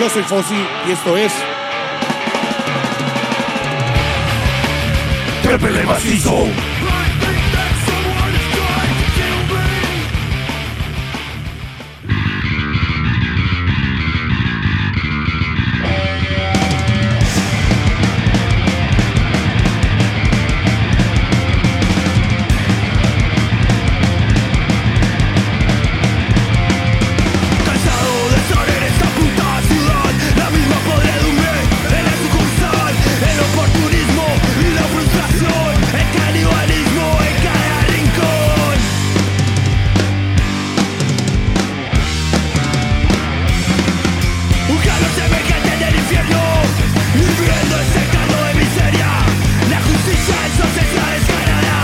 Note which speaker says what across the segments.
Speaker 1: Yo soy Fossi y esto es.
Speaker 2: Trépele macizo. Cansado de estar en esta puta ciudad La misma podredumbre en la sucursal El oportunismo y la frustración El canibalismo en cada rincón Un caos emergente del infierno Viviendo este caldo de miseria La justicia en su cesta descarada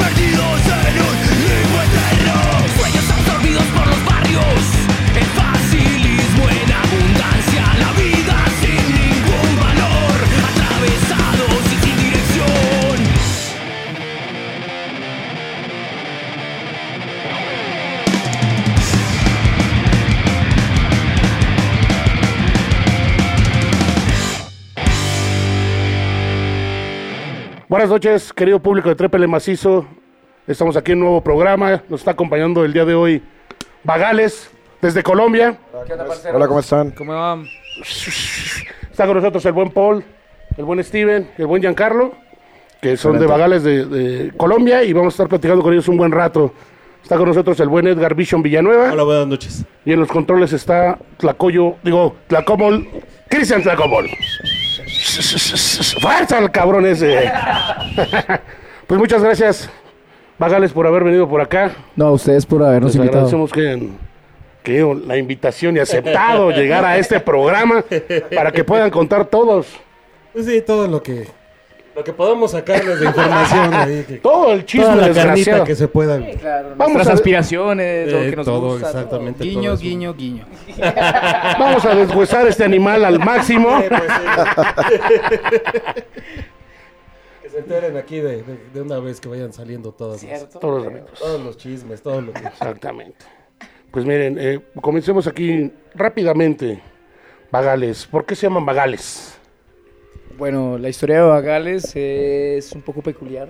Speaker 2: Perdidos en un limbo eterno Sueños absorbidos por los barrios El facilismo en abundancia La vida sin ningún valor Atravesados y sin dirección
Speaker 1: Buenas noches, querido público de Trépele Macizo. Estamos aquí en un nuevo programa. Nos está acompañando el día de hoy Bagales, desde Colombia.
Speaker 3: Hola, ¿cómo están?
Speaker 4: ¿Cómo van?
Speaker 1: Está con nosotros el buen Paul, el buen Steven, el buen Giancarlo, que son de
Speaker 3: Excelente.
Speaker 1: Bagales de, de Colombia y vamos a estar platicando con ellos un buen rato. Está con nosotros el buen Edgar Vision Villanueva
Speaker 5: Hola, buenas noches.
Speaker 1: y en los controles está Tlacoyo, digo, Tlacomol, Cristian Tlacomol. ¡Fuerza al cabrón ese! pues muchas gracias, Bagales, por haber venido por acá.
Speaker 4: No, a ustedes por habernos
Speaker 1: Les
Speaker 4: invitado.
Speaker 1: agradecemos que, que la invitación y aceptado llegar a este programa para que puedan contar todos,
Speaker 6: Pues sí, todo lo que lo que podamos sacarles de información ahí, que-
Speaker 1: todo el chisme
Speaker 6: toda la
Speaker 1: desgraciado.
Speaker 6: carnita que se pueda.
Speaker 1: Vamos,
Speaker 4: Nuestras
Speaker 1: a,
Speaker 4: aspiraciones, lo
Speaker 6: Eh,
Speaker 4: que nos
Speaker 6: todo,
Speaker 4: gusta.
Speaker 6: exactamente, todo
Speaker 4: Guiño,
Speaker 6: eso.
Speaker 4: guiño, guiño.
Speaker 1: vamos a deshuesar este animal al máximo.
Speaker 6: pues Que se enteren aquí de, de- de una vez que vayan saliendo todas las-
Speaker 1: Todos los amigos,
Speaker 6: todos los chismes, todo lo que
Speaker 1: Exactamente. Pues miren, eh, comencemos aquí rápidamente. Bagales, ¿por qué se llaman bagales?
Speaker 4: Bueno, la historia de Bagales es un poco peculiar.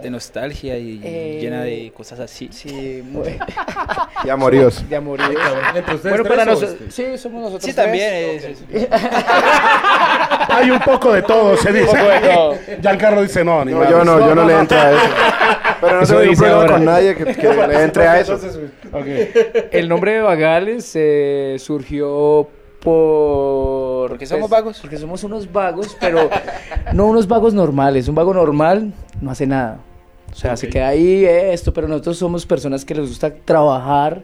Speaker 7: de nostalgia y
Speaker 4: Eh,
Speaker 7: llena de cosas así.
Speaker 4: Sí, muy-
Speaker 3: Ya moríos.
Speaker 4: de amor.
Speaker 6: entre ustedes
Speaker 4: Bueno,
Speaker 6: tres
Speaker 4: para
Speaker 6: o
Speaker 4: nosotros.
Speaker 6: este?
Speaker 4: Sí, somos nosotros.
Speaker 7: Sí,
Speaker 4: tres.
Speaker 7: también. es-
Speaker 1: Hay un poco de todo, se dice. Giancarlo dice no, ni
Speaker 3: No,
Speaker 1: madres.
Speaker 3: yo no, yo no, le entro a eso. Pero no
Speaker 4: Eso
Speaker 3: tengo ningún
Speaker 4: dice
Speaker 3: problema
Speaker 4: ahora.
Speaker 3: con nadie que, que le entre a eso.
Speaker 6: Entonces,
Speaker 4: El nombre de Bagales eh, surgió por... pues,
Speaker 7: Porque somos vagos.
Speaker 4: Porque somos unos vagos, pero no unos vagos normales. Un vago normal no hace nada. O sea, se queda ahí eh, esto, pero nosotros somos personas que les gusta trabajar,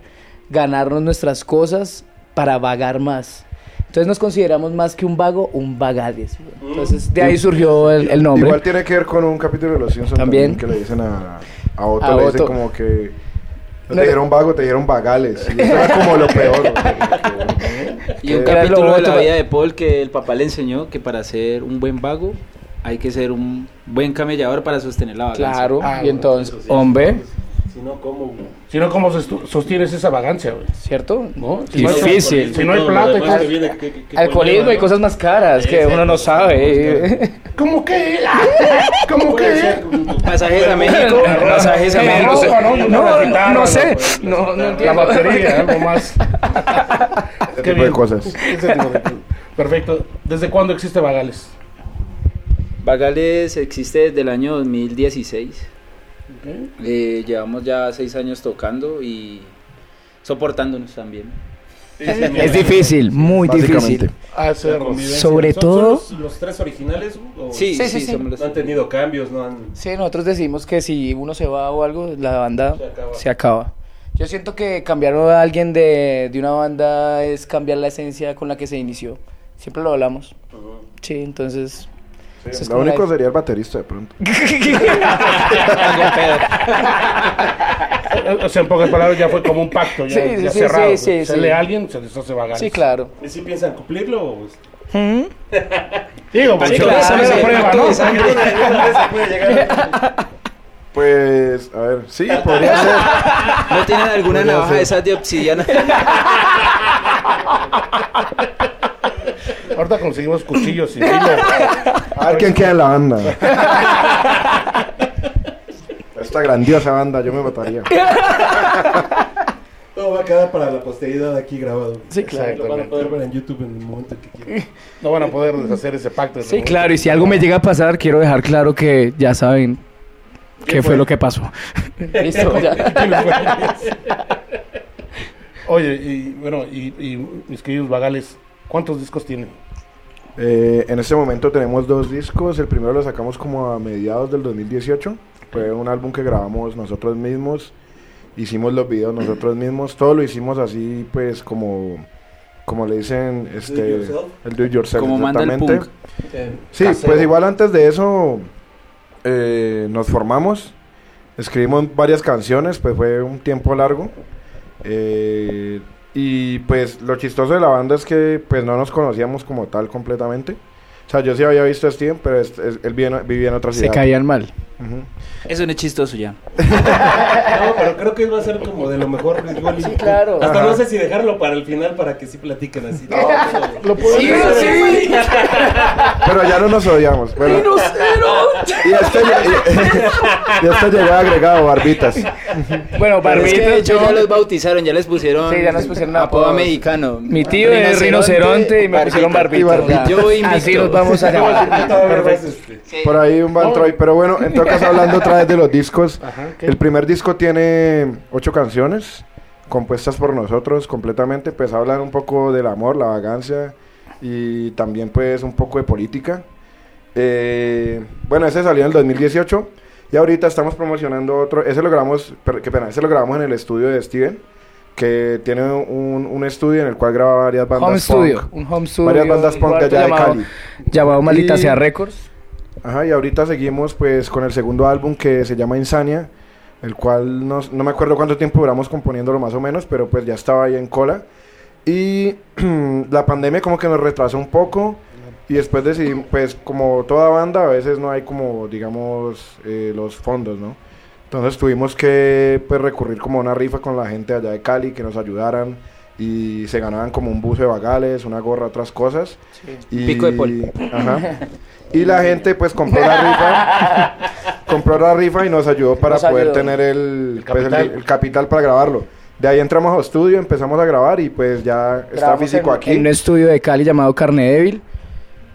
Speaker 4: ganarnos nuestras cosas para vagar más. Entonces nos consideramos más que un vago, un vagales. Entonces de ahí surgió el, el nombre.
Speaker 3: Igual tiene que ver con un capítulo de Los Simpsons
Speaker 4: También.
Speaker 3: también, que le dicen a, a Otto,
Speaker 4: A
Speaker 3: le dicen
Speaker 4: Otto.
Speaker 3: como que
Speaker 4: No,
Speaker 3: no te dieron vago, te dieron vagales. Y eso era como lo peor. güey, que-
Speaker 7: Y un
Speaker 3: que-
Speaker 4: Era lo
Speaker 7: capítulo de
Speaker 4: otro.
Speaker 7: la vida de Paul que el papá le enseñó que para ser un buen vago hay que ser un buen camellador para sostener la balanza.
Speaker 4: Claro, y entonces, hombre,
Speaker 6: si no como
Speaker 1: Si no, ¿cómo sostu- sostienes esa vagancia, güey?
Speaker 4: ¿cierto?
Speaker 1: ¿No? Si no hay-
Speaker 4: Difícil.
Speaker 1: Si no hay plata,
Speaker 4: demás que Alcoholismo y cosas más caras que uno no sabe.
Speaker 1: ¿cómo que? ¿Cómo que?
Speaker 7: Pasajes a México, pasajes a
Speaker 1: La
Speaker 7: México.
Speaker 1: ropa, ¿no?
Speaker 4: No,
Speaker 1: Yo creo que la guitarra,
Speaker 4: no sé.
Speaker 1: la-
Speaker 4: No, no
Speaker 1: La
Speaker 4: entiendo.
Speaker 1: batería, algo más.
Speaker 3: ese
Speaker 1: Qué
Speaker 3: tipo de
Speaker 1: bien.
Speaker 3: cosas.
Speaker 1: Ese tipo de cosas. Perfecto. ¿Desde cuándo existe Bagales?
Speaker 7: Bagales existe desde el año 2016. Eh, llevamos ya seis años tocando y soportándonos también.
Speaker 4: Es difícil, muy
Speaker 3: Básicamente.
Speaker 4: difícil.
Speaker 1: Hace
Speaker 4: Sobre todo-
Speaker 6: los, los tres originales o
Speaker 7: Sí, sí,
Speaker 4: Sí, sí, sí.
Speaker 7: somos los-
Speaker 6: no han tenido cambios, no han
Speaker 4: Sí, nosotros decimos que si uno se va o algo, la banda
Speaker 6: Se acaba.
Speaker 4: se acaba. Yo siento que cambiar a alguien de, de una banda es cambiar la esencia con la que se inició. Siempre lo hablamos. Sí, entonces. eso es
Speaker 3: Lo
Speaker 4: como la-
Speaker 3: único sería el baterista de pronto.
Speaker 1: O sea, en pocas palabras, ya fue como un pacto, ya,
Speaker 4: Sí, sí,
Speaker 1: ya
Speaker 4: sí,
Speaker 1: cerrado.
Speaker 4: sí, sí,
Speaker 1: se lee
Speaker 4: sí.
Speaker 1: a alguien, se deshace Bagales.
Speaker 4: Sí, claro.
Speaker 6: ¿Y si piensan cumplirlo o
Speaker 4: ¿Mm?
Speaker 1: Digo, pues, porque
Speaker 7: claro,
Speaker 1: esa es la
Speaker 7: sí,
Speaker 1: prueba,
Speaker 7: pacto
Speaker 1: ¿no?
Speaker 7: de sangre.
Speaker 6: puede llegar
Speaker 3: Pues, a ver, sí, podría ser.
Speaker 7: ¿No tienen alguna
Speaker 3: Podría
Speaker 7: navaja
Speaker 3: ser.
Speaker 7: de esas de obsidiana?
Speaker 1: Ahorita conseguimos cuchillos y filo.
Speaker 3: A ver quién queda en la banda. Esta grandiosa banda, yo me mataría.
Speaker 6: Todo va a quedar para la posteridad aquí grabado.
Speaker 4: Sí, claro.
Speaker 6: Lo van a poder ver en YouTube en el momento que quieran.
Speaker 1: No van a poder deshacer ese pacto.
Speaker 4: Sí, claro, y si algo me llega a pasar, quiero dejar claro que ya saben qué fue lo que pasó. Listo, ya.
Speaker 1: Oye, y bueno, y, y mis queridos vagales, ¿cuántos discos tienen?
Speaker 3: Eh, en este momento tenemos dos discos. El primero lo sacamos como a mediados del 2018. Fue un álbum que grabamos nosotros mismos. Hicimos los videos nosotros mismos. Todo lo hicimos así, pues, como, como le dicen, este,
Speaker 6: yourself.
Speaker 3: el do it yourself.
Speaker 7: Como manda el
Speaker 3: exactamente.
Speaker 7: punk.
Speaker 6: Eh,
Speaker 3: Sí,
Speaker 6: casero.
Speaker 3: pues igual antes de eso eh, nos formamos, escribimos varias canciones, pues fue un tiempo largo. eh, y pues lo chistoso de la banda es que pues no nos conocíamos como tal completamente. O sea, yo sí había visto a Steven, pero es- es- él vivía en, vivía en otra
Speaker 4: Se
Speaker 3: ciudad.
Speaker 4: caían mal.
Speaker 3: Ujú.
Speaker 7: Eso no es chistoso ya.
Speaker 6: No, pero creo que va a ser como de lo mejor. Igual, y-
Speaker 4: Sí, claro.
Speaker 6: Hasta
Speaker 3: Ajá.
Speaker 6: no sé si dejarlo para el final para que sí platiquen así.
Speaker 1: Lo puedo
Speaker 4: Sí, sí.
Speaker 3: Pero ya no nos odiamos. bueno. y este, ya- y, este llegó agregado, barbitas.
Speaker 4: Bueno, Barbita,
Speaker 7: es que
Speaker 4: yo...
Speaker 7: ya los bautizaron, ya les pusieron.
Speaker 4: Sí, ya nos pusieron
Speaker 7: apodo
Speaker 4: apodos.
Speaker 7: mexicano.
Speaker 4: Mi tío es rinoceronte y me pusieron
Speaker 3: Barbita.
Speaker 4: barbita.
Speaker 3: Y Barbita.
Speaker 4: Ya.
Speaker 7: Yo invicto.
Speaker 4: Así nos vamos a acabar.
Speaker 3: Por ahí un Van Troy. Pero bueno, en todo caso, hablando otra vez de los discos. El primer disco tiene ocho canciones compuestas por nosotros completamente. Pues hablan un poco del amor, la vagancia y también pues un poco de política. Eh, bueno, ese salió en el 2018 y ahorita estamos promocionando otro. Ese lo grabamos, per- qué pena, ese lo grabamos en el estudio de Steven, que tiene un, un estudio en el cual graba varias bandas
Speaker 4: Home
Speaker 3: punk.
Speaker 4: Studio, un home studio.
Speaker 3: varias bandas
Speaker 4: un
Speaker 3: punk de
Speaker 4: cuarto
Speaker 3: allá de
Speaker 4: llamado-
Speaker 3: Cali.
Speaker 4: Llamado Malita
Speaker 3: Y-
Speaker 4: Sea Records.
Speaker 3: Ajá, y ahorita seguimos pues con el segundo álbum que se llama Insania, el cual no, no me acuerdo cuánto tiempo duramos componiéndolo más o menos, pero pues ya estaba ahí en cola. Y la pandemia como que nos retrasó un poco y después decidimos, pues como toda banda a veces no hay como digamos eh, los fondos, ¿no? Entonces tuvimos que pues recurrir como a una rifa con la gente allá de Cali que nos ayudaran y se ganaban como un buzo de bagales, una gorra, otras cosas. Y,
Speaker 7: Pico de pol.
Speaker 3: Ajá. Y la gente pues compró la rifa, compró la rifa y nos ayudó para
Speaker 4: Nos
Speaker 3: poder
Speaker 4: ayudó.
Speaker 3: tener el,
Speaker 1: El
Speaker 3: pues, el-
Speaker 1: capital.
Speaker 3: el capital para grabarlo. De ahí entramos a estudio, empezamos a grabar y pues ya está
Speaker 4: Grabamos
Speaker 3: físico
Speaker 4: en-
Speaker 3: aquí.
Speaker 4: En un estudio de Cali llamado Carne Débil.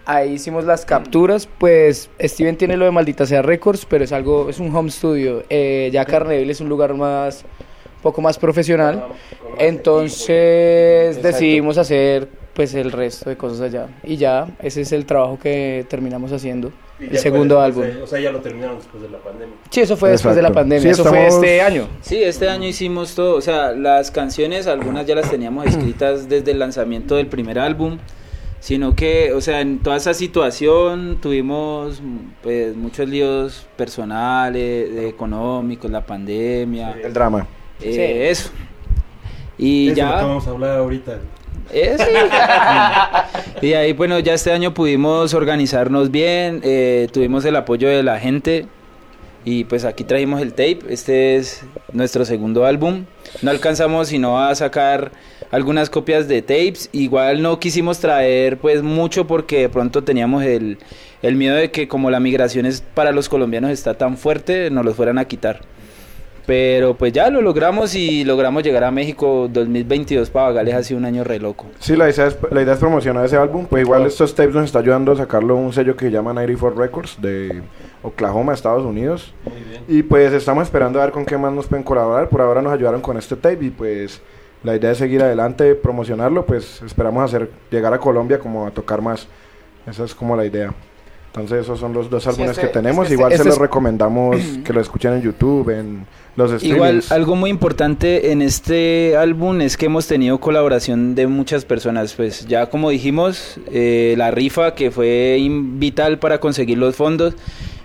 Speaker 4: Ahí hicimos las capturas, pues Steven tiene lo de Maldita Sea Records, pero es algo, es un home studio. Eh, ya Carne Débil es un lugar más, un poco más profesional. Entonces decidimos hacer pues el resto de cosas allá. Y ya, ese es el trabajo que terminamos haciendo, el segundo álbum.
Speaker 6: O sea, ya lo terminaron después de la pandemia.
Speaker 4: Sí, eso fue después de la
Speaker 3: Exacto.
Speaker 4: pandemia,
Speaker 3: Sí,
Speaker 4: eso
Speaker 3: estamos-
Speaker 4: fue este año.
Speaker 7: Sí, este año hicimos todo, o sea, las canciones, algunas ya las teníamos escritas desde el lanzamiento del primer álbum, sino que, o sea, en toda esa situación tuvimos pues muchos líos personales, de- económicos, la pandemia,
Speaker 3: El drama.
Speaker 7: eh,
Speaker 4: Sí.
Speaker 7: eso. Y
Speaker 6: Eso es lo
Speaker 7: ya...
Speaker 6: que vamos a hablar ahorita.
Speaker 7: Eh, sí. y ahí, bueno, ya este año pudimos organizarnos bien, eh, tuvimos el apoyo de la gente y pues aquí trajimos el tape, este es nuestro segundo álbum. No alcanzamos sino a sacar algunas copias de tapes, igual no quisimos traer pues mucho porque de pronto teníamos el, el miedo de que como la migración es para los colombianos está tan fuerte, nos los fueran a quitar. Pero pues ya lo logramos y logramos llegar a México 2022 para Bagales ha sido un año re loco.
Speaker 3: Sí, la idea, es, la idea es promocionar ese álbum. Pues igual estos tapes nos está ayudando a sacarlo un sello que se llama 94 Records de Oklahoma, Estados Unidos. Y pues estamos esperando a ver con qué más nos pueden colaborar. Por ahora nos ayudaron con este tape y pues la idea es seguir adelante, promocionarlo. Pues esperamos hacer llegar a Colombia como a tocar más. Esa es como la idea. Entonces esos son los dos álbumes
Speaker 4: este-
Speaker 3: que tenemos.
Speaker 4: es que
Speaker 3: igual
Speaker 4: este- este
Speaker 3: se los
Speaker 4: es-
Speaker 3: recomendamos que lo escuchen en YouTube, en los
Speaker 7: Igual,
Speaker 3: streamings.
Speaker 7: algo muy importante en este álbum es que hemos tenido colaboración de muchas personas. Pues ya como dijimos, eh, la rifa que fue in- vital para conseguir los fondos.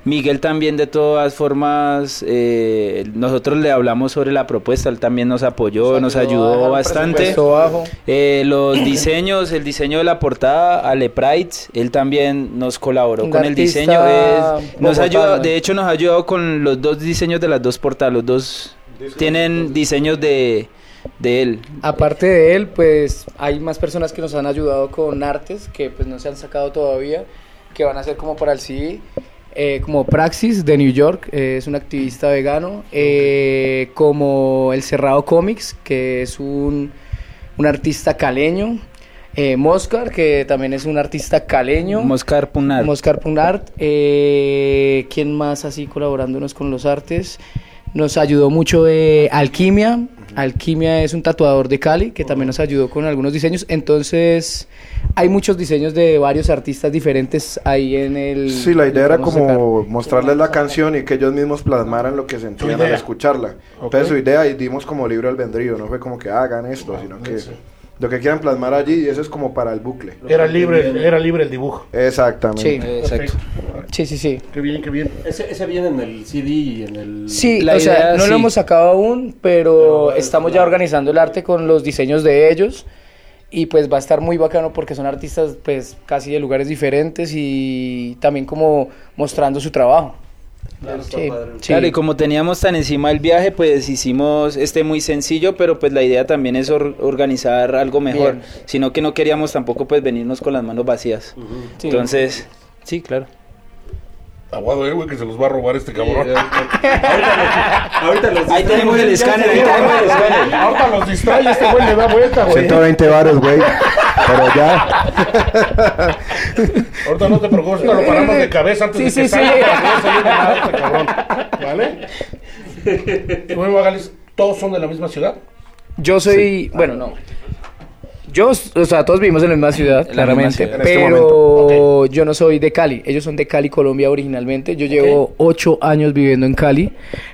Speaker 7: Miguel también, de todas formas, eh, nosotros le hablamos sobre la propuesta, él también nos apoyó, nos ayudó bastante.
Speaker 4: Presupuesto bajo.
Speaker 7: Eh, los diseños, el diseño de la portada, Ale Prites, él también nos colaboró
Speaker 4: Un
Speaker 7: con el
Speaker 4: artista
Speaker 7: diseño. es- nos
Speaker 4: bogotano.
Speaker 7: ayudó, de hecho, nos ha ayudado con los dos diseños de las dos portadas. Los dos tienen diseños de, de él.
Speaker 4: Aparte de él, pues hay más personas que nos han ayudado con artes que pues no se han sacado todavía, que van a ser como para el CD. eh, como Praxis de New York, eh, es un activista vegano. eh, Como El Cerrado Comics, que es un, un artista caleño. eh, Moscar, que también es un artista caleño.
Speaker 7: Moscar Punar.
Speaker 4: Moscar Punart. Eh, ¿Quién más así colaborándonos con los artes? Nos ayudó mucho eh, Alquimia. Alquimia es un tatuador de Cali que también nos ayudó con algunos diseños. Entonces, hay muchos diseños de varios artistas diferentes ahí en el.
Speaker 3: Sí, la idea
Speaker 4: que
Speaker 3: era
Speaker 4: vamos a sacar.
Speaker 3: como mostrarles la canción y que ellos mismos plasmaran lo que sentían al
Speaker 1: idea.
Speaker 3: escucharla. Entonces su idea y dimos como libre albedrío, no fue como que "Ah, hagan esto, sino que lo que quieran plasmar allí y eso es como para el bucle.
Speaker 1: Era libre, era libre el dibujo.
Speaker 4: Sí,
Speaker 3: Exactamente.
Speaker 7: Eh, Exacto.
Speaker 4: sí, sí. sí.
Speaker 1: Qué bien, qué bien.
Speaker 6: Ese, ese viene en el CD y en el...
Speaker 4: Sí,
Speaker 7: La
Speaker 4: o sea,
Speaker 7: idea,
Speaker 4: no
Speaker 7: sí.
Speaker 4: lo hemos sacado aún, pero estamos ya organizando el arte con los diseños de ellos y pues va a estar muy bacano porque son artistas pues casi de lugares diferentes y también como mostrando su trabajo. sí, sí.
Speaker 7: Claro, y como teníamos tan encima el viaje, pues hicimos este muy sencillo, pero pues la idea también es or- organizar algo mejor,
Speaker 4: Bien.
Speaker 7: sino que no queríamos tampoco pues venirnos con las manos vacías.
Speaker 4: Sí.
Speaker 7: Entonces, sí, claro.
Speaker 5: Aguado, eh, güey, que se los va a robar este cabrón.
Speaker 6: eh, Ahorita los...
Speaker 7: Ahí tenemos el escáner, ahí tenemos el escáner.
Speaker 1: Ahorita los distrae, este güey le da vuelta, güey.
Speaker 3: 120 varos, güey. Pero ya.
Speaker 1: Ahorita no te preocupes, ahorita lo paramos de cabeza antes
Speaker 4: Sí,
Speaker 1: de que
Speaker 4: sí,
Speaker 1: salga
Speaker 4: sí.
Speaker 1: para poder salir este de la otra, cabrón. ¿Vale? Rubén Magalis, ¿todos son de la misma ciudad?
Speaker 4: Yo soy, bueno, no. Yo, o sea, todos vivimos en la misma ciudad,
Speaker 7: En la misma
Speaker 4: claramente,
Speaker 7: ciudad.
Speaker 3: En este
Speaker 4: pero yo no soy de Cali. Ellos son de Cali, Colombia, originalmente. Yo llevo ocho años viviendo en Cali,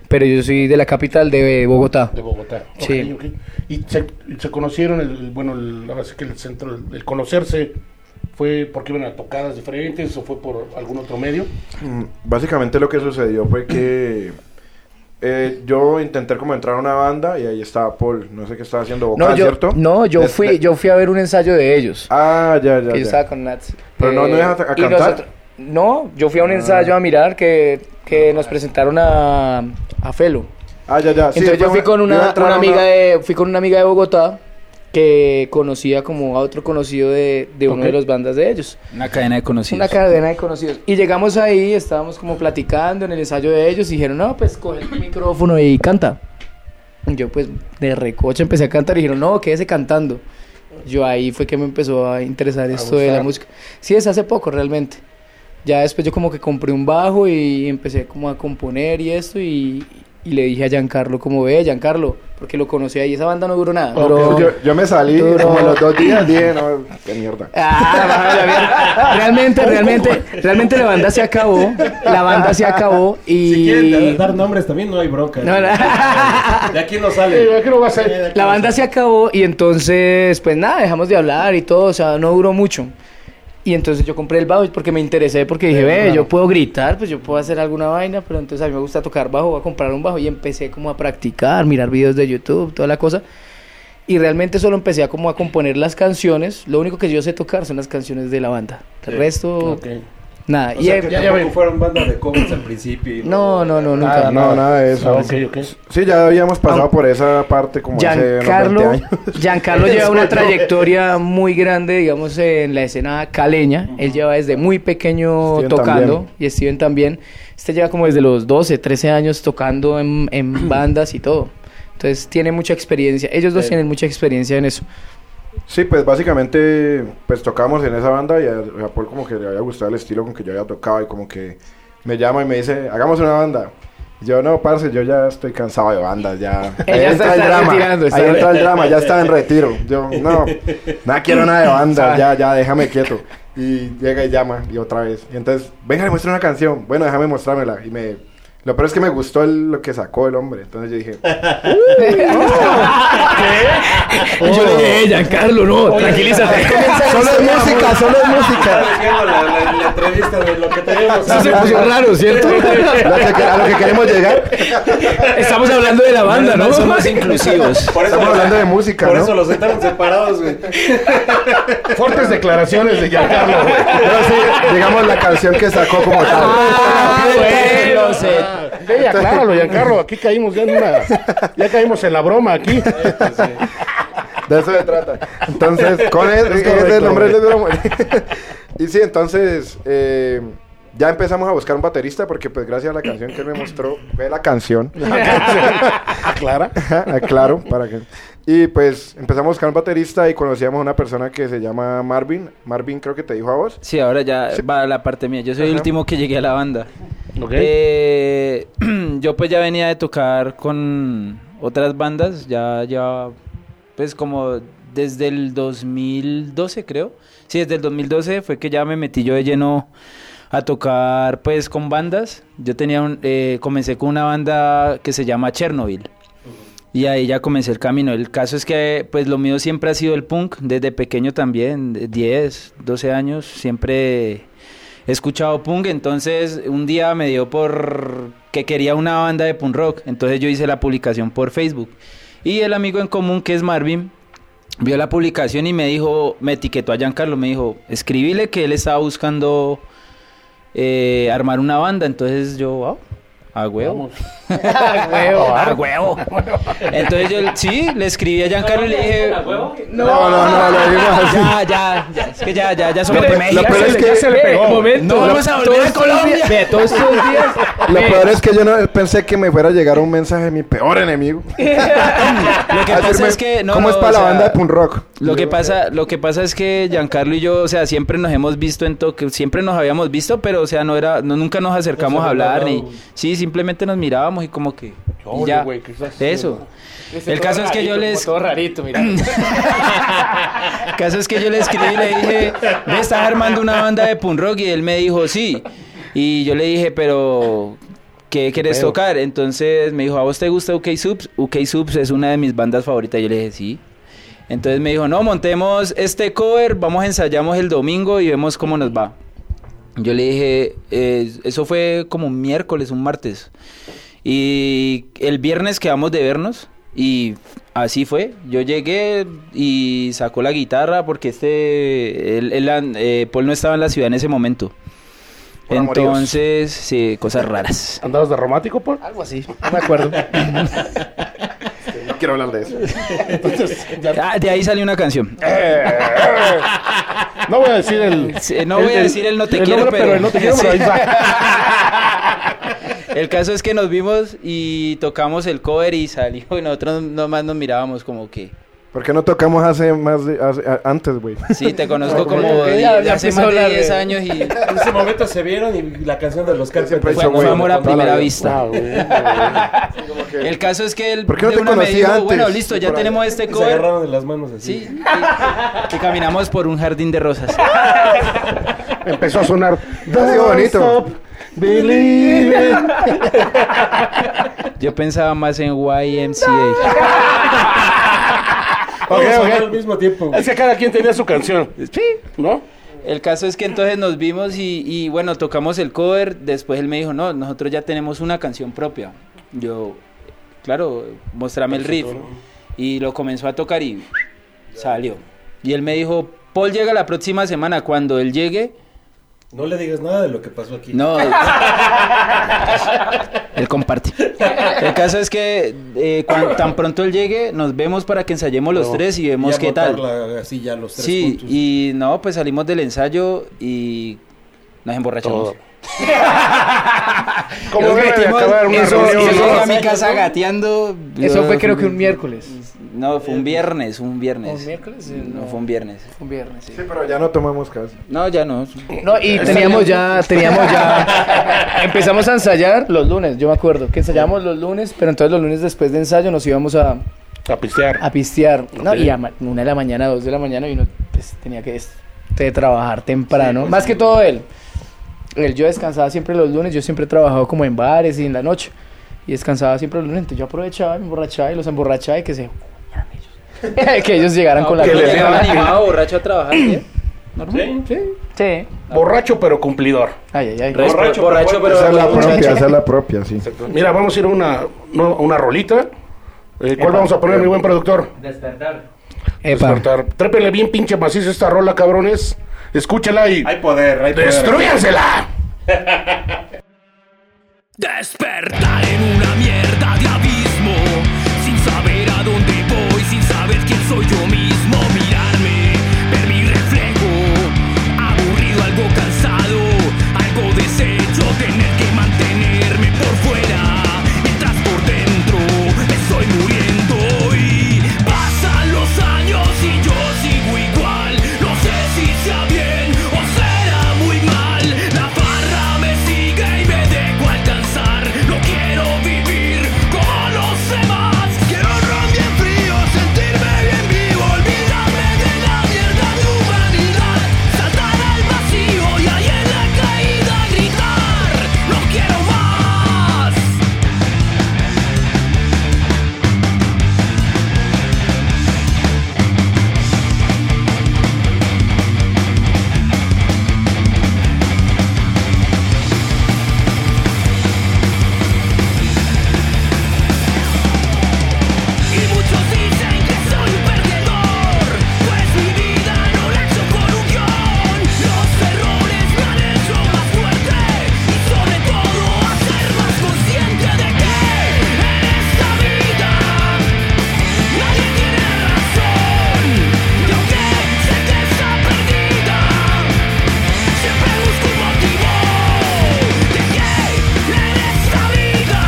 Speaker 4: pero yo soy de la capital de Bogotá.
Speaker 1: De Bogotá.
Speaker 4: Sí.
Speaker 1: Ok, ok. ¿Y se, y se conocieron, el, el- bueno, el, ahora sí que el centro, el, el conocerse, fue porque iban a tocadas diferentes o fue por algún otro medio?
Speaker 3: Mm, Básicamente lo que sucedió fue que eh, yo intenté como entrar a una banda y ahí estaba Paul. No sé qué estaba haciendo vocal,
Speaker 4: No, yo,
Speaker 3: ¿cierto?
Speaker 4: no, yo
Speaker 3: Desde-
Speaker 4: fui, yo fui a ver un ensayo de ellos.
Speaker 3: Ah, ya, ya.
Speaker 4: que yo
Speaker 3: ya.
Speaker 4: estaba con Nats. Eh,
Speaker 3: Pero no, ¿no ibas a- a
Speaker 4: y
Speaker 3: cantar? Ah.
Speaker 4: no, yo fui a un ensayo a mirar que, que nos presentaron a, a Felo.
Speaker 3: Ah, ya, ya. Sí,
Speaker 4: Entonces
Speaker 3: fue
Speaker 4: yo fui
Speaker 3: una-
Speaker 4: con
Speaker 3: iba a
Speaker 4: una,
Speaker 3: entrar
Speaker 4: una
Speaker 3: a
Speaker 4: amiga de, fui con una amiga de Bogotá que conocía como a otro conocido de, de uno de los bandas de ellos.
Speaker 7: Una cadena de
Speaker 4: Una
Speaker 7: conocidos.
Speaker 4: cadena de conocidos. Y llegamos ahí, estábamos como platicando en el ensayo de ellos y dijeron, no, pues coge el micrófono y canta. Y yo pues de recoche empecé a cantar y dijeron, no, quédese cantando. Yo ahí fue que me empezó a interesar esto de la música. Sí, es hace poco realmente. Ya después yo como que compré un bajo y empecé como a componer y esto y, y le dije a Giancarlo como ve, Giancarlo, porque lo conocí ahí, esa banda no duró nada. duró-
Speaker 3: Yo, yo me salí
Speaker 4: Duro.
Speaker 3: como los dos días, dije, no, qué mierda.
Speaker 4: Ah, bajaba la mierda. Ah, Realmente, realmente, realmente la banda se acabó. La banda se acabó y.
Speaker 6: Si quieren dar- dar nombres también no hay bronca.
Speaker 4: No, no.
Speaker 6: De aquí no
Speaker 1: Eh,
Speaker 6: sale.
Speaker 1: ¿qué no va a ser?
Speaker 4: La banda se acabó y entonces, pues nada, dejamos de hablar y todo, o sea, no duró mucho. Y entonces yo compré el bajo porque me interesé, porque dije, ve, yo puedo gritar, pues yo puedo hacer alguna vaina, pero entonces a mí me gusta tocar bajo, voy a comprar un bajo y empecé como a practicar, mirar videos de YouTube, toda la cosa. Y realmente solo empecé a como a componer las canciones, lo único que yo sé tocar son las canciones de la banda. El resto, nada.
Speaker 6: O
Speaker 4: Y
Speaker 6: sea,
Speaker 4: em-
Speaker 6: que tampoco fueron banda de covers al principio. y-
Speaker 4: No, no, no, nunca.
Speaker 6: Ah,
Speaker 3: no, nada de eso.
Speaker 1: Ah, ok, ok.
Speaker 3: Sí, ya habíamos pasado
Speaker 4: Ah.
Speaker 3: por esa parte como hace unos 20
Speaker 4: Giancarlo,
Speaker 3: años.
Speaker 4: Giancarlo lleva una trayectoria muy grande, digamos, en la escena caleña. Él lleva desde muy pequeño
Speaker 3: Steven
Speaker 4: tocando,
Speaker 3: también.
Speaker 4: y Steven también. Este lleva como desde los 12, 13 años tocando en, en bandas y todo. Entonces tiene mucha experiencia. Ellos
Speaker 3: Eh.
Speaker 4: dos tienen mucha experiencia en eso.
Speaker 3: Sí, pues básicamente pues tocamos en esa banda y a, a Paul como que le había gustado el estilo con que yo había tocado y como que me llama y me dice, hagamos una banda. Y Yo no, parce, yo ya estoy cansado de bandas, ya.
Speaker 4: Él ya se está retirando, está
Speaker 3: ahí
Speaker 4: bien.
Speaker 3: entra el drama, ya está en retiro. Yo, no, nada quiero nada de bandas, ya, ya, déjame quieto. Y llega y llama, y otra vez. Y entonces, venga, le muestro una canción. Bueno, déjame mostrármela. Y me Lo peor es que me gustó el- lo que sacó el hombre. Entonces yo dije, "Oh".
Speaker 8: Yo le dije, "Eh, Giancarlo, no, tranquilízate.
Speaker 9: Solo es música, solo es música.
Speaker 6: la, la- la entrevista de lo que tenemos.
Speaker 8: Eso se puso raro, ¿cierto?
Speaker 3: "Lo que- a lo que queremos llegar.
Speaker 8: Estamos hablando de la banda, ¿no?
Speaker 7: Son más inclusivos.
Speaker 6: Por eso,
Speaker 3: Estamos hablando de música,
Speaker 6: por
Speaker 3: ¿no?
Speaker 6: eso los sentaron separados, güey.
Speaker 1: Fuertes declaraciones de Giancarlo.
Speaker 3: Pero sí, digamos la canción que sacó como
Speaker 4: Ah.
Speaker 3: tal.
Speaker 7: bueno, sí.
Speaker 1: Sí, acláralo, Giancarlo. Aquí caímos ya en una. Ya caímos en la broma aquí.
Speaker 3: De eso se trata. Entonces, con él, es el
Speaker 1: correcto,
Speaker 3: nombre
Speaker 1: güey.
Speaker 3: de la mujer. y sí, entonces, eh, ya empezamos a buscar un baterista porque pues gracias a la canción que él me mostró, ve la canción.
Speaker 1: Aclara.
Speaker 3: Ajá, claro, para que... Y pues empezamos a buscar un baterista y conocíamos a una persona que se llama Marvin. Marvin creo que te dijo a vos.
Speaker 7: Sí, ahora ya va la parte mía. Yo soy el último que llegué a la banda.
Speaker 1: Ok.
Speaker 7: Eh, yo pues ya venía de tocar con otras bandas, ya ya pues como desde el 2012 creo. Sí, desde el 2012 fue que ya me metí yo de lleno a tocar pues con bandas. Yo tenía un, eh, comencé con una banda que se llama Chernobyl. Y ahí ya comencé el camino. El caso es que, pues, lo mío siempre ha sido el punk, desde pequeño también, de 10, 12 años, siempre he escuchado punk. Entonces, un día me dio por que quería una banda de punk rock. Entonces, yo hice la publicación por Facebook. Y el amigo en común, que es Marvin, vio la publicación y me dijo, me etiquetó a Giancarlo, me dijo, escribile que él estaba buscando eh, armar una banda. Entonces, yo, ah, a huevo.
Speaker 3: Ah,
Speaker 7: A huevo. Entonces yo sí, le escribí a Giancarlo y le dije.
Speaker 3: No, no, no, lo dijimos así.
Speaker 7: Ya, ya, ya. Es que ya, ya, ya somos de
Speaker 3: lo
Speaker 7: México.
Speaker 3: peor es que-
Speaker 8: le pegó. momento.
Speaker 7: No vamos a volver a Colombia.
Speaker 8: Ve, todos estos días.
Speaker 3: Lo peor es que yo no pensé que me fuera a llegar un mensaje de mi peor enemigo.
Speaker 7: Lo que
Speaker 3: A
Speaker 7: pasa
Speaker 3: decirme,
Speaker 7: es que. No,
Speaker 3: ¿Cómo
Speaker 7: no,
Speaker 3: es para
Speaker 7: o
Speaker 3: la
Speaker 7: sea,
Speaker 3: banda de punk rock?
Speaker 7: Lo que, pasa, lo que pasa es que Giancarlo y yo, o sea, siempre nos hemos visto en toque, siempre nos habíamos visto, pero, o sea, no era, no, nunca nos acercamos a hablar, ni, sí, simplemente nos mirábamos y como que, y ya, eso. El caso es que yo les,
Speaker 4: Todo rarito, mira.
Speaker 7: El caso es que yo le escribí y le dije, ¿me estás armando una banda de punk rock? Y él me dijo, sí. Y yo le dije, pero, ¿qué quieres tocar? Entonces me dijo, ¿a vos te gusta UK Subs? UK Subs es una de mis bandas favoritas. Yo le dije, sí. Entonces me dijo, no, montemos este cover, vamos, ensayamos el domingo y vemos cómo nos va. Yo le dije, eh, eso fue como un miércoles, un martes. Y el viernes quedamos de vernos y así fue. Yo llegué y sacó la guitarra porque este, él- él an- eh, Paul no estaba en la ciudad en ese momento.
Speaker 3: Por amoríos.
Speaker 7: Entonces, sí, cosas raras.
Speaker 1: ¿Andabas de romántico, Paul?
Speaker 4: Algo así, no me acuerdo.
Speaker 3: No quiero hablar de eso.
Speaker 7: Ah, de ahí salió una canción.
Speaker 1: No voy a decir el.
Speaker 7: Sí, Eh, no voy a decir el no te quiero,
Speaker 1: nombre,
Speaker 7: pero-
Speaker 1: el no te quiero, pero ahí está.
Speaker 7: El caso es que nos vimos y tocamos el cover y salió y nosotros nomás nos mirábamos como que...
Speaker 3: ¿Por qué no tocamos hace más de- hace- a- antes, güey?
Speaker 7: Sí, te conozco como
Speaker 4: Ya,
Speaker 7: di-
Speaker 4: ya
Speaker 7: de hace
Speaker 4: empezó a
Speaker 7: más de
Speaker 4: hablar de-
Speaker 7: 10 años y
Speaker 6: En ese momento se vieron y la canción de los
Speaker 3: Siempre
Speaker 6: Carpenters.
Speaker 3: hizo,
Speaker 7: fue
Speaker 3: güey,
Speaker 7: amor a
Speaker 3: toda la
Speaker 7: primera
Speaker 3: vida.
Speaker 7: vista.
Speaker 1: Ah, güey.
Speaker 7: El caso es que él
Speaker 3: ¿Por qué no
Speaker 7: de
Speaker 3: te
Speaker 7: una me
Speaker 3: conocí
Speaker 7: dijo,
Speaker 3: antes?
Speaker 7: bueno, listo, ya
Speaker 3: Por ahí.
Speaker 7: tenemos este
Speaker 6: Y se
Speaker 7: cover.
Speaker 6: agarraron de las manos así.
Speaker 7: Sí, y, y caminamos por un jardín de rosas.
Speaker 1: Empezó a sonar.
Speaker 3: Ha sido bonito.
Speaker 1: Don't stop believing.
Speaker 7: Yo pensaba más en YMCA.
Speaker 6: Todos
Speaker 1: Ok, ok.
Speaker 6: hablaron al mismo tiempo. güey.
Speaker 1: Es que cada quien tenía su canción, ¿no?
Speaker 7: El caso es que entonces nos vimos y, y, bueno, tocamos el cover. Después él me dijo, no, nosotros ya tenemos una canción propia. Yo, claro, mostrame el riff. Y lo comenzó a tocar y salió. Y él me dijo, Paul llega la próxima semana. Cuando él llegue,
Speaker 6: No le digas nada de lo que pasó aquí.
Speaker 7: No. él comparte. El caso es que eh, cuan- tan pronto él llegue, nos vemos para que ensayemos los tres y
Speaker 6: Y
Speaker 7: vemos
Speaker 6: a
Speaker 7: qué tal.
Speaker 6: botarla Así ya los tres
Speaker 7: Sí,
Speaker 6: juntos.
Speaker 7: y no, pues salimos del ensayo y nos emborrachamos.
Speaker 1: Todo. Como
Speaker 7: Nos
Speaker 1: debe de
Speaker 7: metimos-
Speaker 1: acabar una
Speaker 7: eso-
Speaker 1: reunión,
Speaker 7: eso
Speaker 1: ¿no?
Speaker 7: llegué a mi casa gateando.
Speaker 4: Eso
Speaker 7: yo-
Speaker 4: fue creo que un miércoles.
Speaker 7: No, fue un viernes, Eh, un viernes.
Speaker 4: ¿Un miércoles? Sí,
Speaker 7: No,
Speaker 4: no.
Speaker 7: fue un viernes.
Speaker 4: Un viernes, sí.
Speaker 3: Sí, pero ya no tomamos casi.
Speaker 7: No, ya no.
Speaker 4: No, y teníamos ya, teníamos ya. Empezamos a ensayar los lunes, yo me acuerdo, que ensayábamos los lunes, pero entonces los lunes después de ensayo nos íbamos a,
Speaker 1: A pistear.
Speaker 4: a pistear. No,
Speaker 1: Ok.
Speaker 4: y a ma- una de la mañana, dos de la mañana, y uno pues, tenía que este, trabajar temprano. Más que todo él. él yo descansaba siempre los lunes, yo siempre he trabajado como en bares y en la noche. Y descansaba siempre los lunes, entonces yo aprovechaba, me emborrachaba y los emborrachaba y que se... que ellos llegaran con la
Speaker 7: que
Speaker 4: plata.
Speaker 7: les animado borracho a trabajar, ¿eh? ¿sí? ¿Normal? Sí.
Speaker 4: Sí.
Speaker 1: Borracho pero cumplidor.
Speaker 4: Ay, ay, ay.
Speaker 7: Respo-
Speaker 1: Borracho,
Speaker 7: borracho, pero...
Speaker 3: Esa es la
Speaker 7: muchacho.
Speaker 3: propia, esa es la propia, sí.
Speaker 1: Mira, vamos a ir a una, no, a una rolita. Eh, ¿Cuál vamos a poner, mi buen productor?
Speaker 4: Epa.
Speaker 1: Despertar. Trépele bien pinche macizo esta rola, cabrones. Escúchala y
Speaker 10: Hay poder, hay poder.
Speaker 1: destrúyansela.
Speaker 2: Despertar en una mierda de abismo, sin saber a dónde voy, sin saber quién soy yo mismo, mirarme, ver mi reflejo, aburrido, algo cansado, algo deshecho, tener que mantenerme por fuera, mientras por dentro me estoy muriendo y pasan los años y yo sigo igual, no sé si sea bien o será muy mal, la barra me sigue y me dejo alcanzar, no quiero vivir como los demás, quiero ron bien frío, sentirme bien vivo, olvidarme de la mierda de humanidad, saltar al vacío y ahí en la caída gritar, no quiero más. Y muchos dicen que soy un perdedor, pues mi vida no la he hecho con un guión. Los errores me han hecho más fuerte y sobre todo a ser más consciente de que en esta vida nadie tiene razón. Y aunque sé que está perdida, siempre busco un motivo de que en esta vida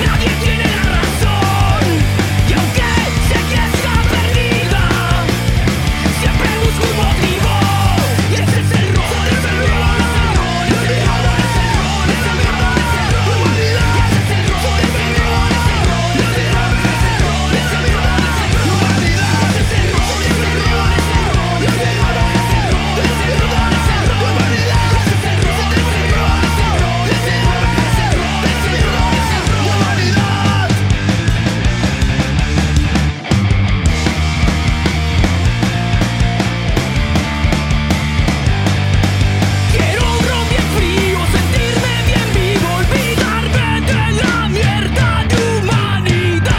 Speaker 2: Nadie tiene la razón Y aunque sé que está perdida Siempre busco un motivo Y ese es el rol, ese es el rol, ese es el rol, ese es el rol, ese es el rol, ese es el rol, humanidad. Y ese es el rol, ese es el rol, ese es el rol, ese es el rol, ese es el rol, ese es el rol, ese es el rol, humanidad. Y ese es el rol, ese es el rol, ese es el rol, ese es el rol, ese es el rol, ese es el rol, ese es el rol, humanidad. Y ese es el rol, ese es el rol, ese es el rol, ese es el rol, ese es el rol, ese es el rol, ese es el rol, humanidad. Quiero un ron bien frío, sentirme bien vivo, olvidarme de la mierda de humanidad.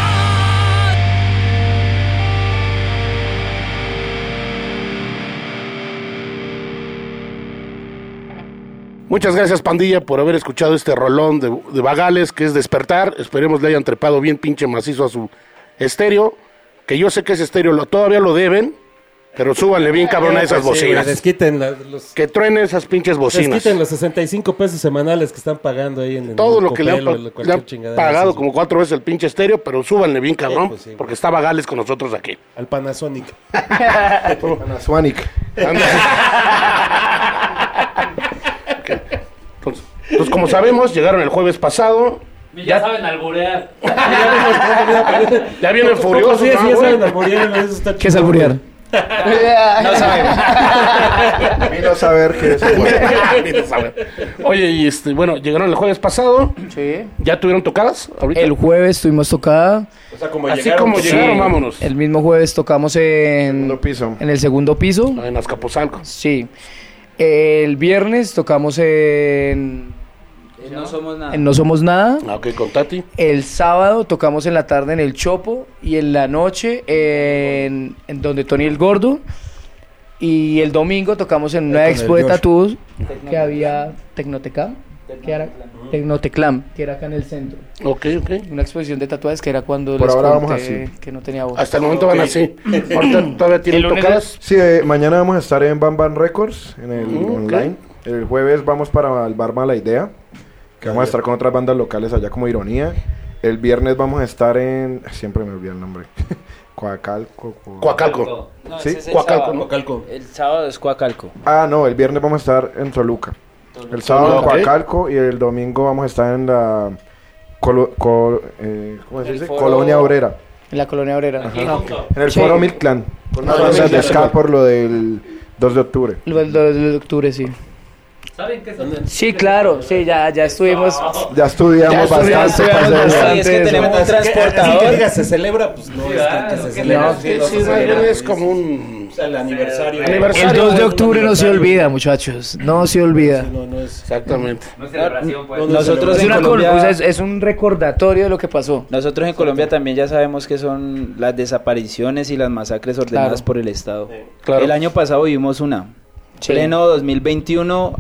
Speaker 1: Muchas gracias, pandilla, por haber escuchado este rolón de, de Bagales, que es Despertar. Esperemos le hayan trepado bien pinche macizo a su estéreo, que yo sé que ese estéreo lo, todavía lo deben, pero súbanle bien cabrón a esas
Speaker 6: Pues sí, güey,
Speaker 1: bocinas.
Speaker 6: Desquiten la- los,
Speaker 1: Que truenen esas pinches bocinas.
Speaker 6: desquiten los 65 pesos semanales que están pagando ahí en en
Speaker 1: Todo
Speaker 6: el
Speaker 1: lo que le han,
Speaker 6: Copelo,
Speaker 1: pa-
Speaker 6: en cualquier
Speaker 1: le han
Speaker 6: chingadera de
Speaker 1: pagado
Speaker 6: esas,
Speaker 1: como cuatro veces el pinche estéreo, pero súbanle bien cabrón,
Speaker 6: pues sí, güey.
Speaker 1: porque está Bagales con nosotros aquí.
Speaker 6: güey, Al Panasonic.
Speaker 3: Panasonic.
Speaker 1: Entonces, entonces, como sabemos, llegaron el jueves pasado,
Speaker 8: Ya saben alburear.
Speaker 1: ya vienen
Speaker 6: Poco
Speaker 1: furiosos.
Speaker 6: sí,
Speaker 1: ¿no,
Speaker 6: sí, ya
Speaker 1: ah, güey?
Speaker 6: saben alburear, eso está
Speaker 4: ¿Qué es
Speaker 6: chingón,
Speaker 4: alburear?
Speaker 6: güey.
Speaker 4: No sabemos.
Speaker 3: Vino a saber que es
Speaker 1: Mira, sabe. Oye, y este, bueno, llegaron el jueves pasado,
Speaker 4: Sí.
Speaker 1: ya tuvieron tocadas ahorita.
Speaker 4: El jueves tuvimos tocada.
Speaker 10: O sea, como
Speaker 1: Así
Speaker 10: llegaron,
Speaker 1: como
Speaker 10: sí.
Speaker 1: llegaron, vámonos.
Speaker 4: El mismo jueves tocamos en,
Speaker 3: segundo piso.
Speaker 4: en el segundo piso.
Speaker 1: Ah, En Azcapotzalco.
Speaker 4: Sí. El viernes tocamos en,
Speaker 7: No somos nada.
Speaker 4: en No Somos Nada.
Speaker 1: Ah, ok, con Tati.
Speaker 4: El sábado tocamos en la tarde en El Chopo y en la noche en, en donde Tony el Gordo. Y el domingo tocamos en una
Speaker 6: con el
Speaker 4: expo de
Speaker 6: Josh.
Speaker 4: tatuos que había Tecnoteca, que era Tecnoteclam, que era acá en el centro.
Speaker 1: Ok, ok.
Speaker 4: Una exposición de tatuajes que era cuando
Speaker 3: Por
Speaker 4: les
Speaker 3: ahora vamos
Speaker 4: conté
Speaker 3: así.
Speaker 4: que no tenía voz.
Speaker 1: Hasta el momento van así. Ahorita todavía tienen tocadas.
Speaker 3: Sí, eh, mañana vamos a estar en Bam Bam Records, en el
Speaker 1: Mm, ok.
Speaker 3: online. El jueves vamos para el Bar Mala Idea, que vamos a estar con otras bandas locales allá como Ironía. El viernes vamos a estar en... Siempre me olvidé el nombre. Coacalco. Coa-
Speaker 1: Cuacalco.
Speaker 7: No,
Speaker 3: Sí,
Speaker 7: ese es el
Speaker 1: Cuacalco,
Speaker 7: sábado.
Speaker 1: ¿no?
Speaker 6: Calco.
Speaker 7: El sábado es Cuacalco.
Speaker 3: Ah, no, el viernes vamos a estar en Toluca. El sábado en
Speaker 1: Toluca, ok.
Speaker 3: Coacalco y el domingo vamos a estar en la... colo- co- eh, ¿Cómo se
Speaker 7: El
Speaker 3: dice?
Speaker 7: foro-
Speaker 3: Colonia Obrera.
Speaker 4: En la colonia obrera. Ah, ok.
Speaker 3: En el
Speaker 4: Sí.
Speaker 3: foro Milclan. Con
Speaker 1: Ah,
Speaker 3: una banda de
Speaker 1: Milclan.
Speaker 3: ska por lo del 2 de octubre.
Speaker 4: El 2 de octubre, sí. Sí, claro, sí, ya, ya estuvimos.
Speaker 3: Ya estudiamos
Speaker 4: Ya estudiamos,
Speaker 3: bastante,
Speaker 4: estudiamos
Speaker 3: parce,
Speaker 4: bastante.
Speaker 7: Sí, es que
Speaker 4: eso.
Speaker 7: tenemos un
Speaker 4: Así
Speaker 7: transportador.
Speaker 10: Así que digas, se celebra, pues no es tanto, se celebra.
Speaker 1: Sí, sí, más bien es como un
Speaker 10: O sea, el aniversario.
Speaker 1: aniversario.
Speaker 4: El 2 de octubre no se olvida, muchachos. No se olvida.
Speaker 10: No, no es.
Speaker 1: Exactamente.
Speaker 7: Nosotros
Speaker 4: Es,
Speaker 7: en
Speaker 4: una col- o sea,
Speaker 7: Colombia,
Speaker 4: es- es un recordatorio de lo que pasó.
Speaker 7: nosotros en Colombia también ya sabemos que son las desapariciones y las masacres ordenadas
Speaker 4: Claro.
Speaker 7: por el Estado.
Speaker 1: Claro.
Speaker 7: El año pasado vivimos una.
Speaker 4: Sí.
Speaker 7: Pleno 2021,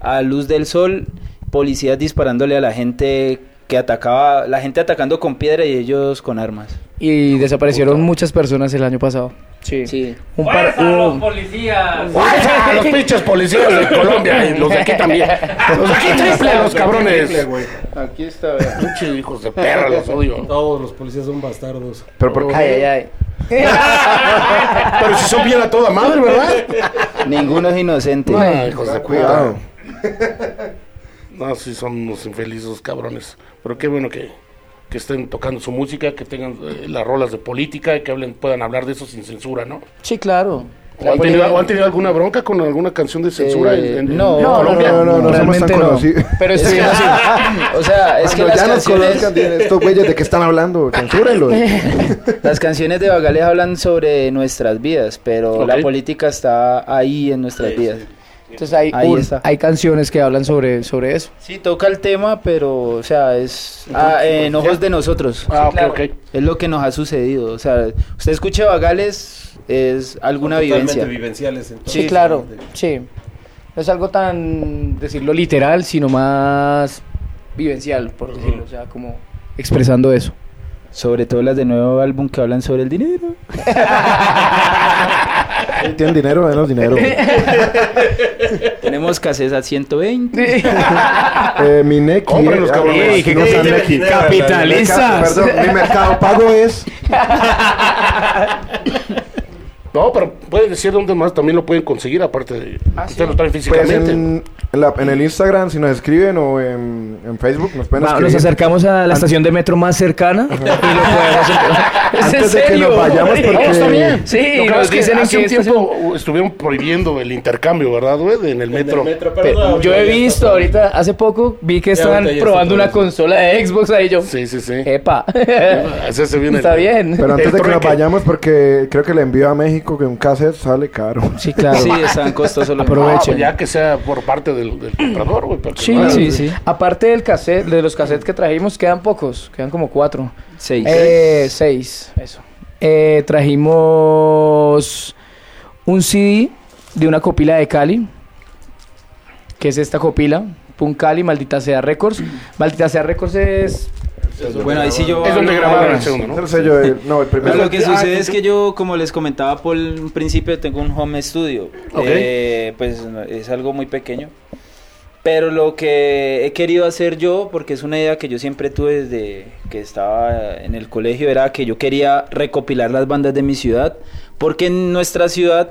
Speaker 7: a luz del sol, policías disparándole a la gente que atacaba, la gente atacando con piedra y ellos con armas.
Speaker 4: Y desaparecieron muchas personas el año pasado. Sí. Un par- hubo-
Speaker 8: policías!
Speaker 1: ¡Fuerza! Los pinches policías de Colombia y los de aquí también. Los de aquí triple, los cabrones. Aquí está, pinches hijos de perra, los odio.
Speaker 6: Todos los policías son bastardos.
Speaker 3: Pero por
Speaker 4: Ay, ay, ay.
Speaker 1: Pero si son bien a toda madre, ¿verdad?
Speaker 7: Ninguno es inocente.
Speaker 1: No, hijos de
Speaker 3: cuidado.
Speaker 1: cuidado. No, sí son unos infelices cabrones. Pero qué bueno que, que estén tocando su música, que tengan eh, las rolas de política y que hablen, puedan hablar de eso sin censura, ¿no?
Speaker 4: Sí, claro.
Speaker 1: ¿O han, tenido, o han tenido alguna bronca con alguna canción de censura en, en- en
Speaker 7: no,
Speaker 1: Colombia?
Speaker 3: No, no, no, no somos tan
Speaker 4: Realmente no.
Speaker 3: conocidos.
Speaker 7: Pero es que, o sea, es que las
Speaker 3: Cuando Ah, ya nos
Speaker 7: canciones-
Speaker 3: conozcan, digan, estos güeyes de qué están hablando, censúrenlo.
Speaker 7: Las canciones de Bagales hablan sobre nuestras vidas, pero la
Speaker 1: Ok.
Speaker 7: política está ahí en nuestras vidas.
Speaker 4: Entonces hay,
Speaker 7: Ahí
Speaker 4: un-
Speaker 7: está.
Speaker 4: hay canciones que hablan sobre, sobre eso.
Speaker 7: Sí, toca el tema, pero, o sea, es ah, eh, en ojos de nosotros.
Speaker 1: Ah, ok,
Speaker 7: Sí, claro.
Speaker 1: ok.
Speaker 7: Es lo que nos ha sucedido. O sea, usted escuche Bagales, es alguna vivencia.
Speaker 10: Totalmente vivenciales. Entonces,
Speaker 4: Sí, claro. Sí. No es algo tan, decirlo literal, sino más vivencial, por decirlo. O sea, como expresando eso.
Speaker 7: Sobre todo las de nuevo álbum que hablan sobre el dinero.
Speaker 3: Tienen dinero, denos dinero. güey.
Speaker 7: Tenemos casés a 120.
Speaker 3: Eh, mi Neki.
Speaker 1: Compren los
Speaker 3: eh,
Speaker 1: cabrones.
Speaker 3: ah, no sean Neki.
Speaker 8: ¡Capitalizas!
Speaker 3: Perdón, mi mercado pago es. pues,
Speaker 1: No, pero pueden decir dónde más también lo pueden conseguir, aparte de... ustedes lo traen
Speaker 3: Pues
Speaker 1: físicamente.
Speaker 3: en, en la- en el Instagram, si nos escriben o en, en Facebook, nos pueden
Speaker 4: Va,
Speaker 3: escribir.
Speaker 4: nos acercamos a la estación de metro más cercana y lo podemos encontrar. ¿Es
Speaker 3: Antes
Speaker 4: en
Speaker 3: de que
Speaker 4: serio?
Speaker 3: nos vayamos,
Speaker 4: Sí.
Speaker 1: No,
Speaker 3: porque-
Speaker 1: está bien.
Speaker 4: Sí,
Speaker 1: Lo que
Speaker 4: nos
Speaker 1: pasa es que ah,
Speaker 4: dicen en
Speaker 1: hace
Speaker 4: qué
Speaker 1: un tiempo estuvieron prohibiendo el intercambio, ¿verdad, güey? De- En el metro.
Speaker 4: Pero yo he visto ahorita, hace poco, vi que estaban
Speaker 10: ahorita ya está
Speaker 4: probando
Speaker 10: todo
Speaker 4: una
Speaker 10: eso.
Speaker 4: consola de Xbox ahí yo.
Speaker 1: Sí, sí, sí.
Speaker 4: Epa.
Speaker 1: Así se viene
Speaker 4: Eh, Está
Speaker 1: el-
Speaker 4: bien.
Speaker 3: Pero antes
Speaker 1: El
Speaker 3: de que nos
Speaker 1: trueque. Ah,
Speaker 3: vayamos, porque creo que el envío a México, que un cassette sale caro.
Speaker 4: Sí, claro.
Speaker 7: Sí, están costosos los
Speaker 1: No, pues
Speaker 4: Aprovechen.
Speaker 1: ya que sea por parte del, del comprador, güey. porque
Speaker 4: Sí,
Speaker 1: no,
Speaker 4: sí,
Speaker 1: eh,
Speaker 4: sí. Aparte del cassette, de los cassettes que trajimos, quedan pocos, quedan como cuatro.
Speaker 7: Seis.
Speaker 4: Eh, seis, eso. Eh, trajimos un CD de una copila de Cali, que es esta copila, Pun Cali, Maldita Sea Records. Maldita Sea Records es...
Speaker 7: Bueno, ahí sí yo...
Speaker 1: Es donde
Speaker 7: hablo-
Speaker 1: grabaron el
Speaker 7: hablo-
Speaker 1: segundo,
Speaker 3: Es
Speaker 1: ¿no?
Speaker 3: el sello de- No, el
Speaker 7: Pero
Speaker 3: primero.
Speaker 7: lo que sucede es que yo, como les comentaba por un principio, tengo un home studio.
Speaker 1: Ok.
Speaker 7: Eh, pues no, es algo muy pequeño. Pero lo que he querido hacer yo, porque es una idea que yo siempre tuve desde que estaba en el colegio, era que yo quería recopilar las bandas de mi ciudad. Porque en nuestra ciudad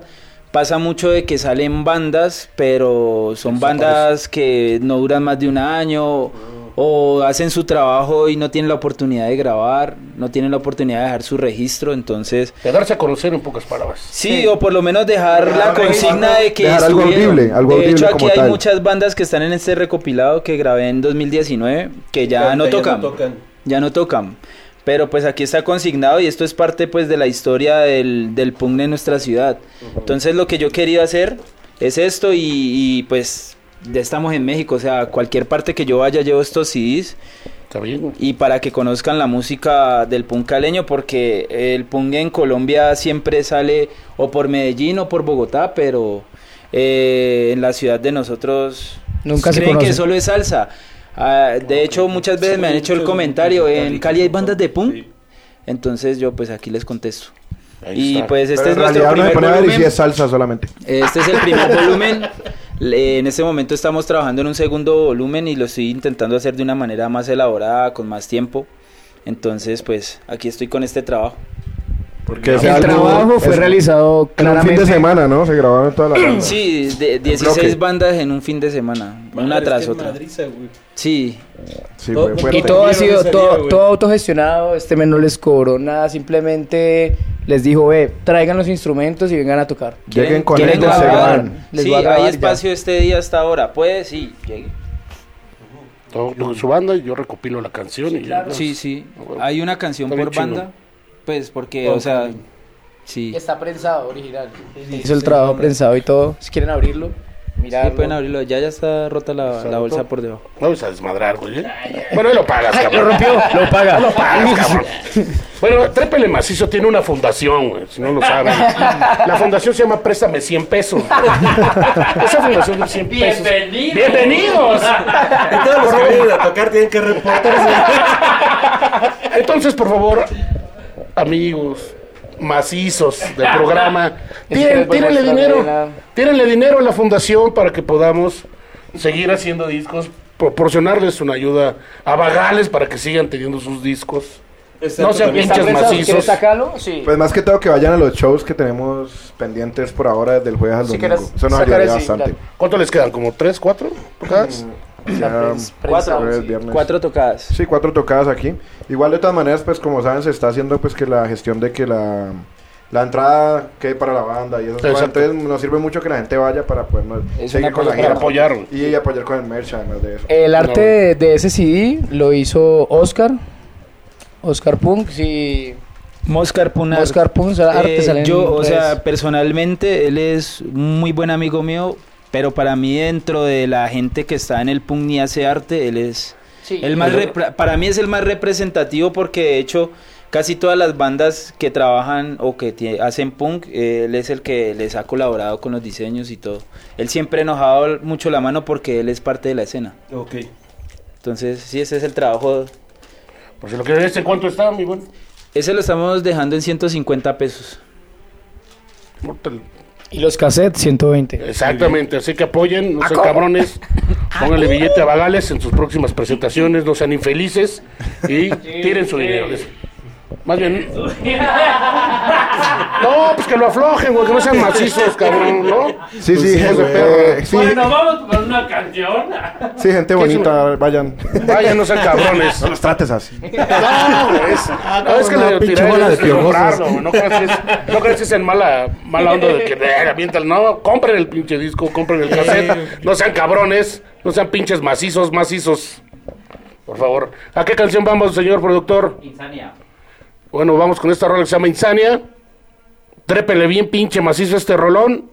Speaker 7: pasa mucho de que salen bandas, pero son bandas que no duran más de un año o hacen su trabajo y no tienen la oportunidad de grabar, no tienen la oportunidad de dejar su registro, entonces
Speaker 1: De darse a conocer en pocas palabras.
Speaker 7: Sí, o por lo menos dejar la consigna de que
Speaker 3: Dejar algo
Speaker 7: estuvieron.
Speaker 3: audible, algo
Speaker 7: de hecho,
Speaker 3: audible
Speaker 7: aquí
Speaker 3: como
Speaker 7: hay
Speaker 3: tal.
Speaker 7: muchas bandas que están en este recopilado que grabé en 2019 que ya no tocan. Ya no tocan. Pero pues aquí está consignado y esto es parte pues de la historia del, del punk de nuestra ciudad. Entonces lo que yo quería hacer es esto y, y, pues ya estamos en México. O sea, cualquier parte que yo vaya llevo estos CDs
Speaker 1: Está bien, güey.
Speaker 7: y para que conozcan la música del punk caleño, porque el punk en Colombia siempre sale o por Medellín o por Bogotá, pero eh, en la ciudad de nosotros
Speaker 4: Nunca se
Speaker 7: creen que
Speaker 4: conoce.
Speaker 7: solo es salsa. Ah, de hecho, muchas veces me han hecho el comentario, en Cali hay bandas de punk, entonces yo pues aquí les contesto.
Speaker 1: Ahí
Speaker 7: Y
Speaker 1: está.
Speaker 7: pues este
Speaker 3: Pero
Speaker 7: es
Speaker 3: en
Speaker 7: nuestro
Speaker 3: realidad no me
Speaker 7: primer
Speaker 3: pone a ver y si
Speaker 7: volumen.
Speaker 3: es salsa solamente.
Speaker 7: Este es el primer volumen. Le- En este momento estamos trabajando en un segundo volumen y lo estoy intentando hacer de una manera más elaborada, con más tiempo. Entonces, pues aquí estoy con este trabajo.
Speaker 3: Porque
Speaker 4: El trabajo fue realizado
Speaker 3: En un fin
Speaker 4: claramente.
Speaker 3: de semana, ¿no? Se grabaron todas las bandas.
Speaker 7: Sí, de- 16 bandas en un fin de semana, una tras otra. Sí,
Speaker 3: Sí, fue
Speaker 10: Y
Speaker 3: fuerte.
Speaker 4: Y todo ha
Speaker 10: Primero
Speaker 4: sido
Speaker 10: ese
Speaker 4: todo,
Speaker 10: día, güey.
Speaker 4: todo autogestionado, este men no les cobró nada, simplemente les dijo, ve, traigan los instrumentos y vengan a tocar.
Speaker 3: Lleguen con
Speaker 7: ¿Quieren
Speaker 3: él, se
Speaker 7: grabar?
Speaker 3: van.
Speaker 4: Les
Speaker 7: Sí,
Speaker 4: voy a grabar
Speaker 7: hay
Speaker 4: ya.
Speaker 7: espacio este día hasta ahora. Puede, sí, llegue.
Speaker 1: Todo lo de su banda y yo recopilo la canción y ya.
Speaker 7: Sí, sí. Hay una canción
Speaker 1: Está bien
Speaker 7: por banda.
Speaker 1: chingón.
Speaker 7: Pues porque, o sea, sí.
Speaker 4: Está prensado, original. Hizo el trabajo prensado y todo. Si quieren abrirlo, mirarlo.
Speaker 7: Sí, pueden abrirlo. Ya ya está rota la, la bolsa por debajo.
Speaker 1: Vamos a desmadrar, güey. ¿eh? Bueno, ahí lo pagas,
Speaker 4: Ay,
Speaker 1: cabrón.
Speaker 4: lo rompió, lo paga.
Speaker 1: Lo pagas, cabrón. Bueno, Trépele Macizo tiene una fundación, güey, si no lo saben. La fundación se llama Préstame 100 pesos. Esa fundación de 100 pesos.
Speaker 8: Bienvenidos.
Speaker 1: ¡Bienvenidos!
Speaker 10: Y todos los que vienen a tocar tienen que reportarse.
Speaker 1: Entonces, por favor, amigos macizos del programa,
Speaker 4: Ah. Es que
Speaker 1: tiren-
Speaker 4: les voy a
Speaker 1: tírenle
Speaker 4: mostrar
Speaker 1: dinero.
Speaker 4: una-
Speaker 1: Tírenle dinero a la fundación para que podamos seguir haciendo discos, proporcionarles una ayuda a vagales para que sigan teniendo sus discos.
Speaker 10: Exacto,
Speaker 1: No sean
Speaker 10: también.
Speaker 1: pinches
Speaker 4: prensado?
Speaker 1: macizos.
Speaker 4: ¿Quieres sacarlo? Sí.
Speaker 3: Pues más que todo que vayan a los shows que tenemos pendientes por ahora desde el jueves al
Speaker 4: Si
Speaker 3: domingo.
Speaker 4: quieres
Speaker 3: Eso nos
Speaker 4: sacar
Speaker 3: ayudaría
Speaker 4: el sí,
Speaker 3: bastante.
Speaker 1: ¿Cuánto les quedan? ¿Como tres, cuatro?
Speaker 4: Mm.
Speaker 1: tocadas?
Speaker 3: Ya,
Speaker 4: prens-
Speaker 3: cuatro,
Speaker 4: prensado,
Speaker 3: jueves,
Speaker 4: sí.
Speaker 3: viernes.
Speaker 7: Cuatro tocadas.
Speaker 3: Sí, cuatro tocadas aquí. Igual de todas maneras, pues como saben, se está haciendo pues que la gestión de que la, la entrada quede para la banda y eso.
Speaker 1: Exacto.
Speaker 3: Entonces nos sirve mucho que la gente vaya para podernos
Speaker 7: Es
Speaker 3: seguir
Speaker 7: una
Speaker 3: con
Speaker 7: cosa
Speaker 3: la
Speaker 1: Para
Speaker 3: gira.
Speaker 1: apoyar.
Speaker 3: Y apoyar con el merch además de eso.
Speaker 4: El arte de, de ese CD lo hizo Oscar. Oscar Punk, sí.
Speaker 7: Moscar Punar.
Speaker 4: Oscar Punk, o sea, arte
Speaker 7: Eh,
Speaker 4: sale en
Speaker 7: yo, o
Speaker 4: redes.
Speaker 7: sea, personalmente, él es un muy buen amigo mío, pero para mí dentro de la gente que está en el punk y hace arte, él es
Speaker 4: Sí.
Speaker 7: el más repra- para mí es el más representativo porque de hecho casi todas las bandas que trabajan o que tie- hacen punk, eh, él es el que les ha colaborado con los diseños y todo. Él siempre nos ha dado mucho la mano porque él es parte de la escena.
Speaker 10: Ok.
Speaker 7: Entonces, sí, ese es el trabajo.
Speaker 1: Por si lo quieren, ¿este cuánto está, mi buen?
Speaker 7: Ese lo estamos dejando en 150 pesos.
Speaker 4: Y los cassettes, 120.
Speaker 1: Exactamente, así que apoyen, no sean cabrones, pónganle billete a Bagales en sus próximas presentaciones, no sean infelices y tiren su dinero. Más bien. No, pues que lo aflojen, güey, que no sean macizos, cabrón, ¿no?
Speaker 3: Sí, sí,
Speaker 1: hijos de
Speaker 3: güey,
Speaker 1: perra.
Speaker 3: sí,
Speaker 8: Bueno, vamos con una canción.
Speaker 3: sí,
Speaker 1: ¿Qué
Speaker 3: gente
Speaker 1: es
Speaker 3: bonita, vayan.
Speaker 1: Vaya, no sean cabrones.
Speaker 3: No los trates así.
Speaker 1: No, güey, es, no, es que
Speaker 3: Ah, una
Speaker 1: le
Speaker 3: pinche
Speaker 1: tiré
Speaker 3: bola de
Speaker 1: de comprarlo,
Speaker 3: piojosos.
Speaker 1: güey, no creas que es, no creas que es en mala, mala onda de que eh, avientan, no, compren el pinche disco, compren el cassette, no sean cabrones, no sean pinches macizos, macizos. Por favor, ¿a qué canción vamos, señor productor?
Speaker 7: Insania.
Speaker 1: Bueno, vamos con esta rola que se llama Insania. Trépele bien pinche macizo este rolón.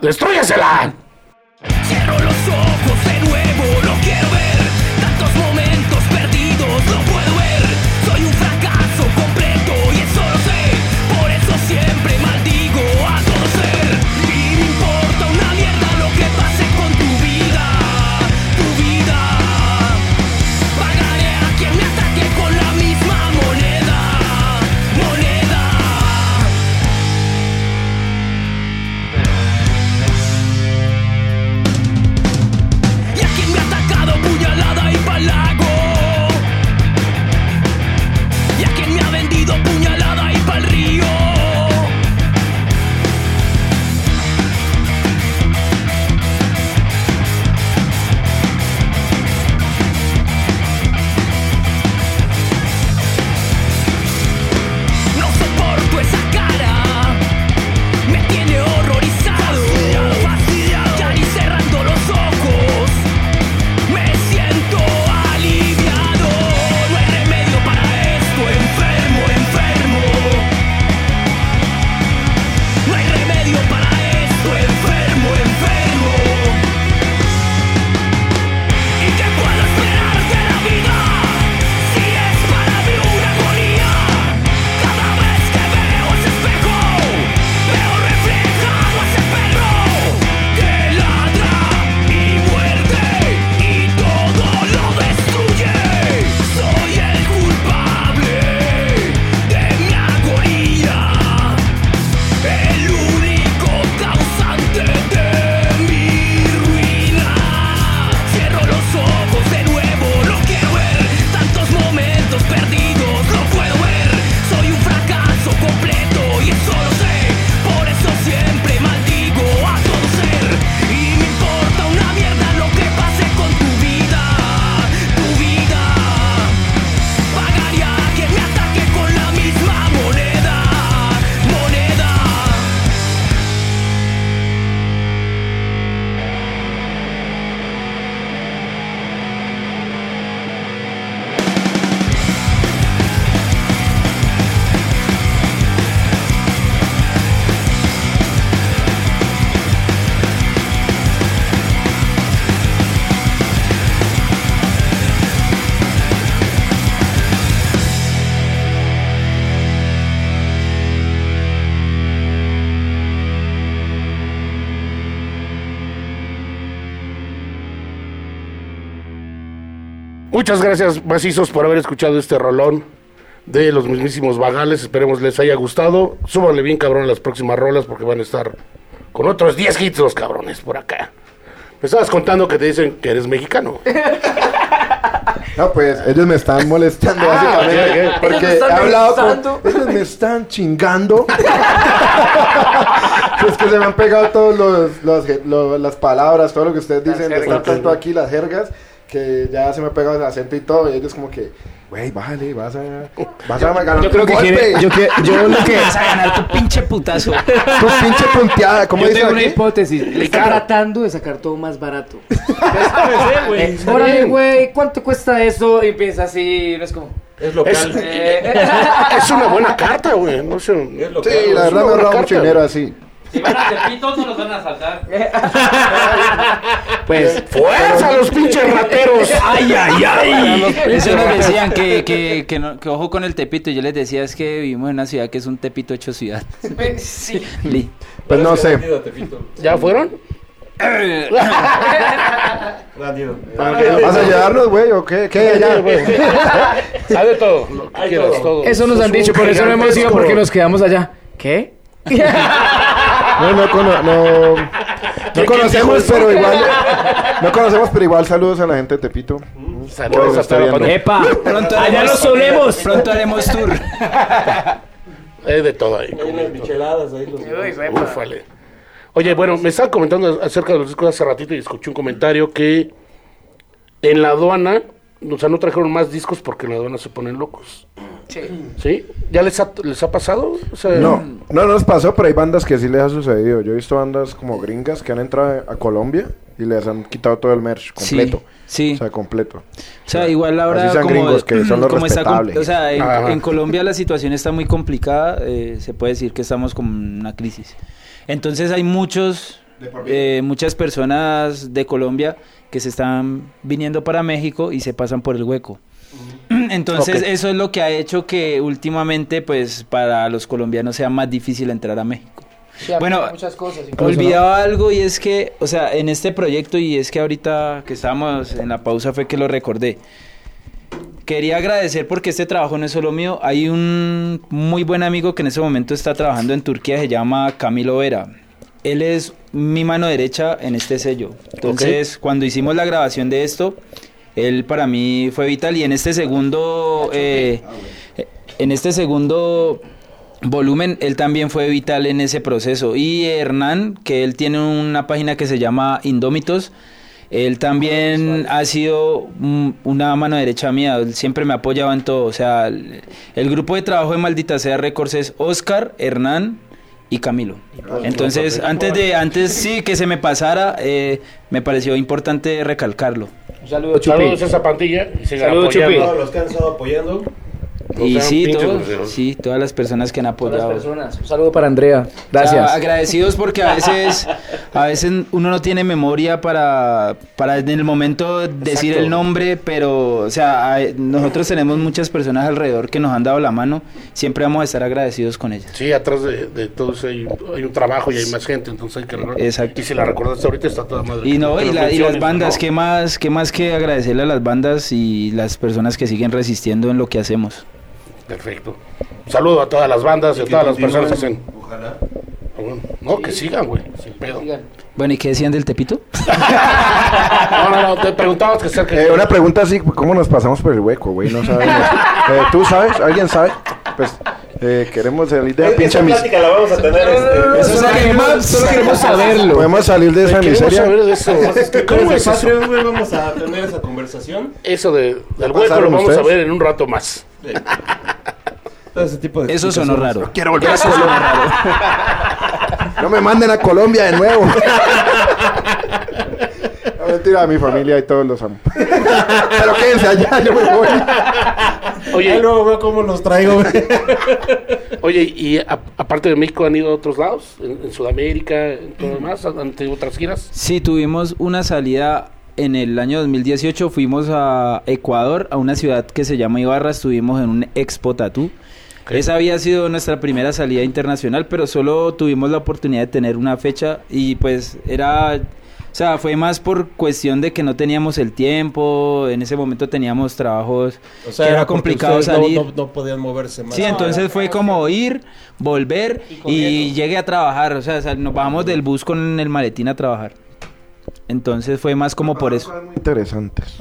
Speaker 1: ¡Destruyasela!
Speaker 2: Cierro los ojos de nuevo, no quiero ver Tantos momentos perdidos, no puedo ver Soy un fracaso completo y eso lo sé Por eso siempre maldigo a todo ser Y me importa una mierda lo que pase con tu vida Tu vida Pagaré a quien me ataque con la misma moneda Moneda
Speaker 1: Muchas gracias, macizos, por haber escuchado este rolón de los mismísimos vagales. Esperemos les haya gustado. Súbanle bien, cabrón, las próximas rolas porque van a estar con otros 10 hits los cabrones por acá. Me estabas contando que te dicen que eres mexicano.
Speaker 3: No, pues ellos me están molestando
Speaker 1: ok,
Speaker 3: básicamente.
Speaker 1: ok.
Speaker 3: Porque
Speaker 1: Ellos me están
Speaker 3: he hablado
Speaker 1: molestando.
Speaker 3: con. Ellos me están chingando. pues que se me han pegado todas los, los- lo- las palabras, todo lo que ustedes dicen. Están tanto aquí las jergas que ya se me ha pegado el acento y todo. Y ellos, como que, güey, bájale, vas a. Vas a ganar
Speaker 7: Yo creo
Speaker 3: un
Speaker 7: que
Speaker 3: golpe".
Speaker 7: quiere- yo que- yo lo que-
Speaker 3: Vas a ganar
Speaker 7: tu pinche putazo.
Speaker 3: tu pinche punteada, ¿cómo
Speaker 4: Yo
Speaker 3: dicen
Speaker 4: tengo una
Speaker 3: aquí?
Speaker 4: hipótesis. Le está tratando de sacar todo más barato.
Speaker 1: Ah,
Speaker 10: Ah, pues,
Speaker 4: Eh, Órale, güey, ¿cuánto cuesta eso? Y empieza así, no es como.
Speaker 10: Es
Speaker 1: local. Es-
Speaker 4: Eh,
Speaker 1: es una buena carta, güey. No sé.
Speaker 3: Sí, la verdad me he ahorrado mucho dinero así. Pues
Speaker 11: Si van a Tepito, no los van a saltar.
Speaker 1: Eh.
Speaker 4: Pues.
Speaker 1: ¡Fuerza, los pinches rateros!
Speaker 11: ¡Ay, ay, ay!
Speaker 7: Eso nos decían que, que, que, no- que ojo con el tepito. Yo les decía es que vivimos en una ciudad que es un tepito hecho ciudad.
Speaker 11: Sí.
Speaker 7: Li.
Speaker 3: Pues no sé.
Speaker 1: ¿Ya fueron?
Speaker 3: ¿Vas a ayudarnos, güey, o qué? ¿Qué? Ya,
Speaker 1: Sabe todo. lo que quieras, todo.
Speaker 4: Eso nos han dicho, por eso no hemos ido porque nos quedamos allá. ¿Qué?
Speaker 3: No, no, cono- no, no conocemos, pero igual. No conocemos, pero igual saludos a la gente de Tepito.
Speaker 1: Saludos
Speaker 3: Bueno,
Speaker 1: a
Speaker 3: está
Speaker 1: toda la
Speaker 3: bien.
Speaker 1: pandemia.
Speaker 8: ¡Epa!
Speaker 7: Pronto
Speaker 8: Allá
Speaker 7: haremos-
Speaker 8: nos solemos.
Speaker 7: Pronto haremos tour.
Speaker 1: Hay de todo ahí.
Speaker 10: Hay unas micheladas ahí. Los...
Speaker 1: Ufale. Oye, bueno, me estaba comentando acerca de los discos hace ratito y escuché un comentario que en la aduana, o sea, no trajeron más discos porque en la aduana se ponen locos. ¿Sí? ¿Ya les ha, les ha pasado? O sea,
Speaker 3: No, no nos pasó, pero hay bandas que sí les ha sucedido. Yo he visto bandas como gringas que han entrado a Colombia y les han quitado todo el merch
Speaker 7: Sí,
Speaker 3: completo.
Speaker 7: sí.
Speaker 3: O sea, completo.
Speaker 7: O sea, igual ahora
Speaker 3: Así sean
Speaker 7: como,
Speaker 3: gringos, que son los
Speaker 7: como está com-
Speaker 3: respetables.
Speaker 7: o sea, en,
Speaker 3: Ajá.
Speaker 7: en Colombia la situación está muy complicada, eh, se puede decir que estamos con una crisis. Entonces hay muchos eh, muchas personas de Colombia que se están viniendo para México y se pasan por el hueco. Entonces,
Speaker 1: Ok.
Speaker 7: eso es lo que ha hecho que últimamente pues para los colombianos sea más difícil entrar a México. Bueno,
Speaker 4: muchas cosas.
Speaker 7: Olvidaba algo y es que, o sea, en este proyecto y es que ahorita que estábamos en la pausa fue que lo recordé. Quería agradecer porque este trabajo no es solo mío. Hay un muy buen amigo que en ese momento está trabajando en Turquía, se llama Camilo Vera. Él es mi mano derecha en este sello. Entonces, cuando hicimos la grabación de esto, él para mí fue vital y en este segundo, eh, en este segundo Volumen, él también fue vital en ese proceso. Y Hernán, que él tiene una página que se llama Indómitos, él también ha sido mm, una mano derecha mía, él siempre me ha apoyado en todo. O sea, el, el grupo de trabajo de Maldita Sea Records es Oscar, Hernán y Camilo. Entonces, antes de antes sí que se me pasara, eh, me pareció importante recalcarlo.
Speaker 4: Un saludo,
Speaker 1: Saludos a esa pandilla. y sigan
Speaker 4: Saludos,
Speaker 1: apoyando.
Speaker 10: Todos los que han estado apoyando.
Speaker 1: O
Speaker 7: Y
Speaker 1: sea,
Speaker 7: sí,
Speaker 1: pinches
Speaker 7: todos-
Speaker 1: groseros.
Speaker 7: sí, todas las personas que han
Speaker 4: Todas las
Speaker 7: apoyado.
Speaker 4: personas. Un saludo para Andrea.
Speaker 7: O
Speaker 4: Gracias.
Speaker 7: sea, Ah, agradecidos porque a veces, a veces uno no tiene memoria para, para en el momento decir
Speaker 1: Exacto.
Speaker 7: el nombre, pero o sea, hay- nosotros tenemos muchas personas alrededor que nos han dado la mano. Siempre vamos a estar agradecidos con ellas.
Speaker 1: Sí, atrás de, de todos hay, hay un trabajo y hay más gente, entonces hay que
Speaker 7: Exacto.
Speaker 1: Y si la recordaste ahorita está toda madre.
Speaker 7: Y no,
Speaker 1: Que
Speaker 7: y,
Speaker 1: nos
Speaker 7: la- y las
Speaker 1: menciones,
Speaker 7: bandas,
Speaker 1: ¿no?
Speaker 7: ¿qué más, qué más que agradecerle a las bandas y las personas que siguen resistiendo en lo que hacemos?
Speaker 1: Perfecto. Un saludo a todas las bandas y, a
Speaker 10: que
Speaker 1: todas las
Speaker 10: continúen,
Speaker 1: personas que hacen. Ah,
Speaker 10: Ojalá.
Speaker 1: No, que sigan, güey, sin pedo.
Speaker 7: Bueno, ¿y qué decían del Tepito?
Speaker 1: No, no, no, te preguntabas que cerca.
Speaker 3: Eh, una pregunta así, ¿cómo nos pasamos por el hueco, güey? No sabemos. Eh, ¿Tú sabes? ¿Alguien sabe? Pues eh, queremos salir de la pinche
Speaker 10: Esa
Speaker 3: mis...
Speaker 10: plática la vamos a tener. este,
Speaker 3: Eso
Speaker 10: nosotros.
Speaker 3: solo queremos saberlo. Podemos salir de esa
Speaker 1: Queremos
Speaker 3: miseria.
Speaker 1: saber de eso. ¿Cómo
Speaker 10: Desde
Speaker 1: es eso?
Speaker 10: Patreon, güey, vamos a tener esa conversación.
Speaker 1: Eso de, del hueco lo
Speaker 3: pasaron
Speaker 1: vamos a
Speaker 3: ustedes?
Speaker 1: ver en un rato más.
Speaker 10: Todo ese tipo de
Speaker 7: Eso sonó
Speaker 10: explicaciones.
Speaker 7: raro.
Speaker 3: Quiero volver a Colombia. No me manden a Colombia de nuevo. No, mentira, a mi familia y todos los amo. Pero quédense allá, yo me voy.
Speaker 10: Ahí
Speaker 1: Oye,
Speaker 10: luego veo cómo los traigo, güey.
Speaker 1: oye ¿y a- aparte de México han ido a otros lados? ¿En, en Sudamérica, en todo lo demás? ¿Ante otras giras?
Speaker 7: Sí, tuvimos una salida en el año 2018. Fuimos a Ecuador, a una ciudad que se llama Ibarra. Estuvimos en un Expo Tatú. Esa había sido nuestra primera salida internacional, pero solo tuvimos la oportunidad de tener una fecha y pues era... O sea, fue más por cuestión de que no teníamos el tiempo, en ese momento teníamos trabajos
Speaker 6: O sea,
Speaker 7: que era
Speaker 6: porque
Speaker 7: complicado
Speaker 6: ustedes no-
Speaker 7: salir.
Speaker 6: No, no podían moverse más.
Speaker 7: Sí, entonces fue como ir, volver y, llegué a trabajar. O sea, o sea, nos bajamos del bus con el maletín a trabajar. Entonces fue más como por eso.
Speaker 3: Interesantes.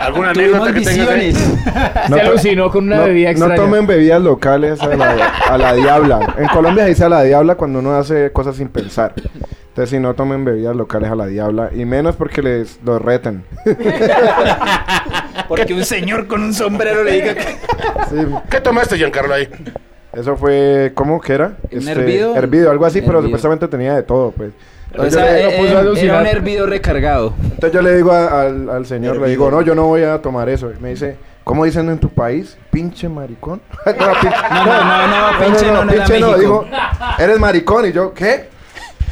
Speaker 1: ¿Alguna
Speaker 7: Tuvimos visiones.
Speaker 3: No to- no- No tomen bebidas locales a la, a la diabla. En Colombia se dice a la diabla cuando uno hace cosas sin pensar. Entonces, si no tomen bebidas locales a la diabla, y menos porque les los reten.
Speaker 7: Porque un señor con un sombrero le diga que...
Speaker 1: ¿Qué tomaste, Giancarlo, ahí?
Speaker 3: Eso fue, ¿cómo que era? Este,
Speaker 7: ¿Un hervido?
Speaker 3: Hervido, algo así, pero
Speaker 7: Hervido.
Speaker 3: supuestamente tenía de todo, pues.
Speaker 7: O
Speaker 3: Entonces, yo
Speaker 7: sea,
Speaker 3: le-
Speaker 7: eh,
Speaker 3: puso a
Speaker 7: eh, era
Speaker 3: alucinar.
Speaker 7: un hervido recargado.
Speaker 3: Entonces yo le digo a- al, al señor, le digo, no, yo no voy a tomar eso. Y me dice, ¿cómo dicen en tu país? Pinche maricón. no, pin-
Speaker 7: No, no, no, no, pinche no, no era México.
Speaker 3: digo, eres maricón. Y yo, ¿qué?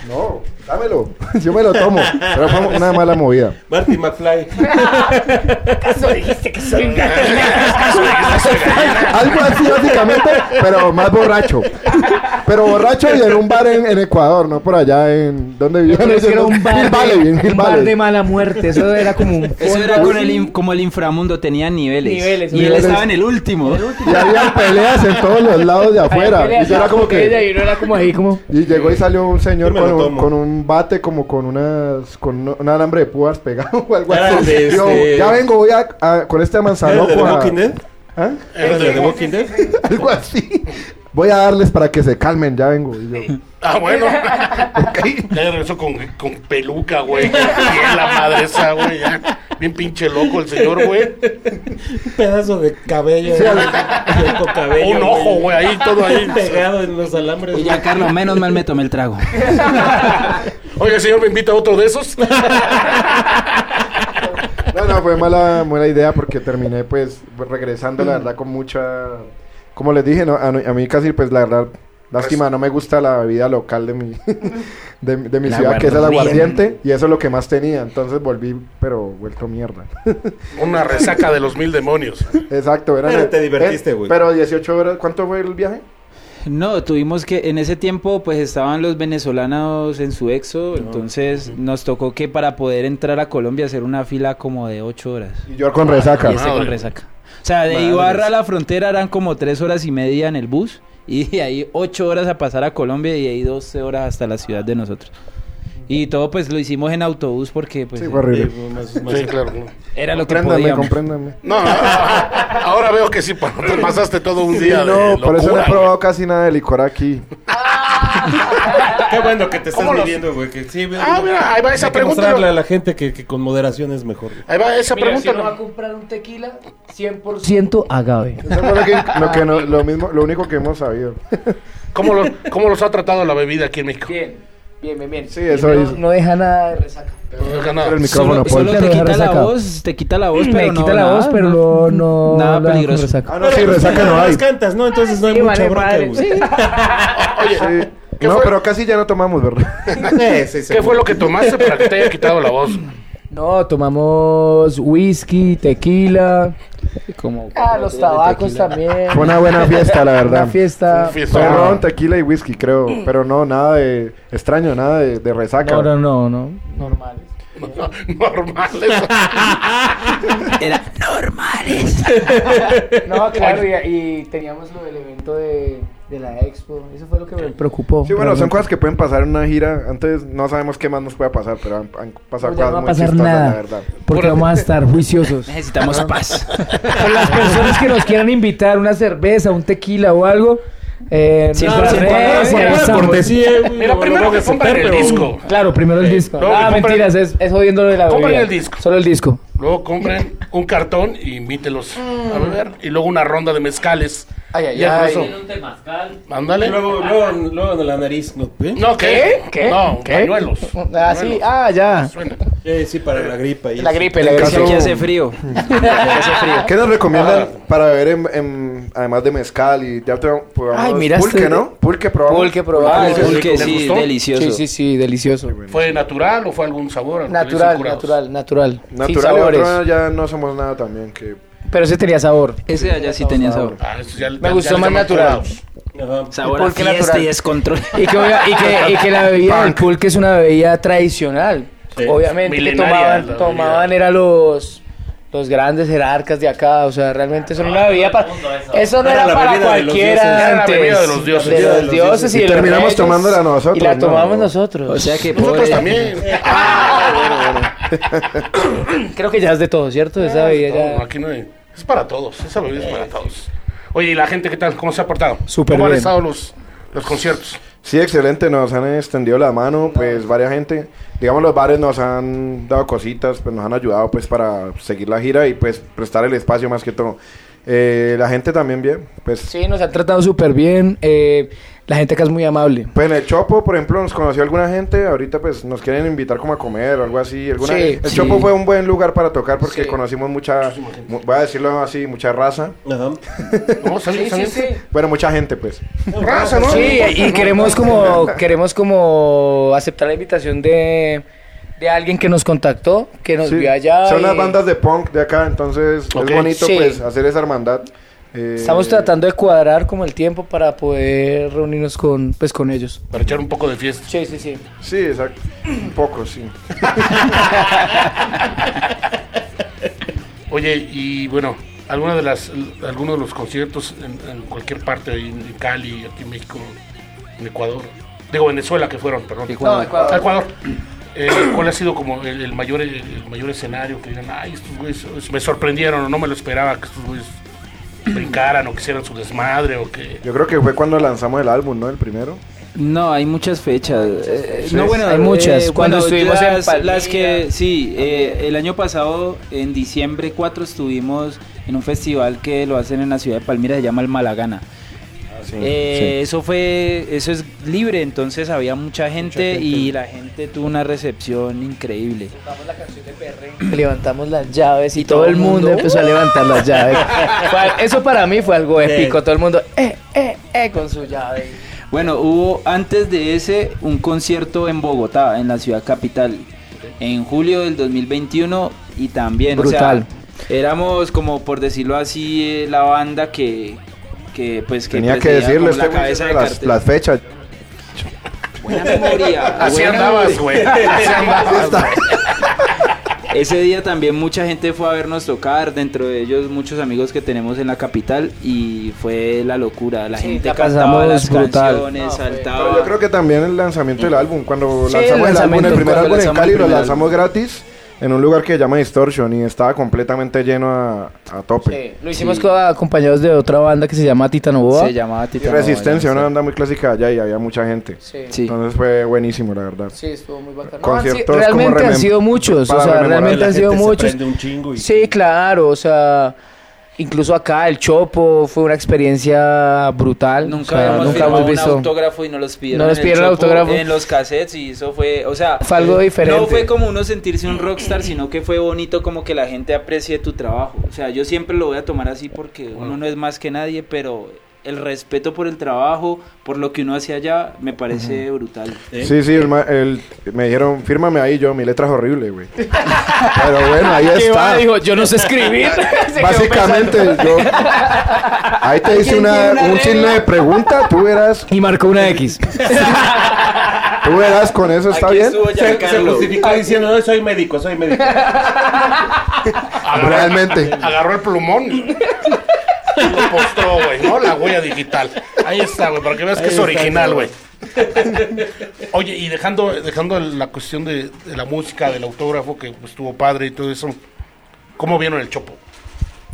Speaker 3: No, dámelo. yo me lo tomo. Pero fue una mala movida.
Speaker 10: Marty McFly.
Speaker 2: ¿Acaso dijiste que soy un gato?
Speaker 3: Algo así básicamente, pero más borracho. Pero borracho y en un bar en, en Ecuador, no por allá en... ¿Dónde vivían?
Speaker 4: Pero es que
Speaker 3: ellos?
Speaker 4: era un bar,
Speaker 3: Hill Valley, en
Speaker 4: de,
Speaker 3: Hill
Speaker 4: un bar
Speaker 3: Valley.
Speaker 4: de mala muerte. Eso era como un.
Speaker 7: Eso
Speaker 4: fondo
Speaker 7: era con
Speaker 4: así.
Speaker 7: el in- como el inframundo, tenía niveles.
Speaker 4: Niveles,
Speaker 7: y
Speaker 4: niveles.
Speaker 7: él estaba en el último.
Speaker 3: Y había peleas en todos los lados de afuera.
Speaker 4: peleas
Speaker 3: y yo era
Speaker 4: en
Speaker 3: como
Speaker 4: botella
Speaker 3: que.
Speaker 4: y uno era como ahí, como-
Speaker 3: Y llegó y salió un señor
Speaker 10: Yo me
Speaker 3: con
Speaker 10: lo
Speaker 3: un,
Speaker 10: tomo.
Speaker 3: con un bate, como con unas con un- un alambre de púas pegado o algo
Speaker 10: Era
Speaker 3: así.
Speaker 10: el de
Speaker 3: Yo,
Speaker 10: este-
Speaker 3: ya vengo, voy a, a- con este
Speaker 10: ¿Era el de
Speaker 3: manzanoco.
Speaker 10: The
Speaker 3: a-
Speaker 10: Walking Dead?
Speaker 3: ¿Ah?
Speaker 10: ¿Era el de The Walking Dead?
Speaker 3: Algo así. Voy a darles para que se calmen, ya vengo. Y yo,
Speaker 1: Ah, bueno. Ya regresó con, con peluca, güey. Con piel, la madre esa, güey. ya. Bien pinche loco el señor, güey.
Speaker 6: Un pedazo de cabello.
Speaker 1: Sí,
Speaker 6: de,
Speaker 1: al-
Speaker 6: de tu cabello,
Speaker 1: Un ojo, güey, ahí, todo ahí.
Speaker 6: Pegado en los alambres.
Speaker 7: Y ya, Carlos, menos mal me tomé el trago.
Speaker 1: Oye, señor, ¿me invita a otro de esos?
Speaker 3: No, no, fue mala, mala idea porque terminé pues regresando, la verdad, con mucha... Como les dije, no, a, a mí casi pues la verdad, lástima, no me gusta la bebida local de mi, de, de mi
Speaker 7: La
Speaker 3: ciudad, que es el
Speaker 7: aguardiente.
Speaker 3: aguardiente, y eso es lo que más tenía, entonces volví, pero vuelto mierda.
Speaker 1: Una resaca de los mil demonios.
Speaker 3: Exacto, era...
Speaker 10: Pero te divertiste, güey.
Speaker 3: Pero 18 horas, ¿cuánto fue el viaje?
Speaker 7: No, tuvimos que, en ese tiempo pues estaban los venezolanos en su exo, entonces nos tocó que para poder entrar a Colombia hacer una fila como de ocho horas.
Speaker 3: Y yo "Ah, con resaca.
Speaker 7: Y este con
Speaker 1: Madre.
Speaker 7: resaca. O sea, de
Speaker 6: Madre.
Speaker 7: Ibarra a la frontera eran como tres horas y media en el bus y de ahí ocho horas a pasar a Colombia y de ahí 12 horas hasta la ciudad de nosotros. Y todo pues lo hicimos en autobús porque pues
Speaker 3: Sí, fue horrible.
Speaker 1: Sí, claro.
Speaker 7: era lo que
Speaker 3: Compréndame,
Speaker 7: podíamos.
Speaker 3: compréndame.
Speaker 1: No, no, ahora veo que sí, pa- te pasaste todo un día.
Speaker 3: no,
Speaker 1: de
Speaker 3: por eso no he
Speaker 1: locura,
Speaker 3: probado casi nada de licor aquí.
Speaker 10: Qué bueno que te estás
Speaker 1: ¿Cómo los-
Speaker 10: midiendo, güey. que sí,
Speaker 1: Ah, mira, ahí va esa
Speaker 6: Hay que
Speaker 1: pregunta.
Speaker 6: mostrarle a
Speaker 1: ¿no?
Speaker 6: la gente que, que con moderación es mejor.
Speaker 1: Ahí va esa
Speaker 4: Mira, si
Speaker 1: pregunta.
Speaker 4: uno va a
Speaker 1: ¿no?
Speaker 4: comprar un tequila, 100% agave.
Speaker 3: Eso fue lo, que, lo, que no- lo mismo, lo único que hemos sabido.
Speaker 1: ¿Cómo, los, ¿Cómo los ha tratado la bebida aquí en México?
Speaker 4: Bien, bien, bien, bien.
Speaker 3: Sí, eso
Speaker 4: no,
Speaker 3: es.
Speaker 4: no deja nada de resaca.
Speaker 1: Pues, No, no, no.
Speaker 3: Pero el
Speaker 7: Solo,
Speaker 3: micrófono, Paul.
Speaker 7: Pues, solo
Speaker 4: Pero
Speaker 7: te quita
Speaker 4: dejar
Speaker 7: la
Speaker 4: resaca.
Speaker 7: voz, te quita la voz,
Speaker 4: Me
Speaker 7: pero no.
Speaker 4: quita la
Speaker 7: nada,
Speaker 4: voz, pero no, no
Speaker 7: nada
Speaker 4: la dejo
Speaker 7: peligroso.
Speaker 4: resaca.
Speaker 3: Ah, no, sí, resaca no hay.
Speaker 6: Las cantas, ¿no? Entonces no hay
Speaker 4: Sí,
Speaker 6: mucha
Speaker 4: vale,
Speaker 6: bronca,
Speaker 4: madre.
Speaker 6: güey.
Speaker 4: Sí.
Speaker 1: Oye,
Speaker 3: Sí.
Speaker 1: ¿qué
Speaker 3: No,
Speaker 1: fue?
Speaker 3: pero casi ya no tomamos, ¿verdad?
Speaker 10: Sí, sí, sí.
Speaker 1: ¿qué fue lo que tomaste para que te haya quitado la voz?
Speaker 4: No, tomamos whisky, tequila.
Speaker 7: Como
Speaker 4: Ah, los tabacos también.
Speaker 3: Fue una buena fiesta, la verdad.
Speaker 4: Eh, Una fiesta.
Speaker 1: Fue
Speaker 3: Fue ron, tequila y whisky, creo. Pero no, nada de extraño, nada de, de resaca.
Speaker 4: No, no, no, no. Normales.
Speaker 1: Normal. eso.
Speaker 7: Era normales.
Speaker 4: No, claro, y, y teníamos lo del evento de, de la expo. Eso fue lo que me preocupó.
Speaker 3: Sí, bueno, son
Speaker 4: realmente.
Speaker 3: cosas que pueden pasar en una gira. Antes no sabemos qué más nos puede pasar, pero han, han pasado
Speaker 4: No, ya no
Speaker 3: cosas
Speaker 4: va a
Speaker 3: muy
Speaker 4: pasar
Speaker 3: chistosas,
Speaker 4: nada.
Speaker 3: la verdad.
Speaker 4: Porque vamos a estar juiciosos.
Speaker 7: Necesitamos paz.
Speaker 4: Con las personas que nos quieran invitar una cerveza, un tequila o algo. Eh,
Speaker 7: Sí,
Speaker 4: nuestras
Speaker 7: por-
Speaker 4: redes,
Speaker 7: por-
Speaker 4: ahí
Speaker 7: por-
Speaker 4: estamos.
Speaker 1: Mira, primero que compren el disco.
Speaker 4: Claro, primero el disco.
Speaker 1: luego
Speaker 4: ah,
Speaker 1: que compren-
Speaker 4: mentiras, es, es jodiendo lo de la
Speaker 1: Compren
Speaker 4: bebida.
Speaker 1: el disco.
Speaker 4: Solo el disco.
Speaker 1: Luego compren un cartón y invítelos a beber. Y luego una ronda de mezcales.
Speaker 4: Ay, ay,
Speaker 1: Ya con
Speaker 4: ay.
Speaker 1: eso.
Speaker 11: Un temazcal.
Speaker 1: Ándale.
Speaker 10: Luego, luego, luego en la nariz, ¿no? ¿Eh?
Speaker 1: No, ¿qué?
Speaker 4: ¿Qué?
Speaker 1: No,
Speaker 4: ¿Qué?
Speaker 1: pañuelos.
Speaker 4: Ah, sí, ah, ya.
Speaker 1: Suena.
Speaker 10: Eh, sí, para la gripa. y
Speaker 4: La
Speaker 10: eso.
Speaker 4: gripe, la
Speaker 7: Si
Speaker 4: gripe.
Speaker 7: aquí hace frío.
Speaker 3: ¿Qué nos recomiendan
Speaker 4: Ah.
Speaker 3: para beber en, en- además de mezcal y ya te probamos
Speaker 4: Ay, mira,
Speaker 3: pulque,
Speaker 4: este-
Speaker 3: ¿no? Pulque probamos. Ah,
Speaker 4: Pulque probamos.
Speaker 7: Ah, el pulque,
Speaker 1: ¿Le
Speaker 7: sí,
Speaker 1: gustó?
Speaker 7: delicioso.
Speaker 4: Sí, sí, sí, delicioso.
Speaker 1: ¿Fue natural o fue algún sabor? Algo que le dicen
Speaker 4: Natural,
Speaker 1: curados.
Speaker 4: natural, natural. Sin
Speaker 3: Natural y
Speaker 4: sabores.
Speaker 3: otro ya no somos nada también que
Speaker 4: Pero ese tenía sabor.
Speaker 7: Ese de allá sí tenía sabor.
Speaker 1: Ah, eso ya-
Speaker 4: Me
Speaker 1: ya-
Speaker 4: gustó
Speaker 1: ya le
Speaker 4: más
Speaker 1: llaman
Speaker 4: natural.
Speaker 1: curados.
Speaker 10: Ajá.
Speaker 7: Sabor
Speaker 4: El
Speaker 7: a
Speaker 4: pulque
Speaker 7: fiesta
Speaker 4: natural.
Speaker 7: y descontrol.
Speaker 4: Y que, oiga, y que, y que la bebida del pulque es una bebida tradicional.
Speaker 1: Sí.
Speaker 4: Obviamente que
Speaker 1: Milenaria
Speaker 4: tomaban,
Speaker 1: la
Speaker 4: tomaban era los los grandes jerarcas de acá, o sea, realmente eso no era una bebida para eso no
Speaker 1: Era
Speaker 4: era,
Speaker 1: la
Speaker 4: para
Speaker 1: bebida de los dioses.
Speaker 4: cualquiera
Speaker 1: Era la
Speaker 4: antes.
Speaker 1: bebida de los dioses.
Speaker 4: De los dioses y, de los
Speaker 3: terminamos
Speaker 4: reyes.
Speaker 3: tomándola nosotros.
Speaker 4: Y la
Speaker 3: ¿no?
Speaker 4: tomamos nosotros. O sea que
Speaker 3: Nosotros pobre. también.
Speaker 1: Ah,
Speaker 4: Creo que ya es de todo, ¿cierto? Esa bebida ya-
Speaker 1: No, aquí no hay- Es para todos, esa bebida es para todos. Oye, ¿y la gente qué tal? ¿Cómo se ha portado?
Speaker 3: Súper
Speaker 1: ¿Cómo han
Speaker 3: bien.
Speaker 1: estado los, los conciertos?
Speaker 3: Sí, excelente, nos han extendido la mano, pues, varias gente. Digamos, los bares nos han dado cositas, pues, nos han ayudado, pues, para seguir la gira y, pues, prestar el espacio más que todo. Eh, la gente también bien, pues...
Speaker 4: Sí, nos han tratado súper bien. eh, la gente acá es muy amable.
Speaker 3: Pues en el Chopo, por ejemplo, nos conoció alguna gente, ahorita pues nos quieren invitar como a comer o algo así. Alguna...
Speaker 4: Sí,
Speaker 3: el
Speaker 4: sí.
Speaker 3: Chopo fue un buen lugar para tocar porque conocimos mucha, mu- voy a decirlo así, mucha raza.
Speaker 4: Sí, sí, sí.
Speaker 3: Bueno, mucha gente pues.
Speaker 1: Raza, ¿no?
Speaker 4: Sí, y queremos como, queremos como aceptar la invitación de, de alguien que nos contactó, que nos
Speaker 3: Sí,
Speaker 4: vio allá.
Speaker 3: Son
Speaker 4: y
Speaker 3: las bandas de punk de acá, entonces
Speaker 4: Ok.
Speaker 3: es bonito
Speaker 4: Sí.
Speaker 3: pues hacer esa hermandad. Eh,
Speaker 4: Estamos tratando de cuadrar como el tiempo para poder reunirnos con, pues, con ellos.
Speaker 1: Para echar un poco de fiesta.
Speaker 4: Sí, sí, sí.
Speaker 3: Sí, exacto. Un poco, sí.
Speaker 1: Oye, y bueno, alguna de las, algunos de los conciertos en, en cualquier parte, ahí en Cali, aquí en México, en Ecuador, digo Venezuela que fueron, perdón.
Speaker 4: Ecuador. No, Ecuador.
Speaker 1: Ecuador. Eh, ¿Cuál ha sido como el, el mayor el, el mayor escenario que digan, ay, estos güeyes eh, me sorprendieron o no me lo esperaba que estos güeyes brincaran o que hicieran su desmadre o que...
Speaker 3: Yo creo que fue cuando lanzamos el álbum, ¿no? El primero.
Speaker 7: No, hay muchas fechas. Eh,
Speaker 3: Sí.
Speaker 7: no, bueno,
Speaker 3: Hay muchas. Cuando estuvimos en
Speaker 7: las,
Speaker 3: Palmira.
Speaker 7: las que sí, eh, el año pasado en diciembre 4 estuvimos en un festival que lo hacen en la ciudad de Palmira se llama el Malagana. Eh, Eso fue, eso es libre, entonces había mucha gente, y la gente tuvo una recepción increíble.
Speaker 4: Levantamos las llaves y, todo, el mundo empezó a levantar las llaves. Fue al- Eso para mí fue algo épico. Todo el mundo, eh, eh, eh, con su llave.
Speaker 7: Bueno, hubo antes de ese un concierto en Bogotá, en la ciudad capital, en julio del 2021 y también, o sea,
Speaker 4: Brutal.
Speaker 7: éramos como por decirlo así eh, la banda que, que pues que
Speaker 3: Tenía que
Speaker 7: presidía
Speaker 3: decirle
Speaker 7: como
Speaker 3: este
Speaker 7: la cabeza de
Speaker 3: las,
Speaker 7: cartel.
Speaker 3: las fechas.
Speaker 7: Buena memoria.
Speaker 1: Así
Speaker 7: buena
Speaker 1: andabas,
Speaker 7: memoria.
Speaker 1: güey. Así andabas,
Speaker 7: Ese día también mucha gente fue a vernos tocar, dentro de ellos muchos amigos que tenemos en la capital y fue la locura, la gente
Speaker 4: la
Speaker 7: cantaba las
Speaker 4: pasamos brutal.
Speaker 7: canciones, saltaba.
Speaker 3: Yo creo que también el lanzamiento del álbum,
Speaker 7: Ah.
Speaker 3: cuando
Speaker 7: Mm. Sí,
Speaker 3: lanzamos
Speaker 7: el
Speaker 3: el, álbum, el
Speaker 7: lanzamiento,
Speaker 3: primer
Speaker 7: cuando
Speaker 3: álbum en
Speaker 7: lanzamos
Speaker 3: Cali
Speaker 7: el
Speaker 3: lo
Speaker 7: primer
Speaker 3: lanzamos gratis en un lugar que se llama Distortion y estaba completamente lleno a, a tope.
Speaker 4: Lo hicimos co- acompañados de otra banda que se llama Titanoboa.
Speaker 7: Se llamaba
Speaker 3: Y
Speaker 7: Titanoboa,
Speaker 3: Resistencia,
Speaker 7: ya
Speaker 3: una
Speaker 7: sé.
Speaker 3: banda muy clásica allá y había mucha gente.
Speaker 7: Sí.
Speaker 3: Entonces fue buenísimo, la verdad.
Speaker 4: Sí, estuvo muy bacano.
Speaker 3: Conciertos
Speaker 4: No, han si-
Speaker 3: como
Speaker 4: realmente han
Speaker 3: remem-
Speaker 4: sido muchos, o
Speaker 3: para
Speaker 4: sea,
Speaker 3: rememorar.
Speaker 4: realmente
Speaker 3: La
Speaker 4: han sido
Speaker 3: gente se
Speaker 4: muchos.
Speaker 3: prende un chingo y-
Speaker 4: Sí, claro, o sea, incluso acá el Chopo fue una experiencia brutal. o
Speaker 7: Nunca
Speaker 4: sea,
Speaker 7: habíamos
Speaker 4: nunca
Speaker 7: firmado
Speaker 4: hemos
Speaker 7: un
Speaker 4: visto.
Speaker 7: autógrafo y no los pidieron.
Speaker 4: No nos
Speaker 7: en
Speaker 4: pidieron
Speaker 7: Chopo,
Speaker 4: autógrafo.
Speaker 7: En los cassettes y eso fue, o sea,
Speaker 4: Fue algo diferente.
Speaker 7: No fue como uno sentirse un rockstar, sino que fue bonito como que la gente aprecie tu trabajo. O sea, yo siempre lo voy a tomar así porque uno no es más que nadie, pero el respeto por el trabajo, por lo que uno hace allá, me parece brutal.
Speaker 3: Sí, sí, el ma- el- me dijeron, fírmame ahí yo, mi letra es horrible, güey. Pero bueno, ahí
Speaker 4: ¿Qué
Speaker 3: está.
Speaker 4: va? Dijo, yo no sé escribir. Se quedó
Speaker 3: Básicamente, yo. Ahí te hice una, un signo de pregunta, tú verás.
Speaker 4: Y marcó una X.
Speaker 3: Tú verás, con eso está bien.
Speaker 10: Se, se justificó diciendo, no, soy médico, soy médico.
Speaker 3: Realmente.
Speaker 1: Agarró el plumón y lo postró, güey, ¿no? La huella digital. Ahí está, güey, para que veas que
Speaker 5: Ahí
Speaker 1: es
Speaker 5: está,
Speaker 1: original, güey.
Speaker 5: güey.
Speaker 1: Oye, y dejando, dejando la cuestión de, de la música, del autógrafo, que pues, estuvo padre y todo eso, ¿cómo vieron el Chopo?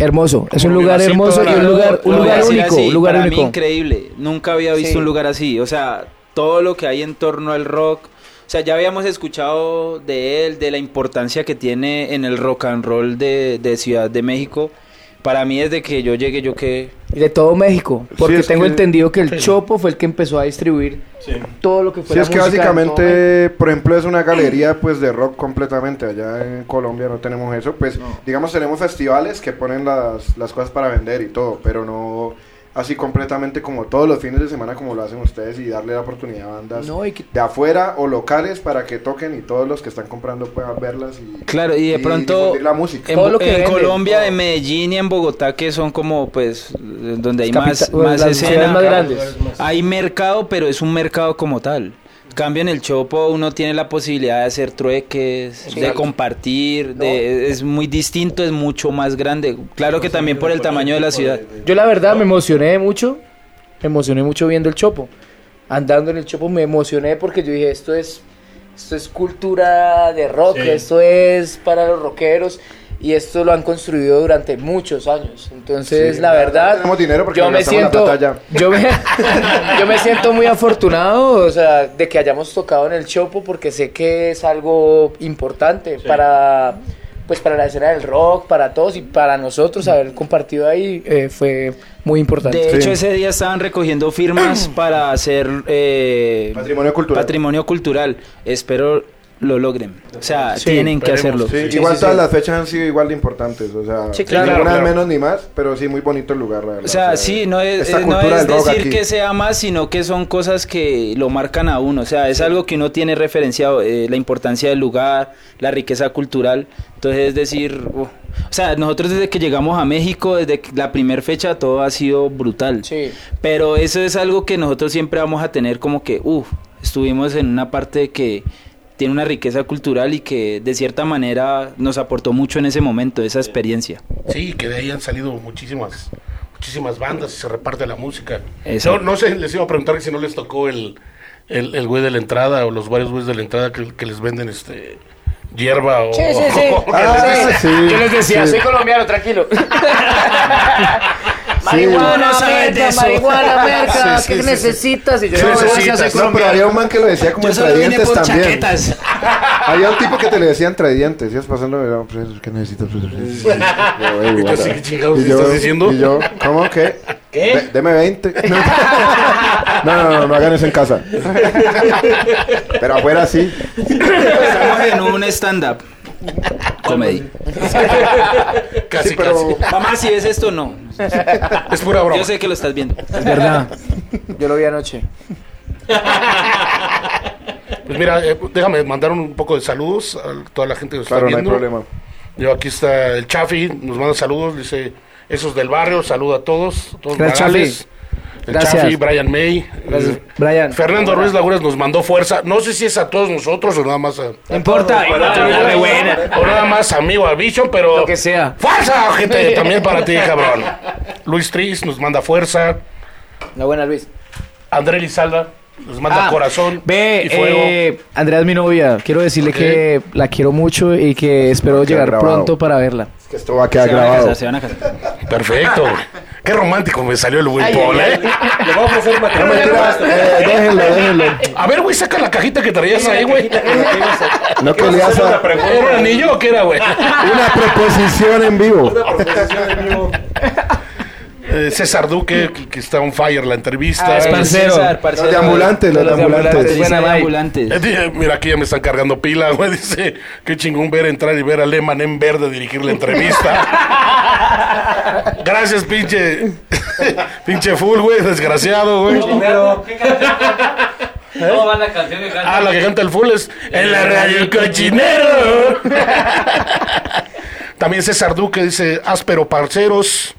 Speaker 4: Hermoso, es un
Speaker 7: Como
Speaker 4: lugar
Speaker 7: que nací
Speaker 4: hermoso
Speaker 7: toda
Speaker 4: y un
Speaker 7: la-
Speaker 4: lugar, un
Speaker 7: Lo voy a
Speaker 4: lugar
Speaker 7: decir
Speaker 4: único,
Speaker 7: así,
Speaker 4: un lugar
Speaker 7: para mí
Speaker 4: único.
Speaker 7: increíble. Nunca había visto
Speaker 4: Sí.
Speaker 7: un lugar así. O sea, todo lo que hay en torno al rock. O sea, ya habíamos escuchado de él, de la importancia que tiene en el rock and roll de, de Ciudad de México. Para mí, desde que yo llegué, yo que
Speaker 4: Y de todo México, porque
Speaker 7: es
Speaker 4: tengo
Speaker 7: que-
Speaker 4: entendido que el
Speaker 7: Sí.
Speaker 4: Chopo fue el que empezó a distribuir todo lo que fue
Speaker 3: Sí,
Speaker 4: la
Speaker 3: es que
Speaker 4: música en todo
Speaker 3: básicamente, por ejemplo, es una galería pues de rock completamente. Allá en Colombia no tenemos eso. Pues, digamos, tenemos festivales que ponen las, las cosas para vender y todo, pero no así completamente como todos los fines de semana como lo hacen ustedes y darle la oportunidad a bandas
Speaker 4: No, y que-
Speaker 3: de afuera o locales para que toquen y todos los que están comprando puedan verlas y
Speaker 7: Claro, y de pronto
Speaker 3: difundir la música.
Speaker 7: en, en Colombia, en Medellín y en Bogotá, que son como pues donde hay
Speaker 3: Capita-
Speaker 7: más,
Speaker 3: bueno,
Speaker 7: más
Speaker 3: las
Speaker 7: escena,
Speaker 3: ciudades más grandes.
Speaker 7: hay mercado, pero es un mercado como tal. cambio en el Chopo uno tiene la posibilidad de hacer trueques, de
Speaker 10: Exacto.
Speaker 7: compartir, de, es muy distinto, es mucho más grande. Claro que también por el tamaño de la ciudad.
Speaker 4: Yo la verdad me emocioné mucho, me emocioné mucho viendo el Chopo. Andando en el Chopo me emocioné porque yo dije, esto es esto es cultura de rock,
Speaker 11: Sí.
Speaker 4: esto es para los rockeros y esto lo han construido durante muchos años. Entonces,
Speaker 3: Sí,
Speaker 4: la verdad,
Speaker 3: tenemos dinero porque
Speaker 4: yo
Speaker 3: nos
Speaker 4: me
Speaker 3: gastamos la
Speaker 4: siento
Speaker 3: plata ya.
Speaker 4: yo me yo me siento muy afortunado, o sea, de que hayamos tocado en el Chopo porque sé que es algo importante para pues para la escena del rock, para todos y para nosotros haber compartido ahí eh, fue muy importante.
Speaker 7: De hecho, ese día estaban recogiendo firmas para hacer eh, patrimonio
Speaker 3: cultural.
Speaker 7: Patrimonio cultural. Espero lo logren. O sea,
Speaker 3: Sí,
Speaker 7: tienen que
Speaker 3: esperemos,
Speaker 7: hacerlo.
Speaker 3: sí. igual todas las fechas han sido igual de importantes. O sea,
Speaker 7: Sí, claro.
Speaker 3: ninguna
Speaker 7: Claro.
Speaker 3: menos ni más, pero sí muy bonito el lugar, la verdad.
Speaker 7: O sea, sí, no es,
Speaker 3: esta
Speaker 7: eh, no
Speaker 3: cultura
Speaker 7: es
Speaker 3: del rock
Speaker 7: decir
Speaker 3: aquí.
Speaker 7: que sea más, sino que son cosas que lo marcan a uno. O sea, es algo que uno tiene referenciado, eh, la importancia del lugar, la riqueza cultural. Entonces, es decir, uh, o sea, nosotros desde que llegamos a México, desde que- la primera fecha, todo ha sido brutal. Pero eso es algo que nosotros siempre vamos a tener como que, uff, estuvimos en una parte que tiene una riqueza cultural y que de cierta manera nos aportó mucho en ese momento, esa experiencia.
Speaker 1: Sí, que de ahí han salido muchísimas muchísimas bandas y se reparte la música.
Speaker 7: Exacto.
Speaker 1: No, no sé, les iba a preguntar que si no les tocó el, el, el güey de la entrada o los varios güeyes de la entrada que, que les venden este hierba o...
Speaker 4: Sí, sí, sí.
Speaker 1: o que
Speaker 4: Ah,
Speaker 1: les dicen-
Speaker 4: sí, Yo les decía, sí. soy colombiano, tranquilo. marihuana,
Speaker 1: Sí.
Speaker 4: merca, marihuana, merca,
Speaker 1: Sí, sí,
Speaker 4: ¿qué
Speaker 1: sí,
Speaker 4: necesitas? Y yo,
Speaker 3: Sí,
Speaker 4: no,
Speaker 3: necesitas.
Speaker 4: gracias, soy
Speaker 3: No, pero
Speaker 4: colombiano.
Speaker 3: había un man que lo decía como
Speaker 4: Yo solo
Speaker 3: entre
Speaker 4: vine
Speaker 3: dientes
Speaker 4: por
Speaker 3: también.
Speaker 4: chaquetas.
Speaker 3: Había un tipo que te le decía entre dientes. Ibas pasando, y yo, pues, ¿qué necesitas? Pues, pues, pues, yo, "Ey,
Speaker 1: Y tú
Speaker 3: guarda".
Speaker 1: así, ¿qué chingados
Speaker 3: Y yo-
Speaker 1: estás diciendo?
Speaker 3: Y yo, ¿cómo que?
Speaker 1: ¿Qué?
Speaker 3: De- deme 20. No, no, no, no, no hagan eso en casa. Pero afuera sí.
Speaker 7: Pues, Estamos en un stand-up. Comedy.
Speaker 1: Casi,
Speaker 7: casi. Mamá, si ves esto, no.
Speaker 1: Es pura broma.
Speaker 7: Yo sé que lo estás viendo.
Speaker 4: Es verdad. Yo lo vi anoche.
Speaker 1: Pues mira, eh, déjame mandar un poco de saludos a toda la gente que nos
Speaker 3: Claro, no
Speaker 1: está
Speaker 3: hay
Speaker 1: viendo.
Speaker 3: problema.
Speaker 1: Yo aquí está el Chafi, nos manda saludos, dice, esos del barrio, saluda a todos, a todos
Speaker 4: Gracias,
Speaker 1: Nogales. El
Speaker 4: Gracias.
Speaker 1: Chafi, Brian May. eh,
Speaker 4: Brian.
Speaker 1: Fernando Ruiz Lagunas nos mandó fuerza. No sé si es a todos nosotros o nada más a.
Speaker 4: No importa,
Speaker 1: O nada-
Speaker 4: igual, dale buena.
Speaker 1: O nada más a mí o a Bichon, pero.
Speaker 4: Lo que sea.
Speaker 1: ¡Fuerza, gente! También para ti, cabrón. Luis Tris nos manda fuerza.
Speaker 4: La buena, Luis.
Speaker 1: André Lizalda nos manda
Speaker 4: Ah,
Speaker 1: corazón.
Speaker 4: Ve,
Speaker 1: y fuego.
Speaker 4: eh, Andrea es mi novia. Quiero decirle que la quiero mucho y que espero
Speaker 3: quedar
Speaker 4: llegar
Speaker 3: grabado.
Speaker 4: pronto para verla.
Speaker 3: Es que esto va a quedar grabado.
Speaker 1: Perfecto. Qué romántico me salió el buen
Speaker 4: Ay,
Speaker 1: Paul,
Speaker 4: ay,
Speaker 1: ¿eh?
Speaker 10: Le vamos a este ofrecer matrimonio.
Speaker 3: eh, déjenlo, déjenlo.
Speaker 1: A ver, güey, saca la cajita que traías ahí, güey.
Speaker 3: No que le hagas a-
Speaker 1: ¿Era un anillo o qué era, güey?
Speaker 3: una proposición en vivo.
Speaker 1: Eh, César Duque, que- que está on fire la entrevista. Eh,
Speaker 7: Ah, es parcero. César, parcero. Los de ambulantes, los de Los de ambulantes. ambulantes, buena vibe. ambulantes.
Speaker 1: Eh, dice, mira, aquí ya me están cargando pila, güey. Dice, qué chingón ver entrar y ver a Lehman en verde dirigir la entrevista. Gracias, pinche. pinche full, güey, desgraciado, güey.
Speaker 11: No va la canción que canta.
Speaker 1: ¿Eh? Ah, la que canta el full es en la radio el cochinero. También César Duque dice áspero parceros.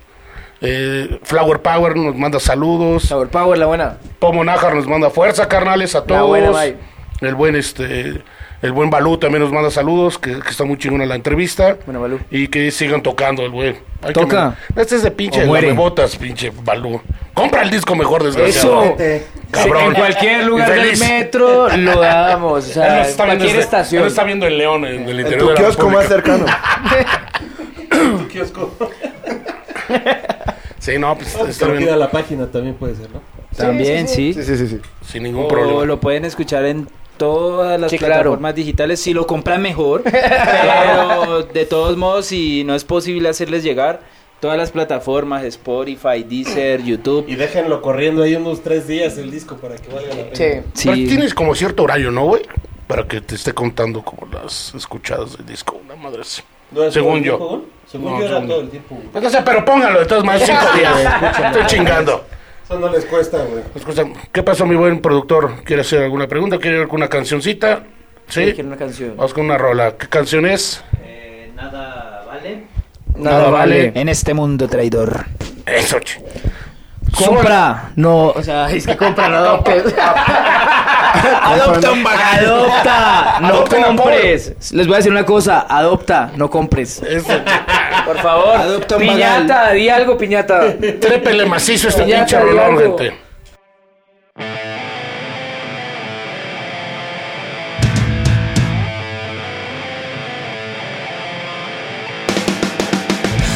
Speaker 1: Eh, Flower Power nos manda saludos. Flower
Speaker 4: Power, la buena.
Speaker 1: Pomo Nájar nos manda fuerza, carnales, a todos.
Speaker 4: La buena, bye.
Speaker 1: El buen este. El buen Balú también nos manda saludos, que, que está muy chingona la entrevista. Bueno, Balú. Y que sigan tocando el güey. Ay, que
Speaker 4: Toca.
Speaker 1: me- Este es de pinche
Speaker 4: O muere.
Speaker 1: botas, pinche Balú. Compra el disco mejor, desgraciado.
Speaker 4: Eso.
Speaker 1: Cabrón.
Speaker 4: En cualquier lugar
Speaker 1: Infeliz.
Speaker 4: del metro lo damos. O
Speaker 1: Él
Speaker 4: sea,
Speaker 1: nos
Speaker 4: en
Speaker 1: está viendo
Speaker 4: cualquier
Speaker 1: desde- él
Speaker 4: estación.
Speaker 1: nos está viendo el león en el interior.
Speaker 3: En tu
Speaker 1: de la
Speaker 3: kiosco más
Speaker 1: República.
Speaker 3: cercano.
Speaker 1: Sí, no, pues
Speaker 4: Ah,
Speaker 1: está
Speaker 6: Pero
Speaker 1: bien.
Speaker 6: pida la página también puede ser, ¿no?
Speaker 7: También, sí.
Speaker 3: Sí, sí, sí. sí.
Speaker 1: Sin ningún
Speaker 7: O
Speaker 4: Oh,
Speaker 1: problema.
Speaker 7: Lo pueden escuchar en todas las
Speaker 4: Sí, claro.
Speaker 7: plataformas digitales. Si lo compran mejor. pero de todos modos, si no es posible hacerles llegar, todas las plataformas, Spotify, Deezer, YouTube.
Speaker 6: Y déjenlo corriendo ahí unos tres días el disco para que valga la pena.
Speaker 1: Pero tienes como cierto horario, ¿no, güey? Para que te esté contando como las escuchadas del disco. Una madre así.
Speaker 6: ¿No es todo
Speaker 1: Según
Speaker 6: el
Speaker 1: yo.
Speaker 6: tiempo, güey? Según
Speaker 1: No,
Speaker 6: yo era
Speaker 1: según yo.
Speaker 6: todo el tiempo. güey.
Speaker 1: Pues, o sea, pero póngalo de todas maneras cinco días.
Speaker 6: Escúchalo.
Speaker 1: Estoy chingando.
Speaker 6: Eso no les cuesta, güey.
Speaker 1: Las cosas- Pues, ¿Qué pasó, mi buen productor? ¿Quiere hacer alguna pregunta? ¿Quiere alguna cancioncita? Sí.
Speaker 4: Sí, quiero una canción.
Speaker 1: Vamos con una rola. ¿Qué canción es?
Speaker 11: Nada vale.
Speaker 1: Nada vale.
Speaker 7: En este mundo traidor.
Speaker 1: Eso, che.
Speaker 4: Compra. No, o sea, es que compra no, pues. Adopta un
Speaker 2: vagabundo.
Speaker 4: Adopta, no
Speaker 2: Adopten a Paul.
Speaker 4: compres. Les voy a decir una cosa, adopta, no compres. Por favor.
Speaker 7: Adopta un
Speaker 4: piñata,
Speaker 7: vagal.
Speaker 4: di algo, piñata.
Speaker 1: Trépele macizo este
Speaker 4: Piñata,
Speaker 1: pinche
Speaker 4: di
Speaker 1: rolón,
Speaker 4: algo.
Speaker 1: gente.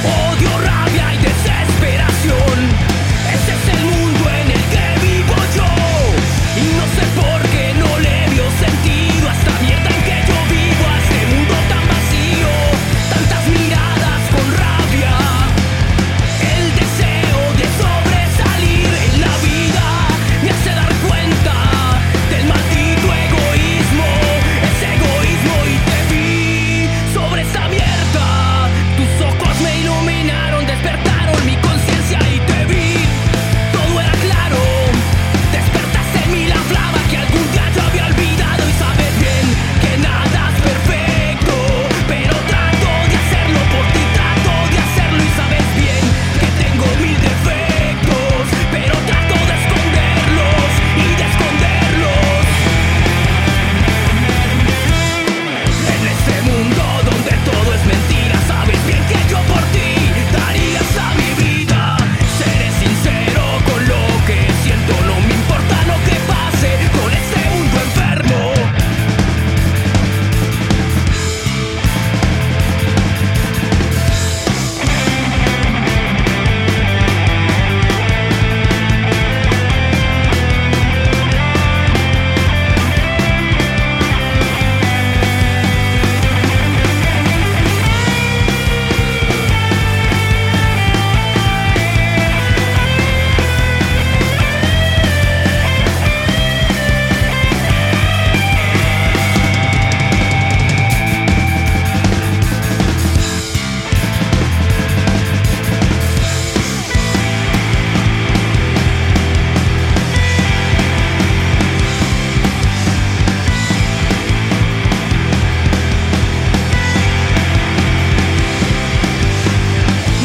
Speaker 2: Odio, rabia y desesperación. Ese es el mundo en el que vivo yo. Y no sé por qué no le dio sentido a esta mierda en que yo vivo, a este mundo tan vacío. Tantas miradas con rabia. El deseo de sobresalir en la vida me hace dar cuenta del maldito egoísmo. Ese egoísmo y te vi sobre esta mierda. Tus ojos me iluminaron, despertaron mi conciencia y te vi. Todo era claro. Despertaste en mí la flama que algún día yo había olvidado y sabes bien que nada es perfecto. Pero trato de hacerlo por ti, trato de hacerlo y sabes bien que tengo mil defectos. Pero trato de esconderlos y de esconderlos. En este mundo donde todo es mentira, sabes bien que yo por ti daría hasta mi vida. Seré sincero con lo que siento, no me importa lo que pase con este mundo enfermo.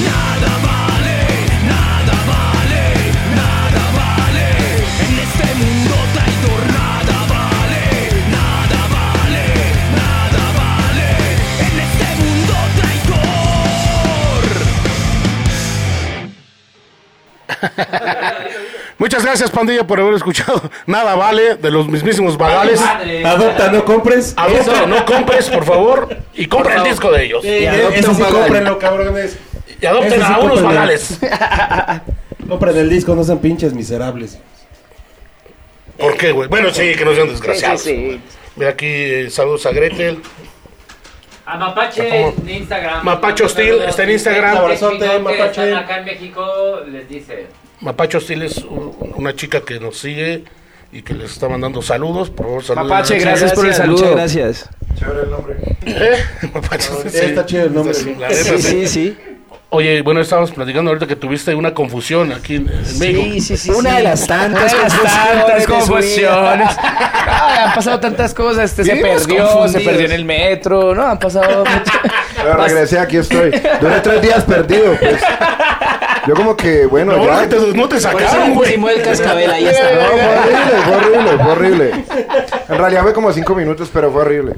Speaker 2: Nada vale, nada vale, nada vale. En este mundo traidor nada vale, nada vale, nada vale. En este mundo traidor.
Speaker 1: Muchas gracias, pandilla, por haber escuchado Nada Vale de los mismísimos vagales.
Speaker 10: Madre. Adopta, no compres.
Speaker 6: Ah,
Speaker 1: Adopta,
Speaker 10: Eso.
Speaker 1: no compres, por favor. Y compra el disco de ellos.
Speaker 10: Eh, eso sí, cómprenlo, cabrones.
Speaker 1: Y adopten
Speaker 10: Eso sí,
Speaker 1: a unos
Speaker 10: cómprenlo.
Speaker 1: vagales.
Speaker 10: Compren el disco, no sean pinches miserables.
Speaker 1: ¿Por qué, güey? Bueno, sí, que no sean desgraciados.
Speaker 4: Sí, sí, sí.
Speaker 1: Mira aquí, eh, saludos a Gretel.
Speaker 11: A Mapache
Speaker 1: ¿Cómo?
Speaker 11: de Instagram.
Speaker 1: Mapache Hostil,
Speaker 11: Saludos.
Speaker 1: está en Instagram.
Speaker 11: Qué
Speaker 1: Abrazote,
Speaker 11: chingón que
Speaker 1: Mapache.
Speaker 11: están Acá en México les dice.
Speaker 1: Mapacho Hostil es un- una chica que nos sigue y que les está mandando saludos. Por favor, saludos.
Speaker 4: Mapache, gracias por el saludo.
Speaker 7: Muchas gracias.
Speaker 3: Chévere el nombre.
Speaker 1: ¿Eh? Mapache Hostil.
Speaker 10: Sí, está chido el nombre.
Speaker 1: Sí, la neta,
Speaker 7: Sí,
Speaker 1: sí.
Speaker 7: sí, sí.
Speaker 1: Oye, bueno, estábamos platicando ahorita que tuviste una confusión aquí en, en México.
Speaker 4: sí, sí.
Speaker 8: Una de las tantas
Speaker 4: Una de las tantas
Speaker 8: confusiones de su vida.
Speaker 4: confusiones. Ay, han pasado tantas cosas. Este se
Speaker 8: Vivimos
Speaker 4: perdió, se
Speaker 8: confundidos. Ah,
Speaker 4: perdió en el metro. No, han pasado muchas-
Speaker 3: Pero regresé, aquí estoy. Duré tres días perdido, pues. Yo como que, bueno,
Speaker 1: No,
Speaker 3: ya.
Speaker 1: no te, no te
Speaker 7: Por eso
Speaker 1: sacaron,
Speaker 7: le
Speaker 1: güey.
Speaker 7: pusimos el cascabel, ahí
Speaker 3: No,
Speaker 7: está.
Speaker 3: fue horrible, fue horrible, fue horrible. En realidad fue como cinco minutos, pero fue horrible.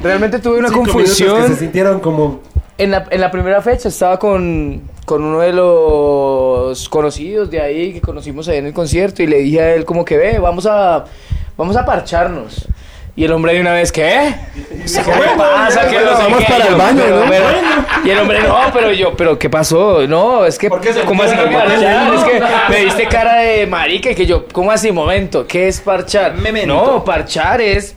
Speaker 4: Realmente tuve una
Speaker 10: Cinco minutos Que se
Speaker 4: confusión.
Speaker 10: sintieron como.
Speaker 4: En la, en la primera fecha estaba con, con uno de los conocidos de ahí que conocimos ahí en el concierto y le dije a él como que ve, vamos a vamos a parcharnos. Y el hombre de una vez, ¿qué? O sea, ¿Qué me pasa? Que
Speaker 3: bueno,
Speaker 4: no sé
Speaker 3: vamos
Speaker 4: qué".
Speaker 3: para
Speaker 4: Y
Speaker 3: el
Speaker 4: yo,
Speaker 3: baño,
Speaker 4: pero,
Speaker 3: ¿no?
Speaker 4: pero- y el hombre, no, pero yo, ¿pero qué pasó? No, es que,
Speaker 10: ¿Por qué se
Speaker 4: ¿cómo así que
Speaker 10: pusieron a
Speaker 4: parchar?
Speaker 10: parchar?
Speaker 4: Es que me diste cara de marica y que yo, ¿cómo así? Momento, ¿qué es parchar?
Speaker 7: Memento.
Speaker 4: No, parchar es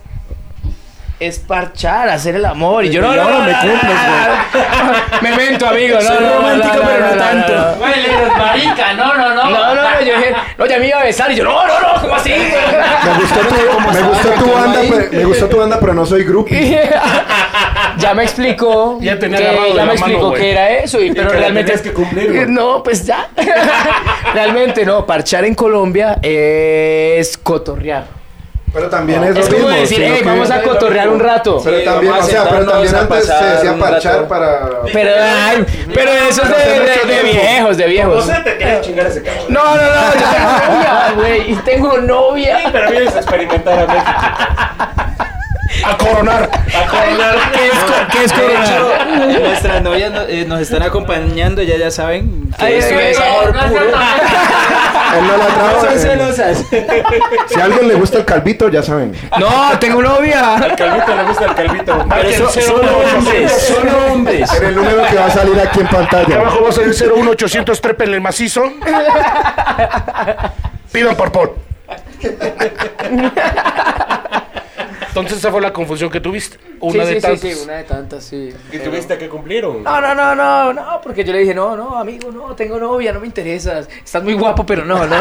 Speaker 4: es parchar, hacer el amor. Y yo no,
Speaker 10: Y
Speaker 4: no,
Speaker 10: ahora
Speaker 4: no,
Speaker 10: me
Speaker 4: no,
Speaker 10: cumples,
Speaker 4: no, Me mento, amigo. No,
Speaker 7: Soy
Speaker 4: no, no,
Speaker 7: romántico,
Speaker 4: no, no,
Speaker 7: pero no
Speaker 4: no, no,
Speaker 7: tanto.
Speaker 4: no.
Speaker 11: Güey, le dices, marica, no, no,
Speaker 4: No,
Speaker 11: no.
Speaker 4: no, no, yo dije, no, ya me iba a besar. Y yo, no, no, no, ¿cómo así?
Speaker 3: Me gustó tu, me gustó tu banda, pero, me gustó tu banda, pero no soy grupo.
Speaker 4: ya me explicó.
Speaker 1: Ya tenía
Speaker 4: que-
Speaker 1: agarrado de
Speaker 4: ya
Speaker 1: la
Speaker 4: me
Speaker 1: mano,
Speaker 4: explicó
Speaker 1: güey.
Speaker 4: que era eso. Y, pero
Speaker 10: que la
Speaker 4: realmente.
Speaker 10: tenías que cumplir, güey.
Speaker 4: no, pues ya. realmente, no. Parchar en Colombia es cotorrear.
Speaker 3: Pero también es lo
Speaker 4: Es como
Speaker 3: mismo,
Speaker 4: decir,
Speaker 3: sino
Speaker 4: hey,
Speaker 3: que-
Speaker 4: vamos a cotorrear un rato.
Speaker 3: Pero
Speaker 7: Sí,
Speaker 3: también, o
Speaker 7: vamos a
Speaker 3: sea, pero
Speaker 7: sentarnos
Speaker 3: también
Speaker 7: a
Speaker 3: antes se
Speaker 7: pasar
Speaker 3: decía
Speaker 7: un
Speaker 3: parchar
Speaker 7: rato.
Speaker 3: para...
Speaker 4: Pero, ay, pero eso es de,
Speaker 3: Pero hace
Speaker 4: de-
Speaker 3: mucho
Speaker 4: de
Speaker 3: tiempo.
Speaker 4: viejos, de
Speaker 10: No
Speaker 4: viejos.
Speaker 10: sé, te quería chingar a ese cabrón.
Speaker 4: No, no, no, yo tengo novia, güey. güey, y tengo novia.
Speaker 10: Pero vienes a experimentar a México.
Speaker 1: A coronar.
Speaker 10: A coronar.
Speaker 7: ¿Qué es, co- qué es
Speaker 10: De
Speaker 4: Ah.
Speaker 7: coronar?
Speaker 10: hecho,
Speaker 7: Nuestras novias no- eh, nos están acompañando, ya ya saben. que
Speaker 1: Ay,
Speaker 7: esto
Speaker 1: ay,
Speaker 7: es
Speaker 1: ay,
Speaker 7: amor
Speaker 1: no
Speaker 7: puro.
Speaker 3: Él no la trajo,
Speaker 7: son
Speaker 3: eh.
Speaker 7: celosas.
Speaker 3: Si a alguien le gusta el calvito, ya saben.
Speaker 8: No, tengo novia.
Speaker 10: Al calvito le gusta el calvito.
Speaker 7: Pero
Speaker 10: Marca
Speaker 7: son,
Speaker 10: el cero
Speaker 7: son
Speaker 10: uno ocho
Speaker 7: hombres,
Speaker 10: seis.
Speaker 7: son hombres.
Speaker 3: En el número que va a salir aquí en
Speaker 1: Aquí
Speaker 3: pantalla.
Speaker 1: abajo va a salir 01800 trepen el macizo. Pidan por Paul. Entonces esa fue la confusión que tuviste. Una
Speaker 4: sí,
Speaker 1: de
Speaker 4: sí,
Speaker 1: tantas.
Speaker 4: Sí, sí, una de tantas, sí.
Speaker 10: ¿Y
Speaker 4: Pero-
Speaker 10: tuviste que cumplir o
Speaker 4: No, no, no, no, no, porque yo le dije, no, no, amigo, no, tengo novia, no me interesas. Estás muy guapo, pero no, no.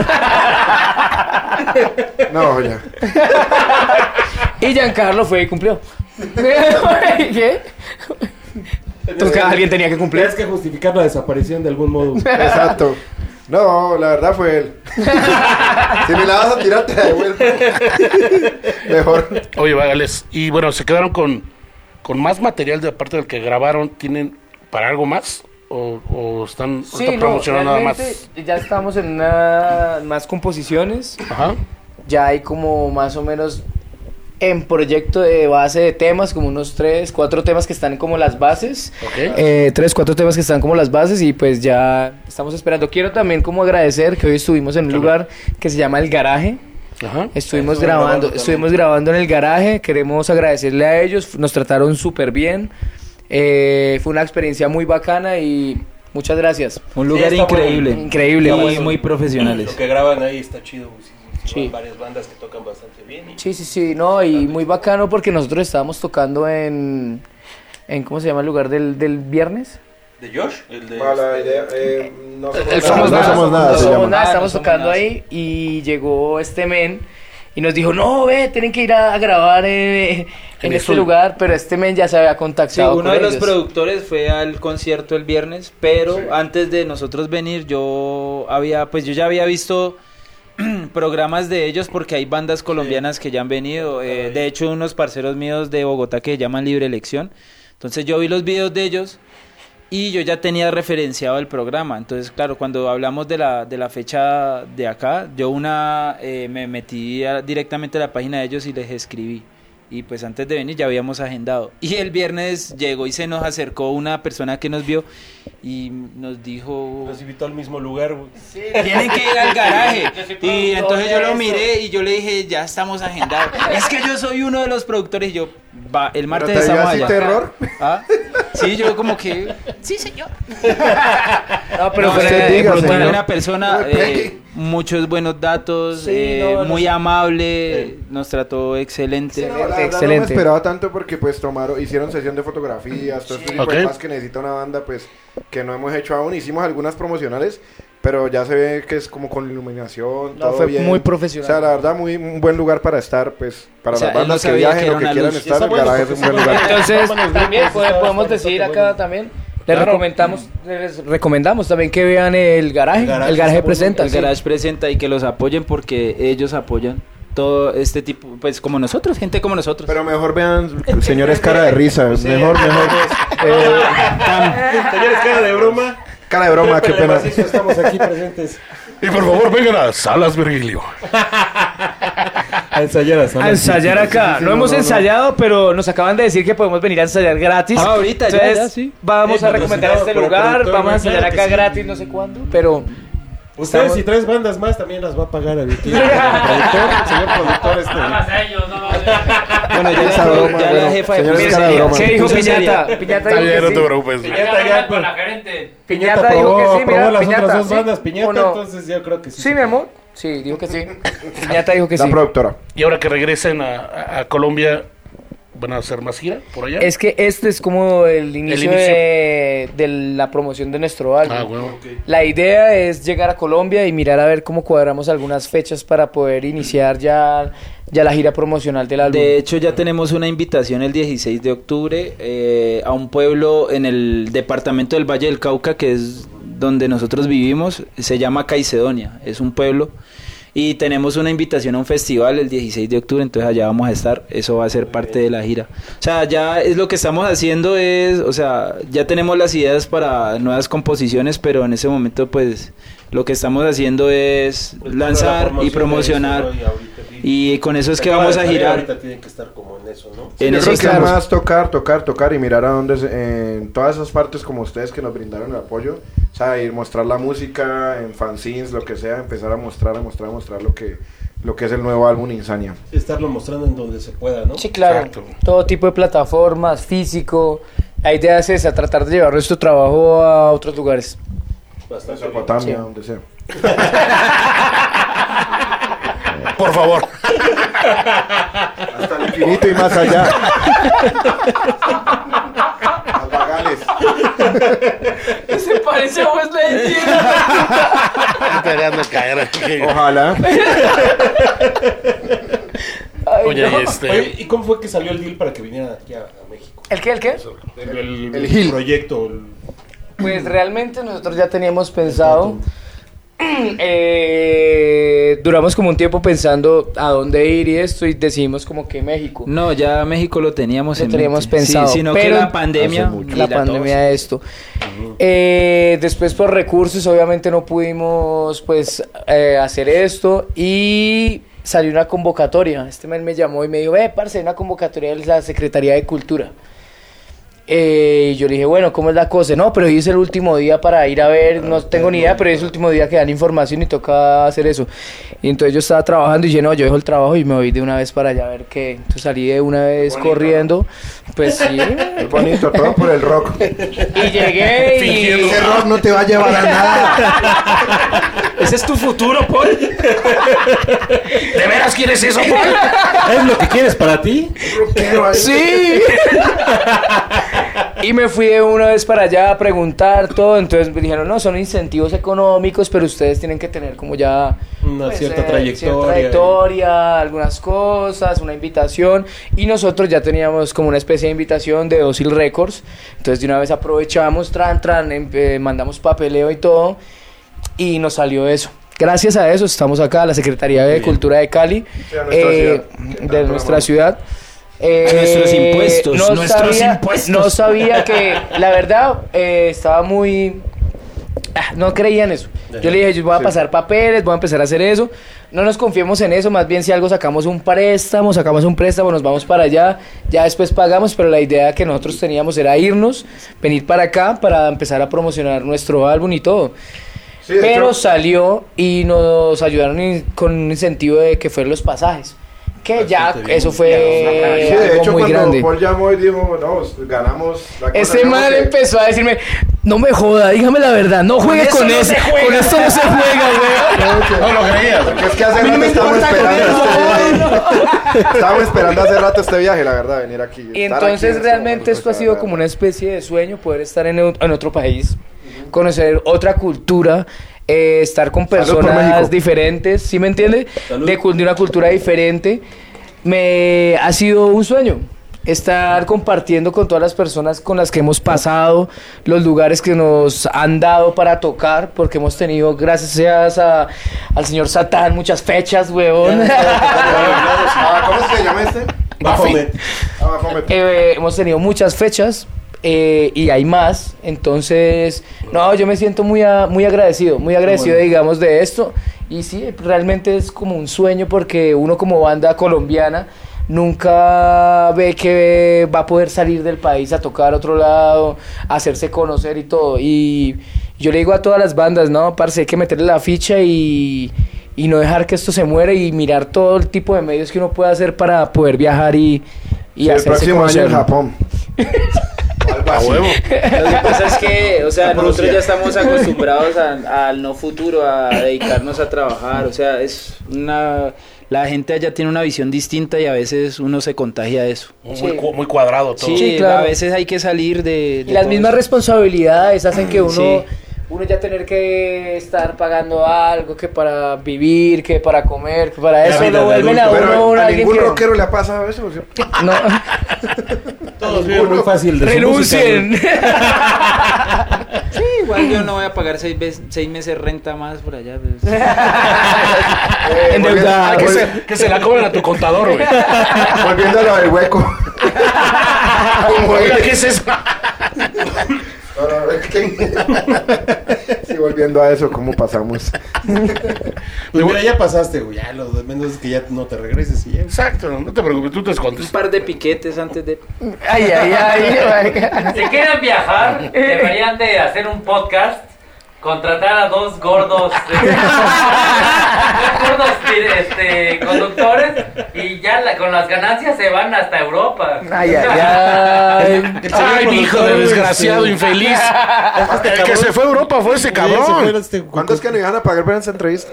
Speaker 3: No, ya.
Speaker 4: Y Giancarlo fue y cumplió. ¿Qué? Entonces alguien tenía que cumplir.
Speaker 6: Tienes que justificar la desaparición de algún modo.
Speaker 3: Exacto. No, la verdad fue él. Si me la vas a tirar, te la devuelvo. Mejor.
Speaker 1: Oye, Vagales. Y bueno, se quedaron con, con más material de aparte del que grabaron. ¿Tienen para algo más? ¿O, o están ahorita
Speaker 4: Sí, no,
Speaker 1: promocionando nada más?
Speaker 4: realmente ya estamos en una, más composiciones.
Speaker 1: Ajá.
Speaker 4: Ya hay como más o menos en proyecto de base de temas, como unos tres, cuatro temas que están como las bases.
Speaker 1: Ok.
Speaker 4: Eh, tres, cuatro temas que están como las bases y pues ya estamos esperando. Quiero también como agradecer que hoy estuvimos en un lugar que se llama El Garaje.
Speaker 1: Ajá.
Speaker 4: Estuvimos grabando, estuvimos grabando en el garaje, queremos agradecerle a ellos, nos trataron súper bien, eh, fue una experiencia muy bacana y muchas gracias.
Speaker 7: Un lugar
Speaker 10: Sí, está
Speaker 7: increíble.
Speaker 4: bueno. Increíble,
Speaker 7: Y
Speaker 4: bueno.
Speaker 7: muy profesionales.
Speaker 10: Lo que graban ahí está chido. güey. Sí, sí,
Speaker 4: Sí.
Speaker 10: van varias bandas que tocan bastante bien. y-
Speaker 4: Sí, sí, sí, no, y muy bacano porque nosotros estábamos tocando en, en ¿cómo se llama el lugar del, del viernes?
Speaker 10: ¿De Josh? El de...
Speaker 3: Mala
Speaker 10: este,
Speaker 3: idea. eh, no somos
Speaker 1: El
Speaker 3: nada.
Speaker 1: Somos
Speaker 3: No
Speaker 1: Nada,
Speaker 3: somos nada,
Speaker 4: No
Speaker 3: se
Speaker 4: somos
Speaker 3: llama.
Speaker 4: nada,
Speaker 7: Ah,
Speaker 4: estamos
Speaker 7: no somos
Speaker 4: tocando
Speaker 7: nada.
Speaker 4: ahí y llegó este men y nos dijo, no, ve, tienen que ir a, a grabar eh, en,
Speaker 1: el
Speaker 4: este
Speaker 1: estudio.
Speaker 4: lugar, pero este men ya se había
Speaker 7: Sí,
Speaker 4: contactado
Speaker 7: uno
Speaker 4: con
Speaker 7: de los
Speaker 4: ellos.
Speaker 7: productores fue al concierto el viernes, pero antes de nosotros venir yo había, pues yo ya había visto programas de ellos porque hay bandas colombianas que ya han venido. eh, de hecho, unos parceros míos de Bogotá que llaman Libre Elección. Entonces yo vi los videos de ellos y yo ya tenía referenciado el programa. Entonces, claro, cuando hablamos de la, de la fecha de acá, yo una eh, me metí a- directamente a la página de ellos y les escribí. Y pues antes de venir ya habíamos agendado. Y el viernes llegó y se nos acercó una persona que nos vio y nos dijo...
Speaker 10: Nos invitó al mismo lugar. güey.
Speaker 7: Tienen que ir al garaje.
Speaker 11: Pues Yo
Speaker 7: Y
Speaker 11: soy productor
Speaker 7: entonces
Speaker 11: de
Speaker 7: yo lo
Speaker 11: eso.
Speaker 7: miré y yo le dije, ya estamos agendados. Es que yo soy uno de los productores y yo, va, el
Speaker 3: Pero
Speaker 7: martes
Speaker 3: te dio
Speaker 7: estamos
Speaker 3: así
Speaker 7: allá.
Speaker 3: terror.
Speaker 7: ¿Ah? Sí, yo como
Speaker 4: No,
Speaker 7: que...
Speaker 4: pero
Speaker 7: No,
Speaker 4: fue
Speaker 3: usted
Speaker 7: era-
Speaker 3: diga,
Speaker 7: brutal,
Speaker 3: señor.
Speaker 7: era una persona,
Speaker 3: Uy, pegue.
Speaker 7: eh, muchos buenos datos,
Speaker 4: Sí,
Speaker 7: eh,
Speaker 4: no, no
Speaker 7: muy
Speaker 4: sé.
Speaker 7: amable, nos trató excelente.
Speaker 3: No, la verdad No me
Speaker 4: Excelente.
Speaker 3: esperaba tanto porque pues tomaron, hicieron sesión de fotografías, todo este tipo
Speaker 1: Ok.
Speaker 3: de cosas que necesita una banda pues que no hemos hecho aún. Hicimos algunas promocionales, pero ya se ve que es como con iluminación,
Speaker 4: No,
Speaker 3: todo
Speaker 4: fue
Speaker 3: bien.
Speaker 4: muy profesional.
Speaker 3: O sea, la verdad muy un buen lugar para estar pues para
Speaker 7: O sea,
Speaker 3: las
Speaker 7: él
Speaker 3: bandas
Speaker 7: no
Speaker 3: que
Speaker 7: sabía
Speaker 3: viajen
Speaker 7: que era
Speaker 3: o que
Speaker 7: una
Speaker 3: quieran
Speaker 7: luz.
Speaker 3: estar, el
Speaker 10: Está bueno,
Speaker 3: garaje es
Speaker 10: porque
Speaker 3: un buen
Speaker 10: son
Speaker 3: lugar.
Speaker 4: Entonces,
Speaker 10: Vámonos,
Speaker 4: también
Speaker 10: grupos,
Speaker 4: puede-
Speaker 10: está
Speaker 4: podemos
Speaker 10: bastante
Speaker 4: decir acá
Speaker 10: bueno.
Speaker 4: también, les recomendamos, les recomendamos también que vean el garaje, el garaje,
Speaker 10: Garaje está bueno,
Speaker 4: presenta.
Speaker 7: El
Speaker 4: sí.
Speaker 7: Garage presenta y que los apoyen porque ellos apoyan todo este tipo, pues como nosotros, gente como nosotros.
Speaker 3: Pero mejor vean señores cara de risa, mejor, mejor. Eh,
Speaker 10: Señores, cara de broma.
Speaker 3: cara de broma, qué
Speaker 10: Pero
Speaker 3: pena.
Speaker 10: además eso estamos aquí presentes.
Speaker 1: Y por favor, vengan a Salas Virgilio.
Speaker 6: A ensayar a
Speaker 4: A
Speaker 6: salas.
Speaker 4: ensayar acá. no, hemos ensayado, pero nos acaban de decir que podemos venir a ensayar gratis.
Speaker 7: Ah, ahorita, ya,
Speaker 4: Entonces,
Speaker 7: ya, sí.
Speaker 4: Vamos
Speaker 10: Sí,
Speaker 4: a
Speaker 10: patrocinado
Speaker 4: recomendar este
Speaker 10: por el
Speaker 4: lugar,
Speaker 10: productor,
Speaker 4: vamos a
Speaker 10: claro
Speaker 4: ensayar
Speaker 10: que
Speaker 4: acá
Speaker 10: sí.
Speaker 4: gratis, no sé cuándo, pero
Speaker 10: Ustedes
Speaker 4: Estamos-
Speaker 10: y tres bandas más también las va a pagar el tío, el productor, el señor productor
Speaker 11: Nada
Speaker 10: este.
Speaker 11: más a ellos, no más a ellos.
Speaker 7: bueno, ya,
Speaker 3: Esa
Speaker 7: la-
Speaker 3: broma,
Speaker 7: ya
Speaker 3: bueno,
Speaker 7: la jefa de
Speaker 3: señores,
Speaker 7: prensa
Speaker 3: cara de
Speaker 7: dijo-
Speaker 3: broma.
Speaker 4: ¿Qué dijo
Speaker 7: Puso seria.
Speaker 4: Piñata? Piñata
Speaker 1: Está
Speaker 4: dijo
Speaker 1: bien,
Speaker 4: que
Speaker 1: no te
Speaker 4: sí.
Speaker 1: preocupes.
Speaker 11: Ya
Speaker 10: Piñata ya,
Speaker 11: está con
Speaker 10: pero-
Speaker 11: la gerente.
Speaker 4: Piñata dijo que sí, mira,
Speaker 10: probó las
Speaker 4: Piñata,
Speaker 10: otras dos
Speaker 4: ¿sí?
Speaker 10: bandas, Piñata,
Speaker 4: ¿O no?
Speaker 10: entonces yo creo que sí.
Speaker 4: Sí, mi amor. Sí, dijo que sí. Piñata dijo que
Speaker 3: La
Speaker 4: sí.
Speaker 3: productora.
Speaker 1: Y ahora que regresen a, a- a Colombia, ¿van a hacer más gira por allá?
Speaker 4: Es que este es como el inicio,
Speaker 1: inicio.
Speaker 4: De, de la promoción de nuestro álbum.
Speaker 1: Ah, bueno.
Speaker 4: La idea es llegar a Colombia y mirar a ver cómo cuadramos algunas fechas para poder iniciar ya, ya la gira promocional del álbum.
Speaker 7: De hecho, ya tenemos una invitación el 16 de octubre eh, a un pueblo en el departamento del Valle del Cauca, que es donde nosotros vivimos, se llama Caicedonia, es un pueblo. Y tenemos una invitación a un festival el 16 de octubre, entonces allá vamos a estar. Eso va a ser parte de la gira. O sea, ya es lo que estamos haciendo es, o sea, ya tenemos las ideas para nuevas composiciones, pero en ese momento pues lo que estamos haciendo es
Speaker 10: Pues,
Speaker 7: lanzar
Speaker 10: toda la
Speaker 7: y
Speaker 10: promoción de
Speaker 7: promocionar.
Speaker 10: eso, y ahorita-
Speaker 7: Y con eso es que
Speaker 10: Acaba
Speaker 7: vamos
Speaker 10: de
Speaker 7: a
Speaker 10: salir,
Speaker 7: girar.
Speaker 10: Ahorita tienen que estar como en eso, ¿no?
Speaker 7: En
Speaker 3: yo
Speaker 7: eso
Speaker 3: creo que
Speaker 7: estamos.
Speaker 3: además tocar, tocar, tocar y mirar a dónde, se- en todas esas partes como ustedes que nos brindaron el apoyo, o sea, ir mostrar la música en fanzines, lo que sea, empezar a mostrar, a mostrar, a mostrar lo que, lo que es el nuevo álbum Insania.
Speaker 10: Estarlo mostrando en donde se pueda, ¿no?
Speaker 4: Sí, claro. Todo tipo de plataformas, físico. La idea es esa, tratar de llevar nuestro trabajo a otros lugares.
Speaker 10: Bastante
Speaker 3: Mesopotamia,
Speaker 10: bien.
Speaker 3: donde sea.
Speaker 1: Por favor.
Speaker 3: Hasta el infinito y más allá.
Speaker 4: Se parece a Wesley.
Speaker 1: Esperando caer aquí.
Speaker 3: Ojalá.
Speaker 1: Oye, y este-
Speaker 10: Oye, ¿y cómo fue que salió el deal para que vinieran aquí a, a México?
Speaker 4: ¿El qué, el qué?
Speaker 10: El, el,
Speaker 3: El Gil.
Speaker 10: proyecto. el-
Speaker 4: Pues realmente nosotros ya teníamos pensado. eh, duramos como un tiempo pensando a dónde ir y esto y decidimos como que México.
Speaker 7: No, ya México lo teníamos
Speaker 4: Lo
Speaker 7: en
Speaker 4: teníamos
Speaker 7: mente. Sí,
Speaker 4: pensado.
Speaker 7: sino
Speaker 4: pero
Speaker 7: que la pandemia.
Speaker 4: La pandemia de esto. Eh, después por recursos obviamente no pudimos pues eh, hacer esto y salió una convocatoria. Este man me llamó y me dijo, ve, parce, hay una convocatoria de la Secretaría de Cultura. Eh, y yo le dije, bueno, ¿cómo es la cosa? No, pero hoy es el último día para ir a ver, no tengo ni idea, pero hoy es el último día que dan información y toca hacer eso. Y entonces yo estaba trabajando y dije, no, yo dejo el trabajo y me voy de una vez para allá a ver qué. Entonces salí de una vez corriendo, pues sí.
Speaker 3: Es bonito, todo por el rock.
Speaker 4: Y llegué y...
Speaker 3: Ese rock no te va a llevar a nada.
Speaker 7: Ese es tu futuro, Paul.
Speaker 1: ¿De veras quieres eso, Paul?
Speaker 6: ¿Es lo que quieres para ti?
Speaker 3: Rockero ahí.
Speaker 4: Sí. y me fui de una vez para allá a preguntar todo. Entonces me dijeron, no, son incentivos económicos, pero ustedes tienen que tener como ya
Speaker 10: Una
Speaker 4: pues,
Speaker 10: cierta
Speaker 4: eh,
Speaker 10: trayectoria.
Speaker 4: cierta trayectoria, algunas cosas, una invitación. Y nosotros ya teníamos como una especie de invitación de Docil Records. Entonces de una vez aprovechamos, tran, tran, em- eh, mandamos papeleo y todo. Y nos salió eso. Gracias a eso estamos acá, la Secretaría de Cultura de Cali,
Speaker 3: Sí, a nuestra
Speaker 4: eh,
Speaker 3: ciudad.
Speaker 4: de nuestra ciudad. Eh,
Speaker 7: Nuestros impuestos,
Speaker 4: no
Speaker 7: nuestros
Speaker 4: sabía,
Speaker 7: impuestos.
Speaker 4: No sabía que, la verdad, eh, estaba muy... ah, No creía en eso. Yo le dije, yo voy a
Speaker 3: Sí.
Speaker 4: pasar papeles, voy a empezar a hacer eso. No nos confiemos en eso, más bien si algo sacamos un préstamo, sacamos un préstamo, nos vamos para allá, ya después pagamos, pero la idea que nosotros teníamos era irnos, venir para acá para empezar a promocionar nuestro álbum y todo.
Speaker 3: Sí, de
Speaker 4: Pero
Speaker 3: hecho,
Speaker 4: salió y nos ayudaron in- con un incentivo de que fueron los pasajes. Que ya
Speaker 10: Bastante bien.
Speaker 4: eso
Speaker 3: sí,
Speaker 4: fue
Speaker 3: de
Speaker 4: algo
Speaker 3: hecho
Speaker 4: muy
Speaker 3: cuando
Speaker 4: grande.
Speaker 3: Paul llamó y dijo, no, pues, ganamos la cosa,
Speaker 4: Ese
Speaker 3: digamos
Speaker 4: man
Speaker 3: que-
Speaker 4: empezó a decirme, no me joda, dígame la verdad, no juegues con eso, con esto no se juega, weón.
Speaker 1: No lo creías.
Speaker 3: pues, Porque es que hace
Speaker 4: A mí no
Speaker 3: rato
Speaker 4: me
Speaker 3: estábamos
Speaker 4: importa con
Speaker 3: esperando este
Speaker 4: eso,
Speaker 3: viaje. Estábamos esperando hace rato este viaje, la verdad, venir aquí.
Speaker 4: Y
Speaker 3: estar aquí en
Speaker 4: entonces
Speaker 3: este
Speaker 4: realmente
Speaker 3: momento,
Speaker 4: esto ha
Speaker 3: la
Speaker 4: sido
Speaker 3: verdad.
Speaker 4: como una especie de sueño, poder estar en, en otro país, conocer otra cultura, eh, estar con
Speaker 3: Salud por
Speaker 4: personas
Speaker 3: México.
Speaker 4: diferentes, ¿sí me entiende?
Speaker 10: Salud.
Speaker 4: De, cu- de una cultura diferente. Me ha sido un sueño estar compartiendo con todas las personas con las que hemos pasado, los lugares que nos han dado para tocar, porque hemos tenido, gracias a- al señor Satán, muchas fechas, huevón.
Speaker 3: Ah, ¿Cómo se llama este?
Speaker 10: Baphomet.
Speaker 3: Ah, Baphomet.
Speaker 4: Eh, hemos tenido muchas fechas eh, y hay más. Entonces, no, yo me siento muy, a- muy agradecido, muy agradecido, digamos, de esto. Y sí, realmente es como un sueño porque uno como banda colombiana nunca ve que va a poder salir del país a tocar a otro lado, a hacerse conocer y todo. Y yo le digo a todas las bandas, no, parce, hay que meterle la ficha y, y no dejar que esto se muera y mirar todo el tipo de medios que uno puede hacer para poder viajar y, y
Speaker 3: Sí, el
Speaker 4: hacerse
Speaker 3: próximo año
Speaker 4: conocer.
Speaker 3: en Japón. Algo
Speaker 1: A
Speaker 3: así.
Speaker 1: huevo.
Speaker 7: Lo que pasa es que, o sea,
Speaker 10: Estamos
Speaker 7: nosotros
Speaker 10: ya.
Speaker 7: ya estamos acostumbrados a- al no futuro, a dedicarnos a trabajar, o sea, es una... La gente allá tiene una visión distinta y a veces uno se contagia de eso.
Speaker 1: Muy,
Speaker 4: Sí.
Speaker 1: cu- muy cuadrado todo.
Speaker 7: Sí,
Speaker 4: Sí, claro.
Speaker 7: a veces hay que salir de... de
Speaker 4: Y las
Speaker 7: todo
Speaker 4: mismas
Speaker 7: eso.
Speaker 4: responsabilidades hacen que uno,
Speaker 7: Sí.
Speaker 4: uno ya tener que estar pagando algo, que para vivir, que para comer, que para
Speaker 10: La
Speaker 4: eso,
Speaker 10: vida
Speaker 4: lo
Speaker 10: de
Speaker 4: vuelven a
Speaker 10: adulto.
Speaker 4: uno,
Speaker 3: Pero
Speaker 4: uno,
Speaker 3: a
Speaker 4: alguien
Speaker 3: ningún
Speaker 4: que...
Speaker 3: rockero le ha pasado eso. ¿sí?
Speaker 4: No,
Speaker 10: Todos viven muy fácil de su música,
Speaker 4: renuncien.
Speaker 7: Sí,
Speaker 3: Eh,
Speaker 7: igual yo no voy a pagar seis, veces- seis meses renta más por allá. pues.
Speaker 12: Endeudado.
Speaker 1: Ah, que, se, que se la cobren a tu contador, güey.
Speaker 3: Volviendo a lo del hueco.
Speaker 1: Oiga, ¿qué es eso?
Speaker 3: sí, volviendo a eso, ¿cómo pasamos?
Speaker 10: Pues mira, ya pasaste, güey. Ya lo de menos es que ya no te regreses y ya.
Speaker 1: Exacto, no te preocupes, tú te
Speaker 7: Un
Speaker 1: escondes.
Speaker 7: par de piquetes antes de.
Speaker 4: Ay, ay, ay.
Speaker 11: Si quieren
Speaker 4: Eh.
Speaker 11: viajar, deberían de hacer un podcast, contratar a dos gordos, eh, dos gordos este, conductores y ya la- con las ganancias se van hasta Europa.
Speaker 4: Ay, ay, ay.
Speaker 1: Ay, mi hijo de desgraciado, infeliz. El que este se fue a Europa fue ese cabrón.
Speaker 10: este,
Speaker 3: ¿Cuánto es que nos iban a pagar para esa entrevista?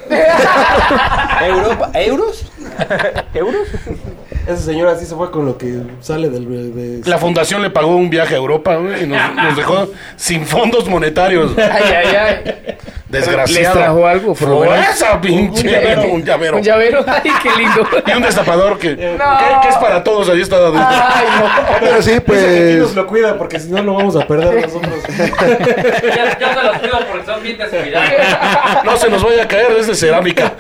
Speaker 7: ¿Europa? ¿Euros? ¿Euros?
Speaker 10: Esa señora así se fue con lo que sale del. de-
Speaker 1: La fundación le pagó un viaje a Europa, güey, y nos, nos dejó sin fondos monetarios.
Speaker 4: Ay, ay, ay.
Speaker 1: Desgraciado.
Speaker 4: ¿Les trajo algo, por lo
Speaker 1: Fue
Speaker 4: menos?
Speaker 1: esa pinche! Un llavero.
Speaker 4: Un llavero. Ay, qué lindo.
Speaker 1: Y un destapador que, que- que es para todos, ahí está dado.
Speaker 4: Ay, no.
Speaker 3: Pero sí,
Speaker 10: Dice que aquí
Speaker 3: pues.
Speaker 10: nos lo cuida porque si no lo vamos a perder nosotros.
Speaker 11: Ya- Yo se los pido porque son bien de seguridad.
Speaker 1: No se nos vaya a caer, es de cerámica.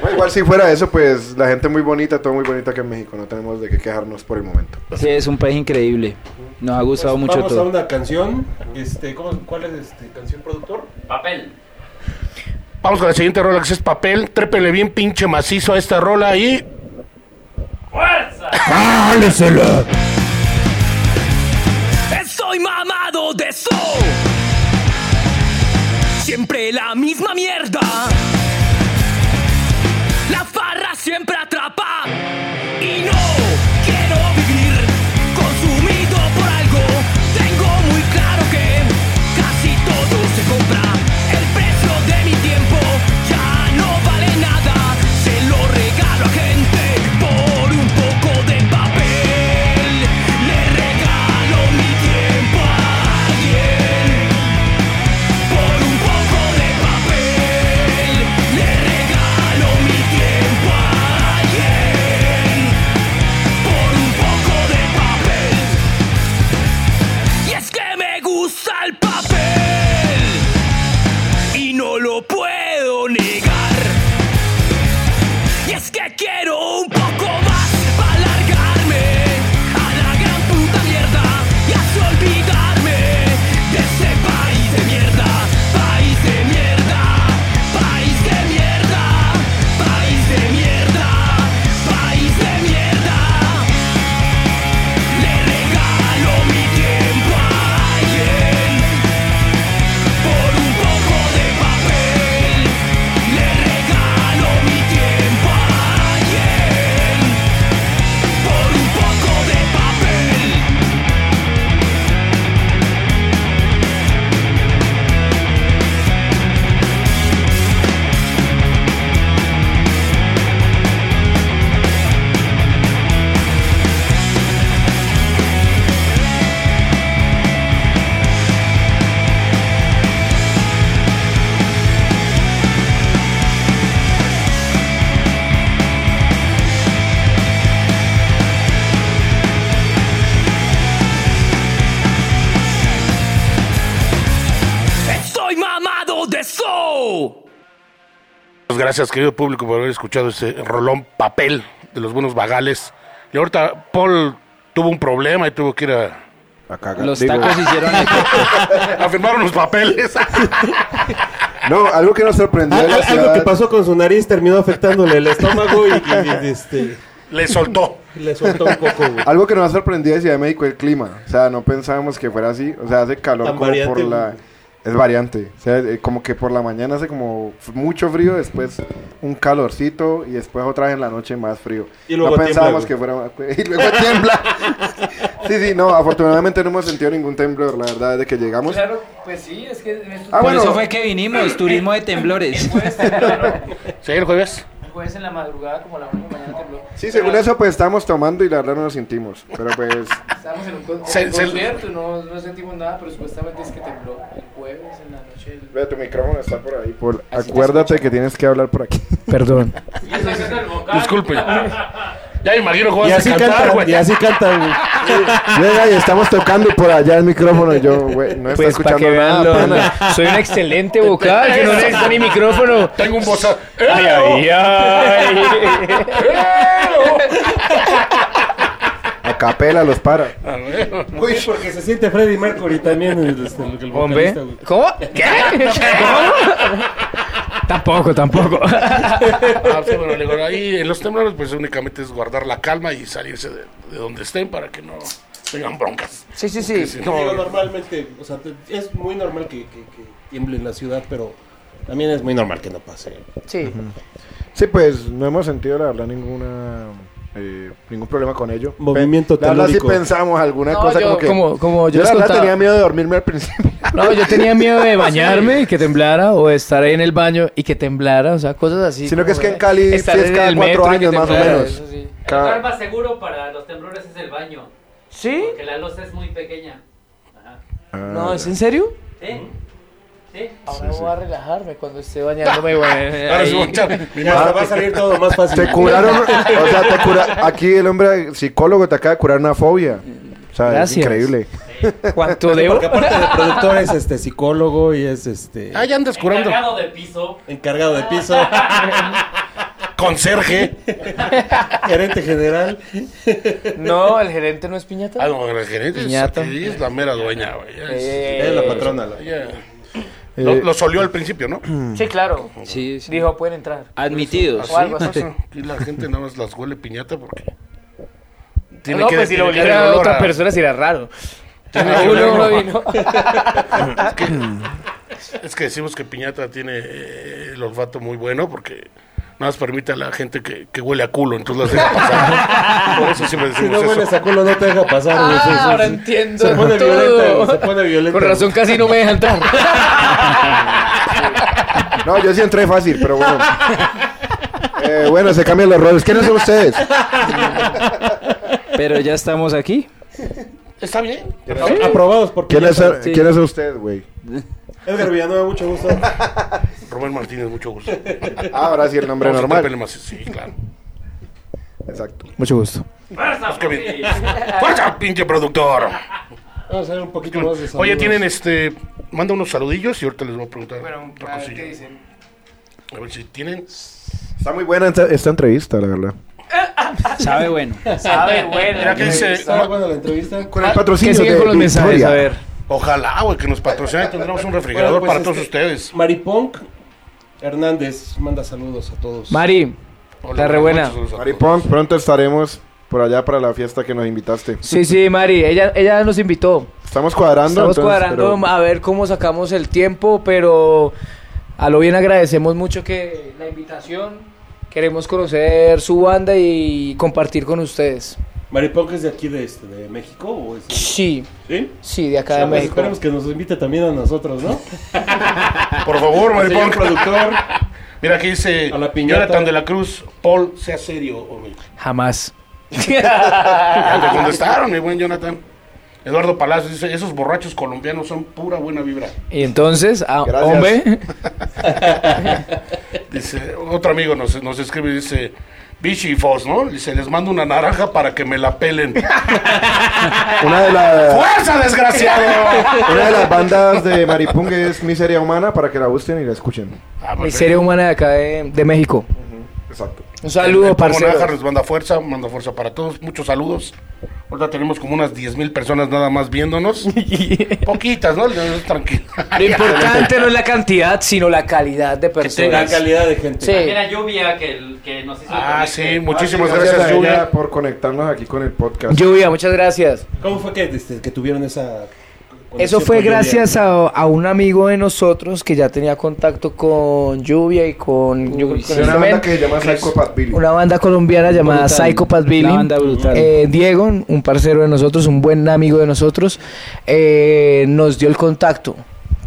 Speaker 3: bueno, Igual si fuera eso, pues la gente muy bonita, todo muy bonito aquí en México. No tenemos de qué quejarnos por el momento.
Speaker 7: Sí, es un país increíble. Nos ha gustado
Speaker 10: Pues
Speaker 7: mucho
Speaker 10: Vamos a
Speaker 7: todo.
Speaker 10: una canción. Este, ¿cómo, ¿Cuál es este canción productor?
Speaker 11: Papel.
Speaker 1: Vamos con la siguiente rola que es papel. Trépenle bien pinche macizo a esta rola y
Speaker 11: ¡Fuerza!
Speaker 2: Estoy mamado de eso. Siempre la misma mierda. La farra siempre atrapa. Y no quiero vivir consumido por algo. Tengo muy claro que casi todo se compra. El precio de mi tiempo ya no vale nada. Se lo regalo a gente por un poco de papel. Le regalo mi tiempo a alguien por un poco de papel. Le regalo mi tiempo a alguien por un poco de papel. Y es que me gusta el papel y no lo puedo negar. Y es que quiero un poco más para largarme a la gran puta mierda y así olvidarme de ese país de mierda, país de mierda, país de mierda, país de mierda, país de mierda. Le regalo mi tiempo a alguien por un poco de papel. Le regalo mi tiempo a alguien por un poco de papel. Estoy mamado de eso.
Speaker 1: Pues gracias, querido público, por haber escuchado ese rolón papel de los buenos vagales. Y ahorita Paul tuvo un problema y tuvo que ir a,
Speaker 3: A cagar.
Speaker 7: Los
Speaker 3: Digo,
Speaker 7: tacos hicieron eco.
Speaker 1: a firmar unos papeles.
Speaker 3: No, algo que nos sorprendió. de la
Speaker 10: Ah, algo
Speaker 3: ciudad-
Speaker 10: que pasó con su nariz terminó afectándole el estómago y, y- y, este,
Speaker 1: Le soltó.
Speaker 10: le soltó un poco, güey.
Speaker 3: Algo que nos ha sorprendido de Ciudad de México el clima. O sea, no pensábamos que fuera así. O sea, hace calor
Speaker 10: Tan
Speaker 3: como
Speaker 10: variante,
Speaker 3: por la.
Speaker 10: güey.
Speaker 3: Es variante. O sea, eh, como que por la mañana hace como f- mucho frío, después un calorcito y después otra vez en la noche más frío.
Speaker 10: Y luego
Speaker 3: no
Speaker 10: tiembla,
Speaker 3: pensábamos
Speaker 10: güey.
Speaker 3: que fuera. Y luego tiembla. sí, sí, no. Afortunadamente no hemos sentido ningún temblor, la verdad, desde que llegamos.
Speaker 4: Claro, pues sí, es que en estos
Speaker 3: Ah,
Speaker 7: Por
Speaker 3: bueno.
Speaker 7: eso fue que vinimos, turismo de temblores.
Speaker 1: Sí, el jueves.
Speaker 4: El jueves en la madrugada, como la una de la mañana tembló.
Speaker 3: Sí, según eso, pues estábamos tomando y la verdad no nos sentimos. Pero pues.
Speaker 4: Estábamos en un con-
Speaker 1: Se-
Speaker 4: en
Speaker 1: se-
Speaker 4: concierto, no, no sentimos nada, pero supuestamente es que tembló el jueves en la noche. del-
Speaker 3: Ve, tu micrófono está por ahí. Por... Acuérdate que tienes que hablar por aquí.
Speaker 4: Perdón.
Speaker 11: Y eso es el vocal.
Speaker 1: Disculpen. Ya me imagino cómo
Speaker 10: Ah. Y
Speaker 1: vas
Speaker 10: así
Speaker 1: a cantar,
Speaker 10: cantan,
Speaker 1: güey.
Speaker 10: y así cantan, güey.
Speaker 3: Llega y estamos tocando y por allá el micrófono. Y yo, güey, no está
Speaker 4: Pues para
Speaker 3: escuchando
Speaker 4: que vean,
Speaker 3: nada.
Speaker 4: lo-
Speaker 3: pana.
Speaker 4: soy un excelente vocal, que no necesito ni micrófono.
Speaker 1: Tengo un bozal.
Speaker 4: Ay, ay, ay.
Speaker 3: A capela los para.
Speaker 13: Güey, porque se siente Freddy Mercury también. este, lo que el
Speaker 4: Hombre,
Speaker 13: vocalista, güey.
Speaker 4: ¿cómo? ¿Qué? ¿Cómo?
Speaker 14: Tampoco, tampoco.
Speaker 1: Ah, sí, bueno, le digo, ahí en los temblores, pues únicamente es guardar la calma y salirse de, de donde estén para que no tengan broncas.
Speaker 4: Sí, sí,
Speaker 1: Que
Speaker 4: sí.
Speaker 1: si no-
Speaker 10: Digo, normalmente, o sea, te- es muy normal que, que- que tiemble en la ciudad, pero también es muy normal que no pase.
Speaker 4: Sí.
Speaker 3: Sí, pues no hemos sentido, la verdad, ninguna. eh, ningún problema con ello.
Speaker 10: Movimiento
Speaker 3: La verdad, sí
Speaker 10: telúrico.
Speaker 3: pensamos alguna
Speaker 4: No,
Speaker 3: cosa
Speaker 4: yo-
Speaker 3: como que.
Speaker 4: como- como yo
Speaker 3: yo
Speaker 4: les
Speaker 3: la verdad
Speaker 4: contaba.
Speaker 3: tenía miedo de dormirme al principio.
Speaker 4: No, yo tenía miedo de bañarme y que temblara, o de estar ahí en el baño y que temblara, o sea, cosas así.
Speaker 3: Sino que es
Speaker 4: como,
Speaker 3: que en Cali
Speaker 4: estar
Speaker 3: sí es
Speaker 4: en
Speaker 3: cada
Speaker 4: el
Speaker 3: cuatro
Speaker 4: metro y que
Speaker 3: años, más o
Speaker 4: temblara,
Speaker 3: menos.
Speaker 4: eso sí.
Speaker 11: El
Speaker 3: Cada-
Speaker 11: lugar más seguro para los temblores es el baño.
Speaker 4: ¿Sí?
Speaker 11: Porque la losa es muy pequeña. Ajá.
Speaker 3: ah,
Speaker 4: No, ¿es en serio?
Speaker 11: ¿Sí? ¿Sí?
Speaker 4: Ahora voy a relajarme cuando esté bañándome, güey.
Speaker 1: Ahora sí,
Speaker 4: Ahí.
Speaker 1: guacha.
Speaker 10: Mira, hasta va a salir todo más fácil.
Speaker 3: Te curaron, o sea, te cura, aquí el hombre psicólogo te acaba de curar una fobia. O sea,
Speaker 4: Gracias.
Speaker 3: es increíble.
Speaker 4: ¿Cuánto debo?
Speaker 10: Porque aparte de productor es este psicólogo y es este
Speaker 1: Ah, ya andas curando.
Speaker 11: Encargado de piso.
Speaker 10: encargado de piso,
Speaker 1: Conserje.
Speaker 10: gerente general.
Speaker 4: No, el gerente no es piñata.
Speaker 1: Ah, no, el gerente es,
Speaker 4: Piñata.
Speaker 1: aquí es la mera dueña, güey. ya es-
Speaker 4: Eh,
Speaker 10: Es la patrona. la-
Speaker 1: ya- Lo, lo solió al principio, ¿no?
Speaker 10: Mm.
Speaker 4: Sí, claro.
Speaker 7: Sí, sí.
Speaker 4: Dijo, pueden entrar.
Speaker 10: Ah,
Speaker 7: Admitidos.
Speaker 4: O algo así.
Speaker 1: Aquí la gente nada más las huele piñata porque.
Speaker 4: no, pues si
Speaker 1: tiene
Speaker 4: lo
Speaker 1: que
Speaker 4: volviera a
Speaker 1: haber olor
Speaker 4: otra
Speaker 1: a-
Speaker 4: persona sería raro. Ah,
Speaker 1: Tiene que
Speaker 4: Uno,
Speaker 1: oler
Speaker 4: uno
Speaker 1: olor a-
Speaker 4: vino.
Speaker 1: Es que decimos que piñata tiene eh, el olfato muy bueno porque nada más permite a la gente que, que huele a culo, entonces la deja pasar. Por eso siempre
Speaker 10: Si
Speaker 1: decimos
Speaker 10: no hueles
Speaker 1: eso.
Speaker 10: a culo, no te deja pasar. güey, sí, sí,
Speaker 4: Ah, ahora
Speaker 10: sí.
Speaker 4: entiendo
Speaker 10: Se pone
Speaker 4: todo.
Speaker 10: violento, se pone violento.
Speaker 4: Con razón casi no me deja entrar.
Speaker 3: No, yo sí entré fácil, pero bueno. Eh, bueno, se cambian los roles. ¿Quiénes son ustedes?
Speaker 7: Pero ya estamos aquí.
Speaker 1: Está bien.
Speaker 10: Aprobados por
Speaker 3: ¿Quiénes
Speaker 10: Piñata.
Speaker 3: son, ¿quiénes son ustedes, güey?
Speaker 10: Edgar Villanueva, mucho gusto.
Speaker 1: Rubén Martínez, mucho gusto.
Speaker 3: Ah, ahora sí el nombre
Speaker 1: Vamos a
Speaker 3: normal.
Speaker 1: tapele más- Sí, claro.
Speaker 3: Exacto.
Speaker 4: Mucho gusto.
Speaker 11: ¡Fuerza,
Speaker 1: que
Speaker 11: Pupi!
Speaker 1: bien. ¡Fuerza, pinche productor!
Speaker 10: Vamos a ver un poquito más de saludos.
Speaker 1: Oye, tienen este. Manda unos saludillos y ahorita les voy a preguntar. otra cosilla. A ver si tienen.
Speaker 3: Está muy buena esta, esta entrevista, la verdad.
Speaker 7: Sabe bueno.
Speaker 4: Sabe, bueno.
Speaker 1: Mira que dice.
Speaker 4: Ah.
Speaker 10: ¿Está buena la entrevista? Ah,
Speaker 3: Con el
Speaker 4: Que
Speaker 3: patrocinio
Speaker 4: sigue
Speaker 3: de
Speaker 4: con los mensajes,
Speaker 3: Victoria.
Speaker 4: a ver.
Speaker 1: Ojalá, güey, que nos patrocinen. Tendremos un refrigerador
Speaker 10: Bueno, pues,
Speaker 1: para
Speaker 10: este,
Speaker 1: todos ustedes.
Speaker 10: Maripunk Hernández manda saludos a todos.
Speaker 4: Mari,
Speaker 1: Hola,
Speaker 4: la re buena.
Speaker 1: muchos saludos a todos.
Speaker 3: Maripón, pronto estaremos por allá para la fiesta que nos invitaste.
Speaker 4: sí, sí, Mari, ella, ella nos invitó.
Speaker 3: Estamos cuadrando.
Speaker 4: Estamos
Speaker 3: entonces,
Speaker 4: cuadrando
Speaker 3: pero-
Speaker 4: a ver cómo sacamos el tiempo, pero a lo bien agradecemos mucho que la invitación. Queremos conocer su banda y compartir con ustedes.
Speaker 10: Maripunk es de aquí, de, este, de México. ¿o es-
Speaker 4: Sí,
Speaker 10: ¿Sí?
Speaker 4: sí, de acá
Speaker 10: Ah,
Speaker 4: de
Speaker 10: pues
Speaker 4: México.
Speaker 10: Esperemos que nos invite también a nosotros, ¿no?
Speaker 1: Por favor,
Speaker 10: Señor
Speaker 1: Maripón.
Speaker 10: productor.
Speaker 1: Mira aquí dice
Speaker 10: A la piñata.
Speaker 1: Jonathan de la Cruz, Paul, sea serio, hombre.
Speaker 4: Jamás. Ah.
Speaker 1: Ya te contestaron, mi buen Jonathan. Eduardo Palacios dice, esos borrachos colombianos son pura buena vibra.
Speaker 4: Y entonces, ah,
Speaker 3: Gracias.
Speaker 4: hombre,
Speaker 1: Dice, otro amigo nos, nos escribe y dice, Vichy y Foss, ¿no? Dice, les mando una naranja para que me la pelen.
Speaker 3: Una de, la-
Speaker 1: ¡Fuerza, desgraciado!
Speaker 3: una de las bandas de Maripón es Miseria Humana para que la gusten y la escuchen.
Speaker 1: Ah,
Speaker 4: miseria humana de acá de, de México.
Speaker 3: Exacto.
Speaker 4: Un saludo,
Speaker 1: Nájar
Speaker 4: parcero.
Speaker 1: les manda fuerza, manda fuerza para todos. Muchos saludos. Ahorita tenemos como unas 10 mil personas nada más viéndonos. Poquitas, ¿no? Tranquilo.
Speaker 4: Lo importante no es la cantidad, sino la calidad de
Speaker 10: La
Speaker 4: personas.
Speaker 10: calidad de gente.
Speaker 4: Sí.
Speaker 11: También a Lluvia que, el- que nos hizo el
Speaker 1: Ah,
Speaker 11: conecte.
Speaker 1: sí, muchísimas
Speaker 3: Gracias,
Speaker 1: gracias,
Speaker 3: a ella
Speaker 1: Lluvia.
Speaker 3: por conectarnos aquí con el podcast.
Speaker 4: Lluvia, muchas gracias.
Speaker 10: ¿Cómo fue que, este, que tuvieron esa... conexión
Speaker 4: Eso fue
Speaker 10: con Julia?
Speaker 4: gracias a, a un amigo de nosotros que ya tenía contacto con Lluvia y con, yo creo que
Speaker 3: Es
Speaker 4: con
Speaker 3: una
Speaker 4: este
Speaker 3: banda
Speaker 4: men.
Speaker 3: que se llama Psychopath Billy.
Speaker 4: Una banda colombiana llamada
Speaker 7: Brutal.
Speaker 4: Psychopath Billy.
Speaker 7: La banda brutal.
Speaker 4: Eh, Diego, un parcero de nosotros, un buen amigo de nosotros, eh, nos dio el contacto.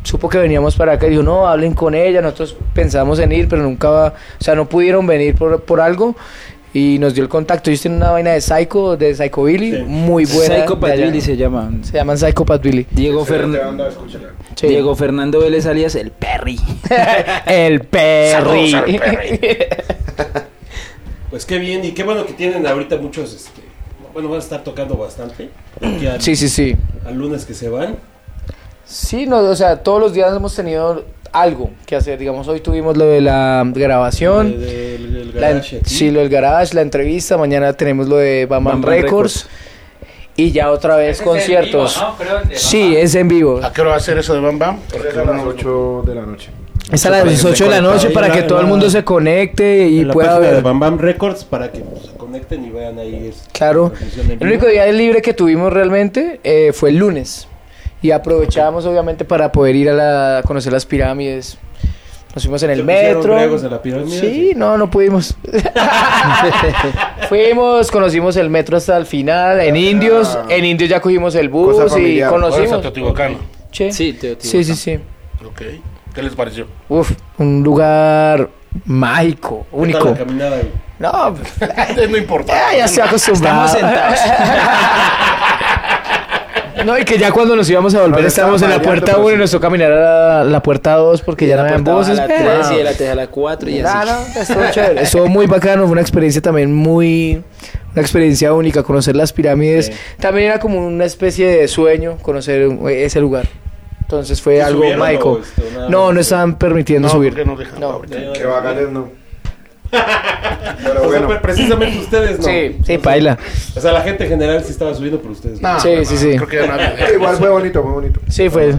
Speaker 4: Supo que veníamos para acá y dijo, no, hablen con ella, nosotros pensamos en ir, pero nunca, o sea, no pudieron venir por, por algo. Y nos dio el contacto. Ellos tienen una vaina de Psycho, de Psycho Billy,
Speaker 10: Sí.
Speaker 4: muy buena.
Speaker 7: Psycho
Speaker 4: de allá.
Speaker 7: Patrulli se llama.
Speaker 4: Se llaman Psychopath Billy.
Speaker 7: Diego,
Speaker 3: Excelente
Speaker 7: Fern-
Speaker 3: banda, escúchala.
Speaker 4: Sí.
Speaker 7: Diego Fernando Vélez alias el Perry.
Speaker 4: el Perry.
Speaker 1: Saludos al Perry.
Speaker 10: Pues qué bien, y qué bueno que tienen ahorita muchos, este, Bueno, van a estar tocando bastante. aquí al-
Speaker 4: Sí, sí, sí.
Speaker 10: Al lunes que se van. eh,
Speaker 4: Sí, no, o sea, todos los días hemos tenido algo que hacer. Digamos, hoy tuvimos lo de la grabación.
Speaker 10: de- del- del
Speaker 4: La en-
Speaker 10: garage aquí.
Speaker 4: sí, lo del garage, la entrevista. Mañana tenemos lo de Bamban
Speaker 7: Bam Bam
Speaker 4: Records. Y ya otra vez
Speaker 11: Ese es en
Speaker 4: conciertos.
Speaker 11: vivo, ¿no? Creo, el de Bam
Speaker 4: Sí, es en vivo.
Speaker 5: ¿A qué hora va a ser eso de Bam Bam?
Speaker 3: Es a las 8 de la noche.
Speaker 4: Es a las
Speaker 10: Para que
Speaker 4: 8 de la
Speaker 10: se
Speaker 4: noche
Speaker 10: conecte.
Speaker 4: para
Speaker 10: Ahí
Speaker 4: que
Speaker 10: la-
Speaker 4: todo el
Speaker 10: la-
Speaker 4: mundo se conecte y
Speaker 10: en la
Speaker 4: pueda
Speaker 10: página de
Speaker 4: ver.
Speaker 10: Bam Bam Records para que pues, se conecten y vean ahí. es-
Speaker 4: Claro.
Speaker 10: transmisión en
Speaker 4: El
Speaker 10: vivo.
Speaker 4: único día libre que tuvimos realmente eh, fue el lunes. Y aprovechábamos obviamente para poder ir a la- a conocer las pirámides. Nos fuimos en el
Speaker 10: ¿Se pusieron
Speaker 4: metro.
Speaker 10: griegos en la pirámide?
Speaker 4: Sí, no, no pudimos. Fuimos, conocimos el metro hasta el final,
Speaker 10: Ah.
Speaker 4: en Indios, en Indios ya cogimos el bus
Speaker 3: Cosa
Speaker 4: y
Speaker 3: familiar.
Speaker 5: Ahora está
Speaker 4: conocimos.
Speaker 5: Teotihuacán.
Speaker 4: Che.
Speaker 7: Sí,
Speaker 4: sí,
Speaker 7: Teotihuacán.
Speaker 4: sí, sí.
Speaker 5: Ok. ¿Qué les pareció?
Speaker 4: Uf, un lugar mágico,
Speaker 10: ¿Qué tal
Speaker 4: único.
Speaker 10: La caminada, güey?
Speaker 4: No,
Speaker 5: no importa.
Speaker 4: Ah, ya se acostumbrado.
Speaker 7: Estamos
Speaker 4: No, y que ya cuando nos íbamos a volver
Speaker 3: Ahora
Speaker 4: estábamos en
Speaker 3: están
Speaker 4: la
Speaker 3: variando,
Speaker 4: puerta
Speaker 3: pero
Speaker 4: 1 y
Speaker 3: sí.
Speaker 4: nos tocó caminar a la, la puerta 2 porque ya no habían buses.
Speaker 7: la
Speaker 4: pero-
Speaker 7: 3 y de la 3 a la 4 y
Speaker 4: Ah,
Speaker 7: así.
Speaker 4: no, estuvo chévere. Estuvo muy bacano, fue una experiencia también muy... Una experiencia única, conocer las pirámides. También era como una especie de sueño conocer eh, ese lugar. Entonces fue
Speaker 10: ¿Sí
Speaker 4: algo
Speaker 10: subieron
Speaker 4: mágico.
Speaker 10: o esto, nada
Speaker 4: no,
Speaker 10: más?
Speaker 4: no estaban permitiendo
Speaker 5: No,
Speaker 4: subir.
Speaker 5: ¿por qué no dejan?
Speaker 4: No.
Speaker 5: Ahorita.
Speaker 10: Ya,
Speaker 3: Que
Speaker 10: ya,
Speaker 3: Bagales no. Pero
Speaker 10: O sea,
Speaker 3: bueno.
Speaker 10: pre- precisamente ustedes no.
Speaker 4: Sí, sí, paila.
Speaker 10: O sea, la gente en general sí estaba subiendo, pero ustedes no.
Speaker 5: No,
Speaker 4: Sí,
Speaker 5: no,
Speaker 4: sí,
Speaker 5: no,
Speaker 4: sí.
Speaker 5: Creo que ya nadie.
Speaker 3: Igual fue bonito, muy bonito.
Speaker 4: Sí, fue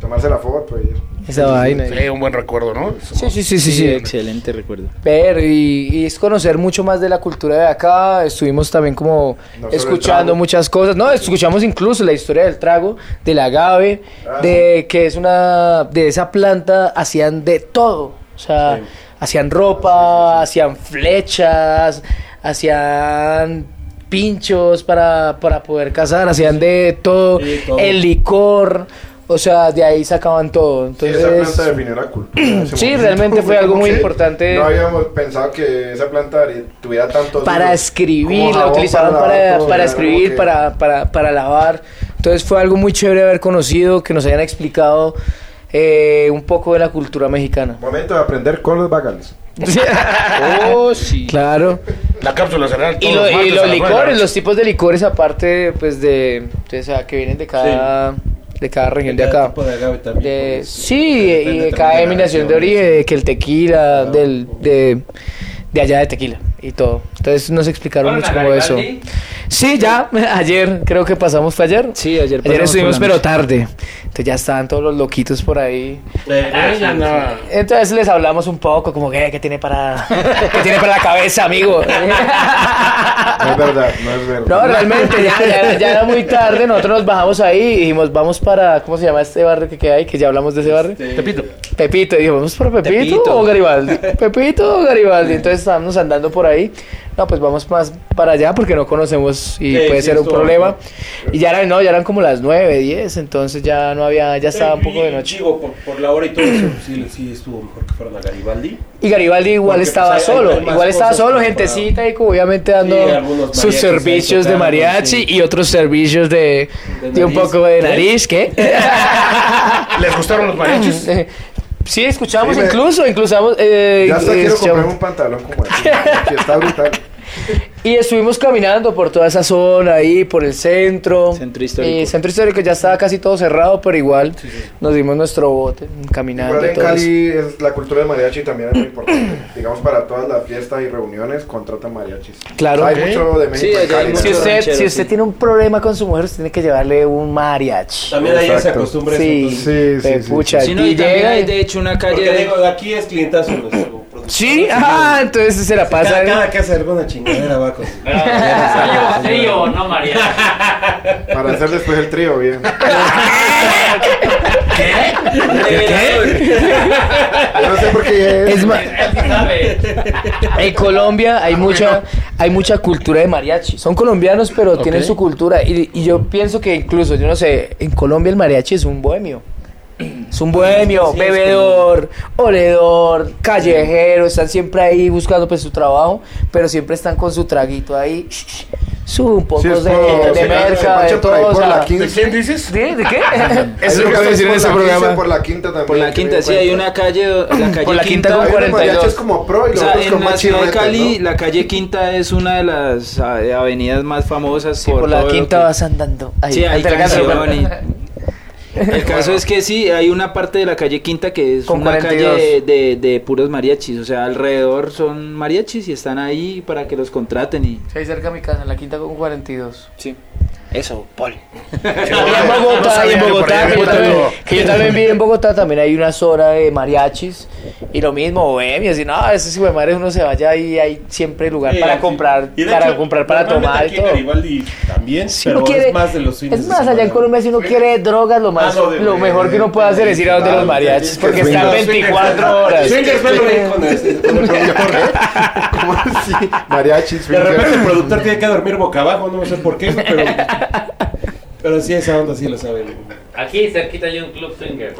Speaker 3: Tomarse la foto pues, ayer.
Speaker 4: esa vaina.
Speaker 5: Sí, un buen recuerdo, ¿no?
Speaker 4: Sí, sí, sí, sí. sí.
Speaker 7: Excelente recuerdo.
Speaker 4: Ver y, y es conocer mucho más de la cultura de acá. Estuvimos también como
Speaker 3: No solo el
Speaker 4: escuchando
Speaker 3: trago.
Speaker 4: muchas cosas. No, escuchamos incluso la historia del trago, del agave,
Speaker 3: Ah,
Speaker 4: de que es una de esa planta hacían de todo. O sea, hacían ropa, hacían flechas, hacían pinchos para, para poder cazar, hacían de todo,
Speaker 10: Sí, todo.
Speaker 4: el licor, o sea, de ahí sacaban todo. Entonces,
Speaker 3: Esa planta definió la cultura. en ese
Speaker 4: Sí,
Speaker 3: momento.
Speaker 4: realmente fue algo muy
Speaker 3: Sí,
Speaker 4: importante.
Speaker 3: No habíamos pensado que esa planta haría- tuviera tantos.
Speaker 4: para
Speaker 3: usos. Como
Speaker 4: escribir, la
Speaker 3: jabón
Speaker 4: utilizaban para,
Speaker 3: lavar
Speaker 4: para,
Speaker 3: todo, era como
Speaker 4: escribir,
Speaker 3: que-
Speaker 4: para, para, para lavar. Entonces fue algo muy chévere haber conocido, que nos hayan explicado eh, un poco de la cultura mexicana.
Speaker 3: Momento de aprender con los bagales.
Speaker 7: Oh, sí.
Speaker 4: Claro.
Speaker 5: La cápsula será
Speaker 4: Y, lo- y los licores, los tipos de licores aparte pues de, de- o sea, que vienen de cada, de cada región de
Speaker 10: Cada
Speaker 4: acá.
Speaker 10: tipo de agave también,
Speaker 4: De-
Speaker 10: pues,
Speaker 4: sí, eh,
Speaker 10: depende
Speaker 4: y de
Speaker 10: también
Speaker 4: cada
Speaker 10: la
Speaker 4: denominación de
Speaker 10: región,
Speaker 4: origen,
Speaker 10: sí.
Speaker 4: de que el tequila, del, de, de allá de tequila y todo. Entonces nos explicaron
Speaker 11: Bueno,
Speaker 4: mucho
Speaker 11: la
Speaker 4: como eso.
Speaker 11: Garibaldi.
Speaker 4: Sí, ya, ayer, creo que pasamos fue ayer.
Speaker 7: Sí, ayer
Speaker 4: Ayer
Speaker 7: pasamos
Speaker 4: estuvimos
Speaker 7: por la
Speaker 4: pero
Speaker 7: noche.
Speaker 4: tarde. Entonces ya estaban todos los loquitos por ahí.
Speaker 10: Eh,
Speaker 4: Ah,
Speaker 10: eh, ya no.
Speaker 4: Entonces les hablamos un poco como que "Eh, qué tiene para qué tiene para la cabeza, amigo.
Speaker 3: No es verdad, no es verdad.
Speaker 4: No, realmente ya, ya- ya era muy tarde, nosotros nos bajamos ahí y dijimos, vamos para ¿cómo se llama este barrio que queda ahí? Que ya hablamos de ese barrio.
Speaker 10: Tepito.
Speaker 4: Pepito, y dijo, vamos por Pepito,
Speaker 7: Pepito.
Speaker 4: o Garibaldi. Pepito o Garibaldi. Entonces estábamos andando por ahí. No, pues vamos más para allá porque no conocemos y
Speaker 10: Sí,
Speaker 4: puede
Speaker 10: sí,
Speaker 4: ser un
Speaker 10: estuvo
Speaker 4: problema. Y ya eran, no, ya eran como las 9, 10, entonces ya no había, ya estaba un poco de noche.
Speaker 10: Digo, por, por la hora y todo eso, sí, sí estuvo mejor que fueron a Garibaldi.
Speaker 4: Y Garibaldi igual
Speaker 10: Porque,
Speaker 4: estaba
Speaker 10: pues, hay-
Speaker 4: solo,
Speaker 10: hay más
Speaker 4: igual estaba
Speaker 10: cosas
Speaker 4: solo,
Speaker 10: como
Speaker 4: gentecita y como obviamente dando
Speaker 10: Sí, algunos
Speaker 4: sus
Speaker 10: mariachis ahí
Speaker 4: servicios de
Speaker 10: tocando,
Speaker 4: mariachi
Speaker 10: sí.
Speaker 4: y otros servicios de,
Speaker 10: De
Speaker 4: de un
Speaker 10: nariz.
Speaker 4: poco de
Speaker 10: ¿Qué?
Speaker 4: nariz, ¿qué?
Speaker 5: ¿Les gustaron los mariachis?
Speaker 4: Sí, escuchamos
Speaker 3: Sí, me-
Speaker 4: incluso, incluso... eh,
Speaker 3: Ya hasta
Speaker 4: eh,
Speaker 3: quiero
Speaker 4: escuchamos-
Speaker 3: comprar un pantalón como este. que está brutal.
Speaker 4: Y estuvimos caminando por toda esa zona ahí, por el centro.
Speaker 7: Centro histórico.
Speaker 4: Eh, centro histórico ya estaba casi todo cerrado, pero igual nos dimos nuestro bote caminando.
Speaker 3: Igual en
Speaker 4: todo eso.
Speaker 3: Cali es- la cultura del mariachi también es muy importante. Digamos, para todas las fiestas y reuniones contratan mariachis.
Speaker 4: Claro.
Speaker 3: Hay mucho de México
Speaker 7: Sí,
Speaker 3: en
Speaker 7: allá hay
Speaker 3: Cali.
Speaker 7: mucho.
Speaker 4: Si
Speaker 3: ¿no?
Speaker 4: usted,
Speaker 7: ranchero,
Speaker 4: si usted
Speaker 7: sí.
Speaker 4: tiene un problema con su mujer, usted tiene que llevarle un mariachi.
Speaker 10: También ahí se
Speaker 3: Exacto.
Speaker 10: acostumbra
Speaker 4: Sí,
Speaker 10: eso. entonces.
Speaker 3: Sí, sí,
Speaker 4: eh,
Speaker 3: sí,
Speaker 4: pucha,
Speaker 7: Sí, no,
Speaker 4: y
Speaker 7: y también
Speaker 4: llega
Speaker 7: hay
Speaker 4: y-
Speaker 7: de hecho una calle
Speaker 10: Porque
Speaker 7: de...
Speaker 10: digo, aquí es clientazo nuestro productor.
Speaker 4: Sí,
Speaker 10: Sí,
Speaker 4: ah, entonces se la pasa.
Speaker 10: Cada, cada casa alguna chingadera va con.
Speaker 11: Trío, trío, Ah, no María.
Speaker 3: Para hacer después el trío, bien. Yo no sé por qué es.
Speaker 4: Es ma-
Speaker 11: Él sí sabe.
Speaker 4: En Colombia
Speaker 10: Ah,
Speaker 4: hay mucha, hay mucha cultura de mariachi. Son colombianos, pero tienen su cultura. Y, y yo pienso que incluso, yo no sé, en Colombia el mariachi es un bohemio. Es un bohemio,
Speaker 10: Sí, es
Speaker 4: bebedor, oledor, callejero, están siempre ahí buscando pues su trabajo, pero siempre están con su traguito ahí. Sube un poco
Speaker 3: Sí, es
Speaker 4: de,
Speaker 3: por-
Speaker 4: de
Speaker 3: sí, se
Speaker 4: merca,
Speaker 3: parche
Speaker 4: de
Speaker 3: por ahí,
Speaker 4: todo. o
Speaker 3: por
Speaker 4: sea,
Speaker 3: la 15. ¿De quién
Speaker 1: dices?
Speaker 4: ¿De, de qué?
Speaker 3: Es lo que
Speaker 4: Hay
Speaker 3: voy a decir en
Speaker 4: unos por
Speaker 3: ese
Speaker 4: la
Speaker 3: programa.
Speaker 4: 15,
Speaker 3: Por la quinta también.
Speaker 7: Por la quinta, sí, hay una calle, la calle
Speaker 4: Por la quinta con
Speaker 3: Hay unos
Speaker 4: 42.
Speaker 3: mariachis como pro y
Speaker 7: O
Speaker 3: los
Speaker 7: sea,
Speaker 3: otros
Speaker 7: en
Speaker 3: como
Speaker 7: la
Speaker 3: más
Speaker 7: ciudad de
Speaker 3: chirretes,
Speaker 7: Cali,
Speaker 3: ¿no?
Speaker 7: la calle Quinta es una de las a- avenidas más famosas
Speaker 4: Por la
Speaker 7: todo lo
Speaker 4: quinta
Speaker 7: que-
Speaker 4: vas andando. Ahí,
Speaker 7: Sí, hay
Speaker 4: adelgazando.
Speaker 7: canciones. El caso es que sí, hay una parte de la calle Quinta que es
Speaker 4: Con
Speaker 7: una
Speaker 4: 42.
Speaker 7: calle de, de- de puros mariachis, o sea, alrededor son mariachis y están ahí para que los contraten y...
Speaker 4: Sí, ahí cerca de mi casa, en la quinta con 42.
Speaker 7: Sí. Eso, Paul.
Speaker 4: Y en
Speaker 1: No
Speaker 4: Bogotá,
Speaker 1: sabía
Speaker 4: y en
Speaker 1: que por
Speaker 4: Bogotá,
Speaker 1: allá
Speaker 4: que yo,
Speaker 1: había
Speaker 4: también,
Speaker 1: tanto.
Speaker 4: que yo también vi en Bogotá, también hay una zona de mariachis y lo mismo, bohemias y no, esos hijos de madres uno se vaya y hay siempre lugar
Speaker 10: Eh,
Speaker 4: para
Speaker 10: sí.
Speaker 4: comprar,
Speaker 10: Y de
Speaker 4: para
Speaker 10: hecho,
Speaker 4: comprar, para
Speaker 10: normalmente
Speaker 4: tomar y
Speaker 10: aquí en
Speaker 4: todo.
Speaker 10: Garibaldi también,
Speaker 4: Si
Speaker 10: pero
Speaker 4: uno quiere-
Speaker 10: es más de los fines
Speaker 4: es
Speaker 10: de
Speaker 4: más, allá en
Speaker 10: semana.
Speaker 4: Colombia si uno quiere drogas, lo más,
Speaker 10: Ah, no, de-
Speaker 4: lo mejor que uno puede hacer es ir a donde los mariachis, porque están 24 horas.
Speaker 10: Swingers, ven, ven, con el- con el productor, ¿eh?
Speaker 3: ¿Cómo así? Mariachis.
Speaker 10: De repente el
Speaker 3: swingers.
Speaker 10: productor tiene que dormir boca abajo, no sé por qué, pero. Pero sí, esa onda sí lo saben.
Speaker 11: Aquí cerquita hay un club swinger.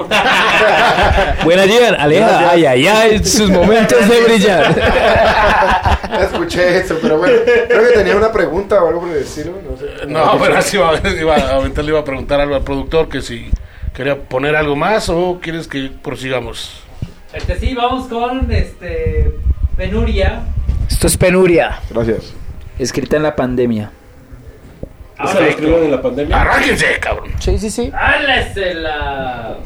Speaker 8: Buena Gian, Aleja, ay, ay, ay, sus momentos de brillar.
Speaker 3: Escuché eso, pero bueno. Creo que tenía una pregunta o algo por el estilo. No, sé.
Speaker 1: No, pero así iba, iba a aventar, le iba a preguntar algo al productor que si quería poner algo más o quieres que prosigamos.
Speaker 11: Este sí, vamos con este penuria.
Speaker 4: Esto es penuria.
Speaker 3: Gracias.
Speaker 7: Escrita en la pandemia.
Speaker 10: ¿Esa lo escribieron en la pandemia?
Speaker 1: Arránquense, cabrón.
Speaker 4: Sí, sí, sí.
Speaker 11: ¡Álesela!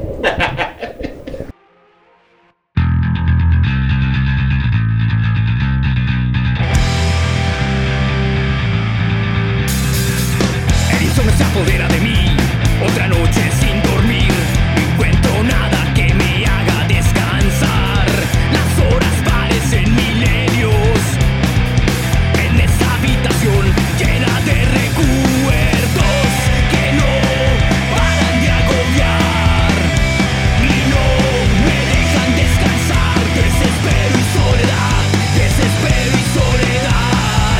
Speaker 2: El insomnio se apodera de mí, otra noche sin dormir. No encuentro nada que me haga descansar. Las horas parecen milenios. En esa habitación llena de recuerdos que no paran de agobiar. Y no me dejan descansar. Desespero y soledad, desespero y soledad.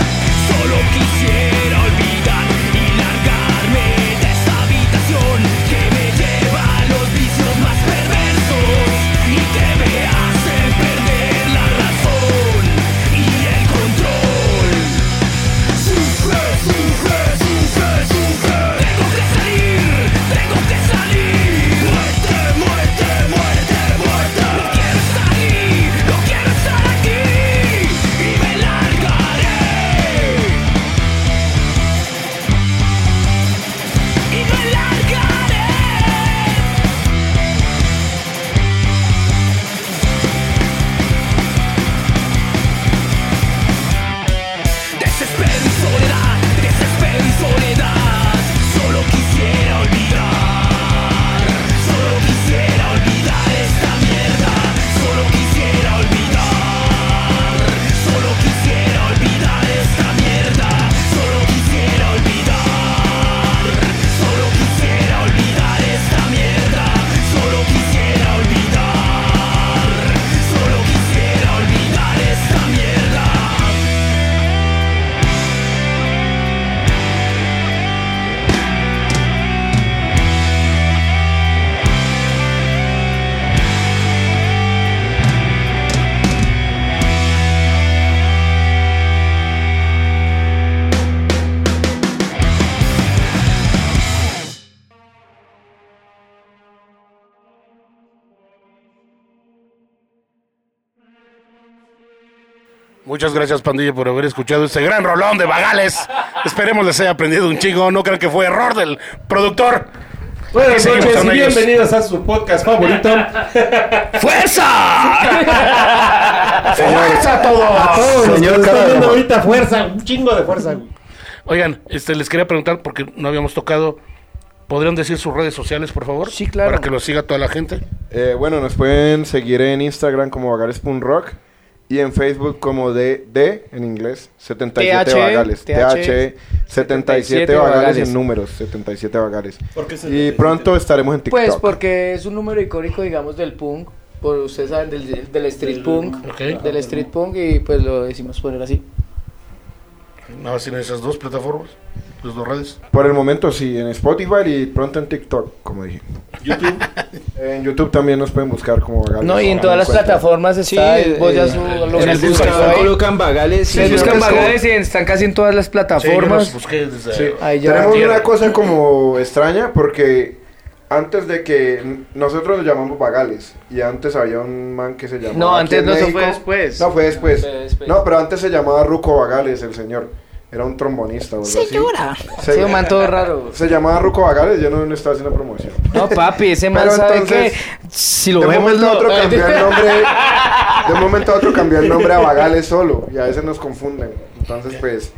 Speaker 2: Solo quisiera olvidar y largarme de esta habitación que me lleva a los vicios más perversos y que me hace perder la razón y el control. Sufre, sufre, sufre, sufre. Tengo que salir, tengo que salir. Muerte, muerte, muerte, muerte. No quiero estar aquí, no quiero estar aquí y me largaré. Y me largaré Desespero y soledad, desespero y soledad Solo quisiera olvidar Solo quisiera olvidar esta mierda Solo quisiera olvidar Solo quisiera olvidar esta mierda Solo quisiera olvidar Solo quisiera olvidar esta mierda Solo quisiera olvidar Solo quisiera olvidar esta mierda
Speaker 1: Muchas gracias, pandilla, por haber escuchado este gran rolón de bagales. Esperemos les haya aprendido un chingo. No crean que fue error del productor.
Speaker 10: Buenas
Speaker 1: Seguimos
Speaker 10: noches,
Speaker 1: con ellos.
Speaker 10: bienvenidos a su podcast favorito.
Speaker 1: ¡Fuerza a todos!
Speaker 9: Señor
Speaker 10: Están dando
Speaker 9: Carlos.
Speaker 10: ahorita fuerza, un chingo de fuerza. güey.
Speaker 1: Oigan, este, les quería preguntar porque no habíamos tocado. ¿Podrían decir sus redes sociales, por favor?
Speaker 4: Sí, claro.
Speaker 1: Para que lo siga toda la gente.
Speaker 3: Eh, bueno, nos pueden seguir en Instagram como vagales.rock y en Facebook como DD en inglés 77
Speaker 4: TH,
Speaker 3: vagales.
Speaker 4: TH,
Speaker 3: TH 77 vagales
Speaker 4: Vagales.
Speaker 3: en números, 77 vagales.
Speaker 10: ¿Por qué
Speaker 3: Y
Speaker 10: 77?
Speaker 3: pronto estaremos en TikTok.
Speaker 4: Pues porque es un número icónico, digamos, del punk. Por, ustedes saben del, del street punk.
Speaker 1: Ok.
Speaker 4: Del street punk y pues lo decimos poner así.
Speaker 1: Nada más en esas dos plataformas. las dos redes?
Speaker 3: Por el momento sí, en Spotify y pronto en TikTok, como dije.
Speaker 10: YouTube.
Speaker 3: en YouTube también nos pueden buscar como Vagales.
Speaker 4: No, y en todas las plataformas está.
Speaker 7: Sí,
Speaker 4: vos ya
Speaker 7: eh,
Speaker 4: su- lo
Speaker 7: En el
Speaker 4: buscas
Speaker 7: buscador
Speaker 4: ahí.
Speaker 7: colocan vagales.
Speaker 4: Se
Speaker 7: y-
Speaker 4: buscan vagales y están casi en todas las plataformas.
Speaker 3: Sí.
Speaker 4: Ahí ya.
Speaker 3: Tenemos
Speaker 4: Tierra.
Speaker 3: una cosa como extraña porque antes de que n- nosotros lo llamamos Vagales y antes había un man que se llamaba
Speaker 4: No,
Speaker 3: aquí
Speaker 4: antes
Speaker 3: en
Speaker 4: no, eso
Speaker 3: México-
Speaker 4: fue después.
Speaker 3: No, fue después.
Speaker 7: fue después.
Speaker 3: No, pero antes se llamaba Ruco Vagales el señor. Era un trombonista o algo así. Se,
Speaker 4: Sí, un man todo raro.
Speaker 3: se llamaba Ruco Vagales, yo no, no estaba haciendo promoción.
Speaker 4: No, papi, ese man
Speaker 3: Pero
Speaker 4: sabe
Speaker 3: entonces,
Speaker 4: que si lo
Speaker 3: de
Speaker 4: vemos
Speaker 3: momento a
Speaker 4: no.
Speaker 3: otro cambió el nombre. De un momento a otro cambió el nombre a Vagales solo. Y a veces nos confunden. Entonces, pues.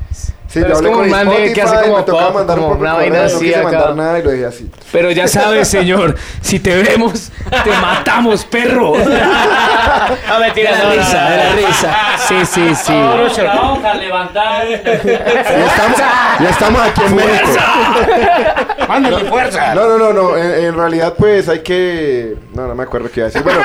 Speaker 3: Sí,
Speaker 4: Pero
Speaker 3: yo
Speaker 4: es
Speaker 3: hablé
Speaker 4: como
Speaker 3: con
Speaker 4: un man de- que
Speaker 3: Spotify,
Speaker 4: hace como
Speaker 3: me tocaba
Speaker 4: pop,
Speaker 3: mandar
Speaker 4: como
Speaker 3: un poco
Speaker 4: una
Speaker 3: de
Speaker 4: vaina
Speaker 3: correo, no
Speaker 4: así
Speaker 3: quise
Speaker 4: acá.
Speaker 3: mandar nada y lo dejé así.
Speaker 8: Pero ya sabes, señor, si te vemos, te matamos, perro.
Speaker 11: No me
Speaker 8: De la risa, de la risa. Sí, sí, sí.
Speaker 11: La vamos a levantar.
Speaker 3: Ya estamos, ya estamos aquí en México.
Speaker 1: Mándale fuerza.
Speaker 3: No, no, no, no. En, en realidad, pues hay que. No, no me acuerdo qué iba a decir. Bueno,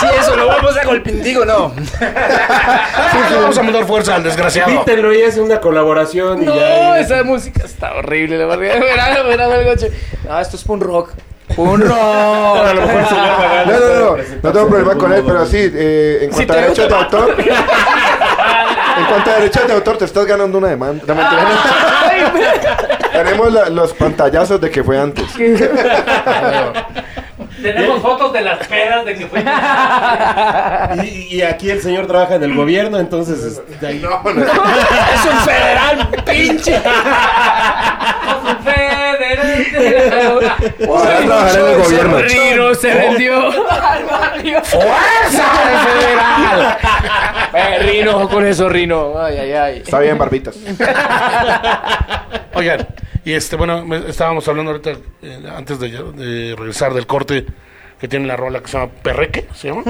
Speaker 8: Sí, eso, lo vamos a golpear. Digo, no.
Speaker 1: Ah, le Vamos a mandar fuerza al desgraciado.
Speaker 10: Invítenlo y es una colaboración. y
Speaker 4: No,
Speaker 10: ya, y-
Speaker 4: esa música está horrible. La verdad, Verá, verá, verá, coche. No, esto es punk rock. Punk
Speaker 10: A lo mejor el
Speaker 4: rock.
Speaker 10: señor
Speaker 3: no,
Speaker 10: Vagales
Speaker 3: no,
Speaker 10: puede
Speaker 3: no. No tengo
Speaker 10: presentarse
Speaker 3: problema
Speaker 10: en
Speaker 3: con él,
Speaker 10: algún
Speaker 3: pero
Speaker 10: lugar.
Speaker 3: sí. eh, en cuanto a derechos de autor. En cuanto a derechos de autor, te estás ganando una demanda. No, mentira. Tenemos la- los pantallazos de que fue antes.
Speaker 11: Tenemos fotos de las pedas de que fuimos.
Speaker 10: Y, y aquí el señor trabaja en el gobierno, entonces. este, ahí-
Speaker 8: Es un federal, pinche.
Speaker 11: Con su federal.
Speaker 3: Ojalá trabajar en el gobierno.
Speaker 8: Rino se vendió.
Speaker 1: ¡Fuerza al federal!
Speaker 4: Eh, Rino, ojo con eso, Rino. Ay, ay, ay.
Speaker 3: Está bien, barbitas.
Speaker 1: Oigan, y este, bueno, me- estábamos hablando ahorita, eh, antes de, de regresar del corte, que tiene la rola que se llama Perreque, ¿se llama?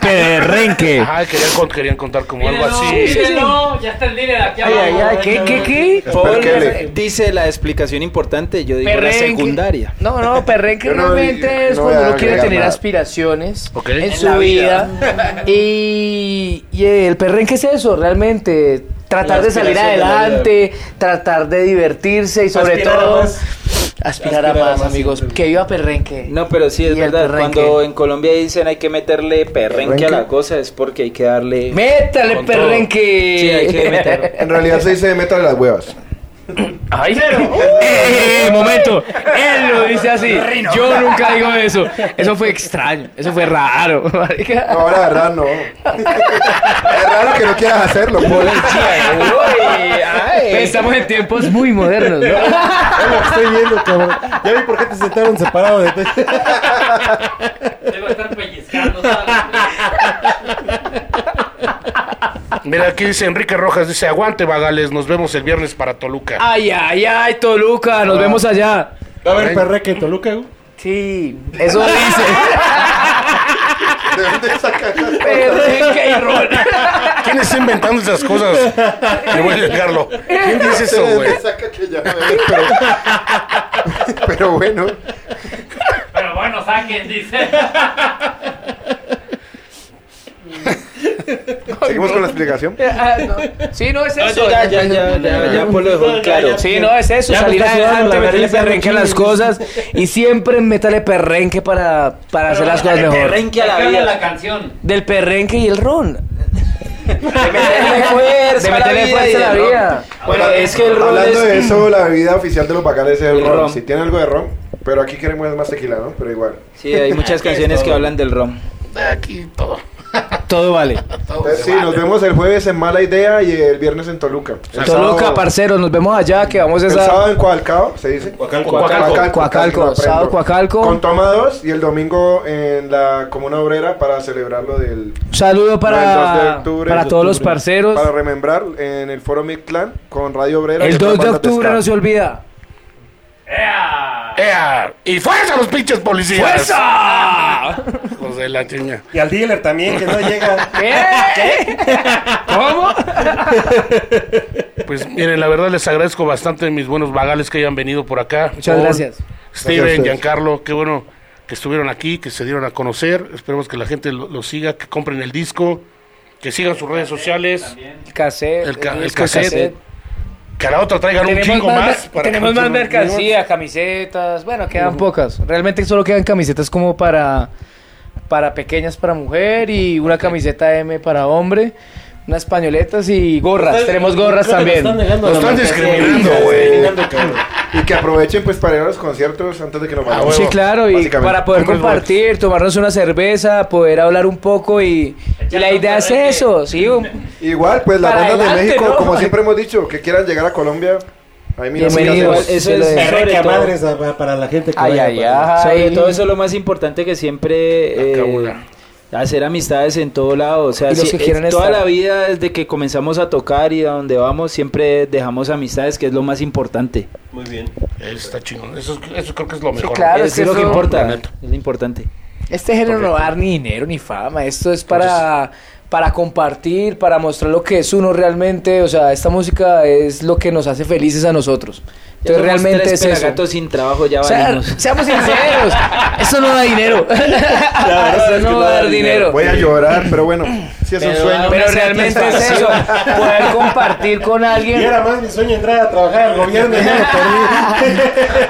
Speaker 8: Perrenque.
Speaker 1: Ajá, y querían, con- querían contar como algo
Speaker 11: Mírenlo,
Speaker 1: así.
Speaker 11: mírenlo, Ya está el líder aquí
Speaker 4: Ay,
Speaker 11: abajo.
Speaker 4: ay, ay. ¿Qué, qué, qué?
Speaker 7: Paul
Speaker 3: Perkele.
Speaker 7: dice la explicación importante, yo digo la
Speaker 4: Perrenque.
Speaker 7: secundaria.
Speaker 4: No, no, perrenque
Speaker 3: Yo no-
Speaker 4: realmente
Speaker 3: yo
Speaker 4: es
Speaker 3: no voy
Speaker 4: cuando
Speaker 3: a
Speaker 4: uno quiere
Speaker 3: agregar
Speaker 4: tener
Speaker 3: nada.
Speaker 4: aspiraciones
Speaker 1: Ok.
Speaker 4: en,
Speaker 1: En
Speaker 4: su
Speaker 11: la
Speaker 4: vida. Y, y el perrenque es eso, realmente. Tratar
Speaker 10: La
Speaker 4: de salir
Speaker 10: aspiración de la
Speaker 4: adelante, tratar de divertirse y sobre
Speaker 10: Aspirar a
Speaker 4: todo
Speaker 10: más.
Speaker 4: aspirar a
Speaker 10: Aspirar a
Speaker 4: más,
Speaker 10: más,
Speaker 4: amigos.
Speaker 10: siempre.
Speaker 4: Que viva perrenque.
Speaker 7: No, pero sí
Speaker 4: Y
Speaker 7: es
Speaker 4: el
Speaker 7: verdad.
Speaker 4: perrenque.
Speaker 7: Cuando en Colombia dicen hay que meterle perrenque a la cosa es porque hay que darle.
Speaker 4: Métale,
Speaker 7: Con
Speaker 4: perrenque.
Speaker 7: Sí, hay que meter.
Speaker 3: En realidad se dice meta de las huevas.
Speaker 4: Ay,
Speaker 8: Eh, eh, momento, él lo dice así. Yo nunca digo eso. Eso fue extraño, eso fue raro. marica.
Speaker 3: No, la verdad no. Es raro que no quieras hacerlo, pues. Paul.
Speaker 4: Uy, ay. Estamos en tiempos muy modernos, ¿no?
Speaker 10: Es lo que estoy viendo, cabrón. Ya vi por qué te sentaron separado de ti.
Speaker 11: Debo estar pellizcando. ¿sabes?
Speaker 1: Mira, aquí dice Enrique Rojas, dice, aguante, vagales, nos vemos el viernes para Toluca.
Speaker 8: Ay, ay, ay, Toluca, nos vemos allá.
Speaker 10: Va a haber perreque en Toluca, güey.
Speaker 4: Sí, eso dice.
Speaker 3: ¿De dónde sacas?
Speaker 4: Perrenque y rol.
Speaker 1: ¿Quién está inventando esas cosas? Le voy a dejarlo. ¿Quién dice eso,
Speaker 3: ¿De
Speaker 1: güey?
Speaker 3: dónde saca que ya me ven? Pero- Pero bueno,
Speaker 11: Pero bueno, saquen, dice.
Speaker 3: seguimos con la explicación.
Speaker 4: Ah, no. Sí, no es eso.
Speaker 7: ya, ya, ya, ya, ya, Paul lo dejó claro.
Speaker 4: Sí, no es eso.
Speaker 7: Ya me
Speaker 4: salir
Speaker 7: está sudando
Speaker 4: adelante,
Speaker 7: la
Speaker 4: meterle
Speaker 7: vergüenza,
Speaker 4: perrenque a las
Speaker 7: no
Speaker 4: cosas. Y siempre métale perrenque para, para hacer las cosas mejor.
Speaker 7: Perrenque a la
Speaker 11: Cambia la
Speaker 7: vida.
Speaker 11: canción.
Speaker 4: Del perrenque y el ron.
Speaker 7: De meterle fuerza
Speaker 4: De
Speaker 7: a la
Speaker 4: meterle
Speaker 7: vida. y
Speaker 4: fuerza a la
Speaker 7: de-
Speaker 4: vida.
Speaker 7: Bueno, es que el rol
Speaker 3: Hablando de
Speaker 7: es.
Speaker 3: eso, la bebida oficial de los bacales es el,
Speaker 7: El
Speaker 3: ron.
Speaker 7: ron.
Speaker 3: Si tiene algo de ron, pero aquí queremos más tequila, ¿no? Pero igual.
Speaker 7: Sí, hay muchas canciones que hablan del rom.
Speaker 1: Aquí todo.
Speaker 8: Todo vale.
Speaker 3: Entonces, sí, nos vemos el jueves en Mala Idea y el viernes en Toluca. El
Speaker 4: Toluca,
Speaker 3: sábado-
Speaker 4: parcero, nos vemos allá, que vamos a
Speaker 3: El
Speaker 4: esa...
Speaker 3: sábado en Coacalcao, se dice.
Speaker 1: Coacalco.
Speaker 4: Coacalco,
Speaker 3: casi no
Speaker 4: sábado
Speaker 3: aprendo.
Speaker 4: Coacalco.
Speaker 3: Con tomados y el domingo en la Comuna Obrera para celebrar lo del
Speaker 4: Un saludo
Speaker 3: No, el 2 de
Speaker 4: para,
Speaker 3: octubre,
Speaker 4: para
Speaker 3: el
Speaker 4: todos los
Speaker 3: octubre.
Speaker 4: parceros.
Speaker 3: Para remembrar en el foro Mictlán con Radio Obrera. y
Speaker 4: El
Speaker 3: otras
Speaker 4: 2 de
Speaker 3: bandas
Speaker 4: octubre
Speaker 3: ska.
Speaker 4: no se olvida.
Speaker 11: ¡Ea!
Speaker 1: ¡Ea! ¡Y fuerza a los pinches policías!
Speaker 8: ¡Fuerza!
Speaker 1: Hijos de la chiña.
Speaker 10: Y al dealer también, que no llega.
Speaker 8: ¿Cómo?
Speaker 1: Pues miren, la verdad les agradezco bastante mis buenos vagales que hayan venido por acá.
Speaker 4: Muchas
Speaker 1: Paul,
Speaker 4: gracias.
Speaker 1: Steven,
Speaker 3: Gracias.
Speaker 1: Giancarlo, qué bueno que estuvieron aquí, que se dieron a conocer. Esperemos que la gente lo, lo siga, que compren el disco, que sigan sus redes sociales.
Speaker 4: El cassette.
Speaker 1: El ca- el
Speaker 4: disco
Speaker 1: cassette. Que a la otra traigan un chingo
Speaker 4: mer-
Speaker 1: más. para
Speaker 4: tenemos
Speaker 1: que-
Speaker 4: más mercancía, camisetas. Bueno, quedan pocas. Realmente solo quedan camisetas como para, para pequeñas para mujer y una camiseta M para hombre. Unas pañoletas y gorras.
Speaker 10: Estás-
Speaker 4: tenemos gorras
Speaker 10: creo que
Speaker 4: también.
Speaker 10: nos están negando la mercancía.
Speaker 3: discriminando, güey.
Speaker 10: Discriminando, cabrón.
Speaker 3: Y que aprovechen pues para ir a los conciertos antes de que nos
Speaker 1: Ah,
Speaker 3: vayamos.
Speaker 4: Sí, claro, y
Speaker 3: Básicamente.
Speaker 4: para poder
Speaker 3: Compren
Speaker 4: compartir, tomarnos una cerveza, poder hablar un poco y, y la idea es eso, sí, un-
Speaker 3: Igual, pues las
Speaker 4: Para
Speaker 3: bandas de
Speaker 4: adelante,
Speaker 3: México,
Speaker 4: ¿no?
Speaker 3: como siempre hemos dicho, que quieran llegar a Colombia, ahí mira,
Speaker 7: Bienvenidos. Eso es sobre
Speaker 10: Perreca
Speaker 7: todo.
Speaker 10: madres a- para la gente que
Speaker 4: Ay,
Speaker 10: vaya
Speaker 4: ay,
Speaker 10: para-
Speaker 4: ay.
Speaker 7: Sobre todo eso es lo más importante que siempre eh, hacer amistades en todo lado. O sea,
Speaker 4: Y los
Speaker 7: si-
Speaker 4: que quieran
Speaker 7: es- toda
Speaker 4: estar.
Speaker 7: la vida desde que comenzamos a tocar y a donde vamos siempre dejamos amistades, que es lo más importante.
Speaker 10: Muy bien.
Speaker 1: Eso está chingón. Eso, eso creo que es lo mejor.
Speaker 4: claro,
Speaker 7: es,
Speaker 4: es que
Speaker 7: lo que
Speaker 4: eso-
Speaker 7: importa.
Speaker 1: La
Speaker 7: Es
Speaker 1: neta.
Speaker 7: lo importante.
Speaker 4: Este género no va a dar ni dinero ni fama, esto es para, para compartir, para mostrar lo que es uno realmente, o sea, esta música es lo que nos hace felices a nosotros.
Speaker 7: Ya
Speaker 4: Entonces
Speaker 7: somos
Speaker 4: realmente
Speaker 7: tres
Speaker 4: es eso.
Speaker 7: pelagatos sin trabajo ya
Speaker 4: O sea,
Speaker 7: valimos.
Speaker 4: seamos sinceros, eso no da dinero.
Speaker 10: verdad
Speaker 4: eso
Speaker 10: es que
Speaker 4: no va a dar dinero.
Speaker 3: Voy a llorar, pero bueno, si es un
Speaker 7: Pero
Speaker 3: sueño.
Speaker 4: Pero realmente es eso, poder compartir con alguien.
Speaker 10: Y era más mi sueño entrar a trabajar al gobierno. y no lo perdí.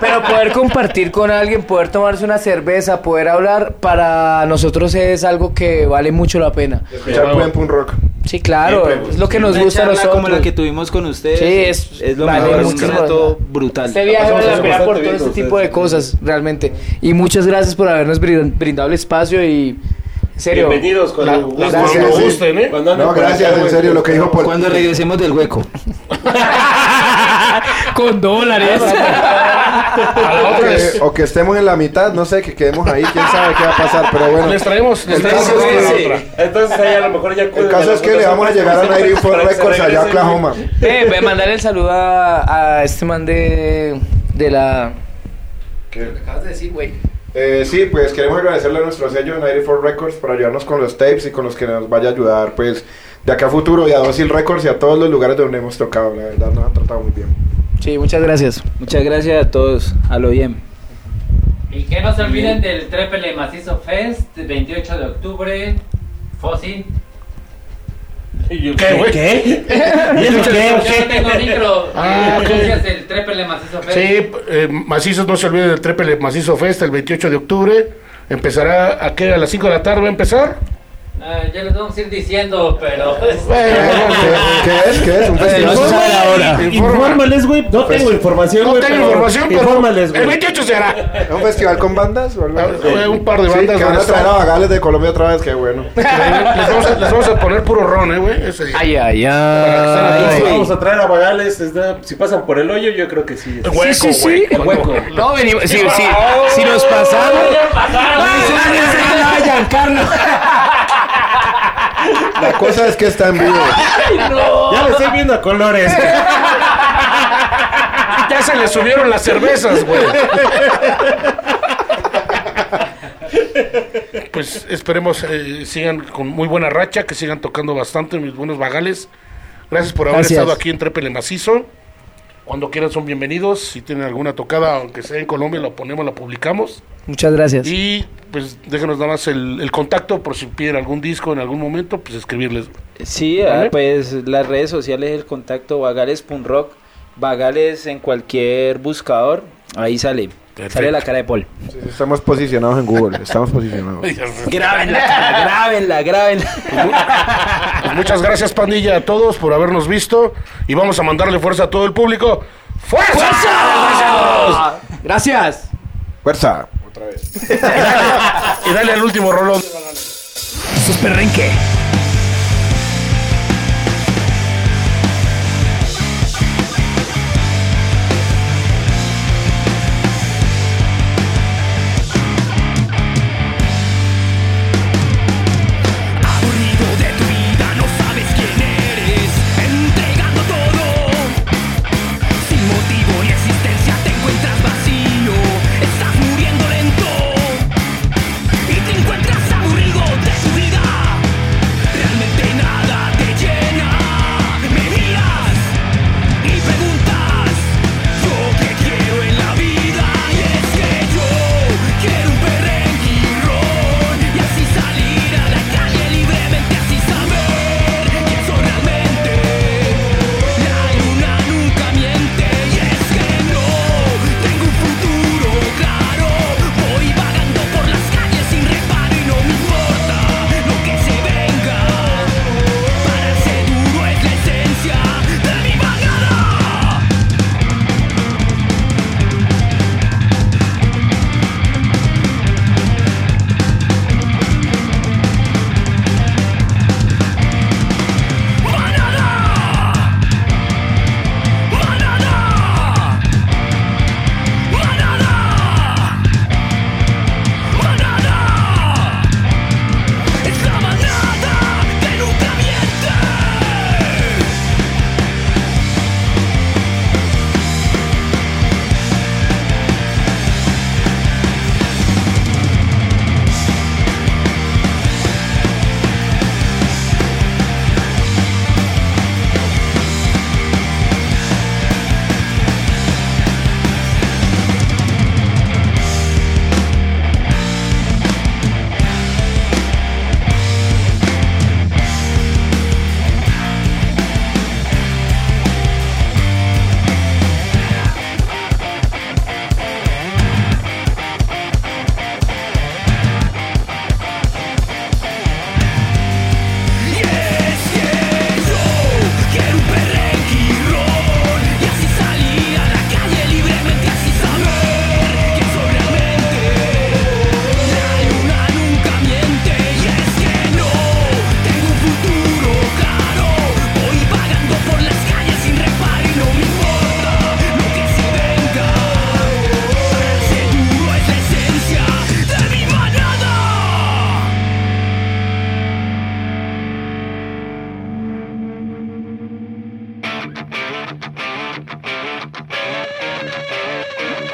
Speaker 4: Pero poder compartir con alguien, poder tomarse una cerveza, poder hablar, para nosotros es algo que vale mucho la pena.
Speaker 3: Escuchar buen punk rock.
Speaker 4: Sí, claro,
Speaker 10: Siempre,
Speaker 4: es lo que nos
Speaker 7: Eh, Una
Speaker 4: gusta a
Speaker 7: charla
Speaker 4: nosotros.
Speaker 7: como la que tuvimos con ustedes.
Speaker 4: Sí, es-
Speaker 7: es lo
Speaker 4: vale
Speaker 7: mejor, es un
Speaker 4: muchísimo.
Speaker 7: reto brutal.
Speaker 4: Este viaje
Speaker 10: Pasamos
Speaker 4: vale la
Speaker 10: eso
Speaker 4: pena por
Speaker 10: bastante
Speaker 4: todo
Speaker 10: bien
Speaker 4: este
Speaker 10: con
Speaker 4: tipo de
Speaker 10: ustedes,
Speaker 4: cosas, realmente. Y muchas gracias por habernos brin- brindado el espacio y... En serio.
Speaker 10: Bienvenidos cuando gusten.
Speaker 3: gracias,
Speaker 10: Cuando
Speaker 3: sí.
Speaker 10: gusten, ¿eh? Cuando anden
Speaker 3: No,
Speaker 10: por
Speaker 3: gracias,
Speaker 10: acá,
Speaker 3: en
Speaker 10: güey.
Speaker 3: serio, lo que dijo Paul.
Speaker 7: Cuando regresemos del hueco.
Speaker 8: Con dólares.
Speaker 3: O que, o que estemos en la mitad, no sé, que quedemos ahí, quién sabe qué va a pasar, pero bueno.
Speaker 1: Eh, Les traemos, les
Speaker 3: El
Speaker 1: traemos este,
Speaker 3: caso es
Speaker 1: una
Speaker 3: que-
Speaker 1: a la otra.
Speaker 10: Entonces ahí a lo mejor ya
Speaker 3: El
Speaker 10: cuelgan
Speaker 3: caso
Speaker 10: la
Speaker 3: es que le
Speaker 10: fundación
Speaker 3: vamos a
Speaker 10: para
Speaker 3: llegar a
Speaker 10: que se-
Speaker 3: Nairi Ford
Speaker 10: para que se
Speaker 3: Records allá a
Speaker 10: regresen, güey.
Speaker 3: Oklahoma.
Speaker 4: Eh, voy a mandar el saludo a, a este man de, de la... Acabas de decir, güey.
Speaker 3: Eh, sí, pues queremos agradecerle a nuestro sello Nairi Ford Records por ayudarnos con los tapes y con los que nos vaya a ayudar, pues, de acá a futuro y a Dócil Records y a todos los lugares donde hemos tocado, la verdad, nos han tratado muy bien.
Speaker 4: Sí, muchas gracias.
Speaker 7: Muchas gracias a todos. A lo bien.
Speaker 11: Y que no se olviden del Trépele Macizo Fest, 28 de octubre. Fossi.
Speaker 10: Y yo, ¿Qué, güey?
Speaker 11: Yo no tengo micro.
Speaker 1: Ah, ok.
Speaker 11: Gracias del Trépele Macizo Fest.
Speaker 1: Sí, eh, macizos, no se olviden del Trépele Macizo Fest el 28 de octubre. Empezará a qué, a las 5 de la tarde va a empezar.
Speaker 11: Ah, ya les vamos a ir diciendo, pero. pues,
Speaker 1: Eh,
Speaker 3: ¿Qué, qué es? ¿Qué es? ¿Un
Speaker 10: Informa-
Speaker 3: festival?
Speaker 10: Infórmales, güey. No tengo
Speaker 3: Pues,
Speaker 10: información,
Speaker 1: No
Speaker 10: güey.
Speaker 1: tengo
Speaker 10: pero
Speaker 1: información, pero
Speaker 10: Infórmales,
Speaker 1: el
Speaker 10: güey.
Speaker 1: 28 se hará.
Speaker 3: ¿Un festival con bandas? o algo así?
Speaker 1: Eh, Un par de
Speaker 3: Sí,
Speaker 1: bandas
Speaker 3: que
Speaker 1: van a
Speaker 3: van a traer a
Speaker 1: estar.
Speaker 3: Bagales de Colombia otra vez, qué bueno.
Speaker 1: Les vamos, a, les vamos a poner puro ron, eh, güey. Ese día.
Speaker 4: Ay, ay,
Speaker 1: Para que estén
Speaker 4: ay.
Speaker 1: atentos.
Speaker 10: Ahí Vamos a traer a Bagales. está- Si pasan por el hoyo, yo creo que sí.
Speaker 1: El hueco,
Speaker 4: sí, sí.
Speaker 1: güey.
Speaker 4: El
Speaker 10: hueco.
Speaker 8: No, venimos. Si, si, si nos pasamos.
Speaker 3: La cosa es que está en vivo.
Speaker 10: Ya le estoy viendo a colores.
Speaker 1: Ya se le subieron las cervezas, güey. Pues esperemos eh, sigan con muy buena racha, que sigan tocando bastante mis buenos vagales. Gracias por haber
Speaker 4: Gracias.
Speaker 1: estado aquí en Trépele Macizo. Cuando quieran son bienvenidos. Si tienen alguna tocada, aunque sea en Colombia, la ponemos, la publicamos.
Speaker 4: Muchas gracias.
Speaker 1: Y pues déjenos nada más el, el contacto por si piden algún disco en algún momento, pues escribirles.
Speaker 7: Sí, ah,
Speaker 1: ¿Vale?
Speaker 7: pues las redes sociales, el contacto vagales.rock, vagales en cualquier buscador, ahí sale. Sale la cara de Paul.
Speaker 3: Sí, sí, Estamos posicionados en Google, estamos posicionados.
Speaker 7: Grábenla, cara, grábenla, grábenla.
Speaker 1: Pues muchas gracias, pandilla, a todos por habernos visto. Y vamos a mandarle fuerza a todo el público. ¡Fuerza!
Speaker 4: Gracias.
Speaker 3: Fuerza.
Speaker 1: Y dale al último rolón.
Speaker 2: sos perrenque. Aburrido de tu vida, no sabes quién eres, entregando todo. Sin motivo ni existencia te encuentras vacío, estás muriendo lento y te encuentras aburrido de tu vida. Realmente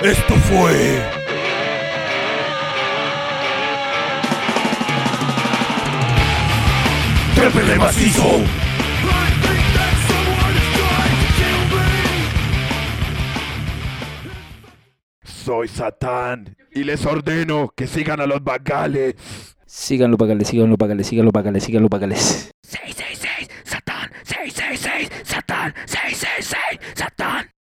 Speaker 2: Esto fue. Trepe de macizo. Soy Satán y les ordeno que sigan a los bagales.
Speaker 7: Síganlo, pagales, síganlo, pagales, síganlo, pagales, síganlo, pagales.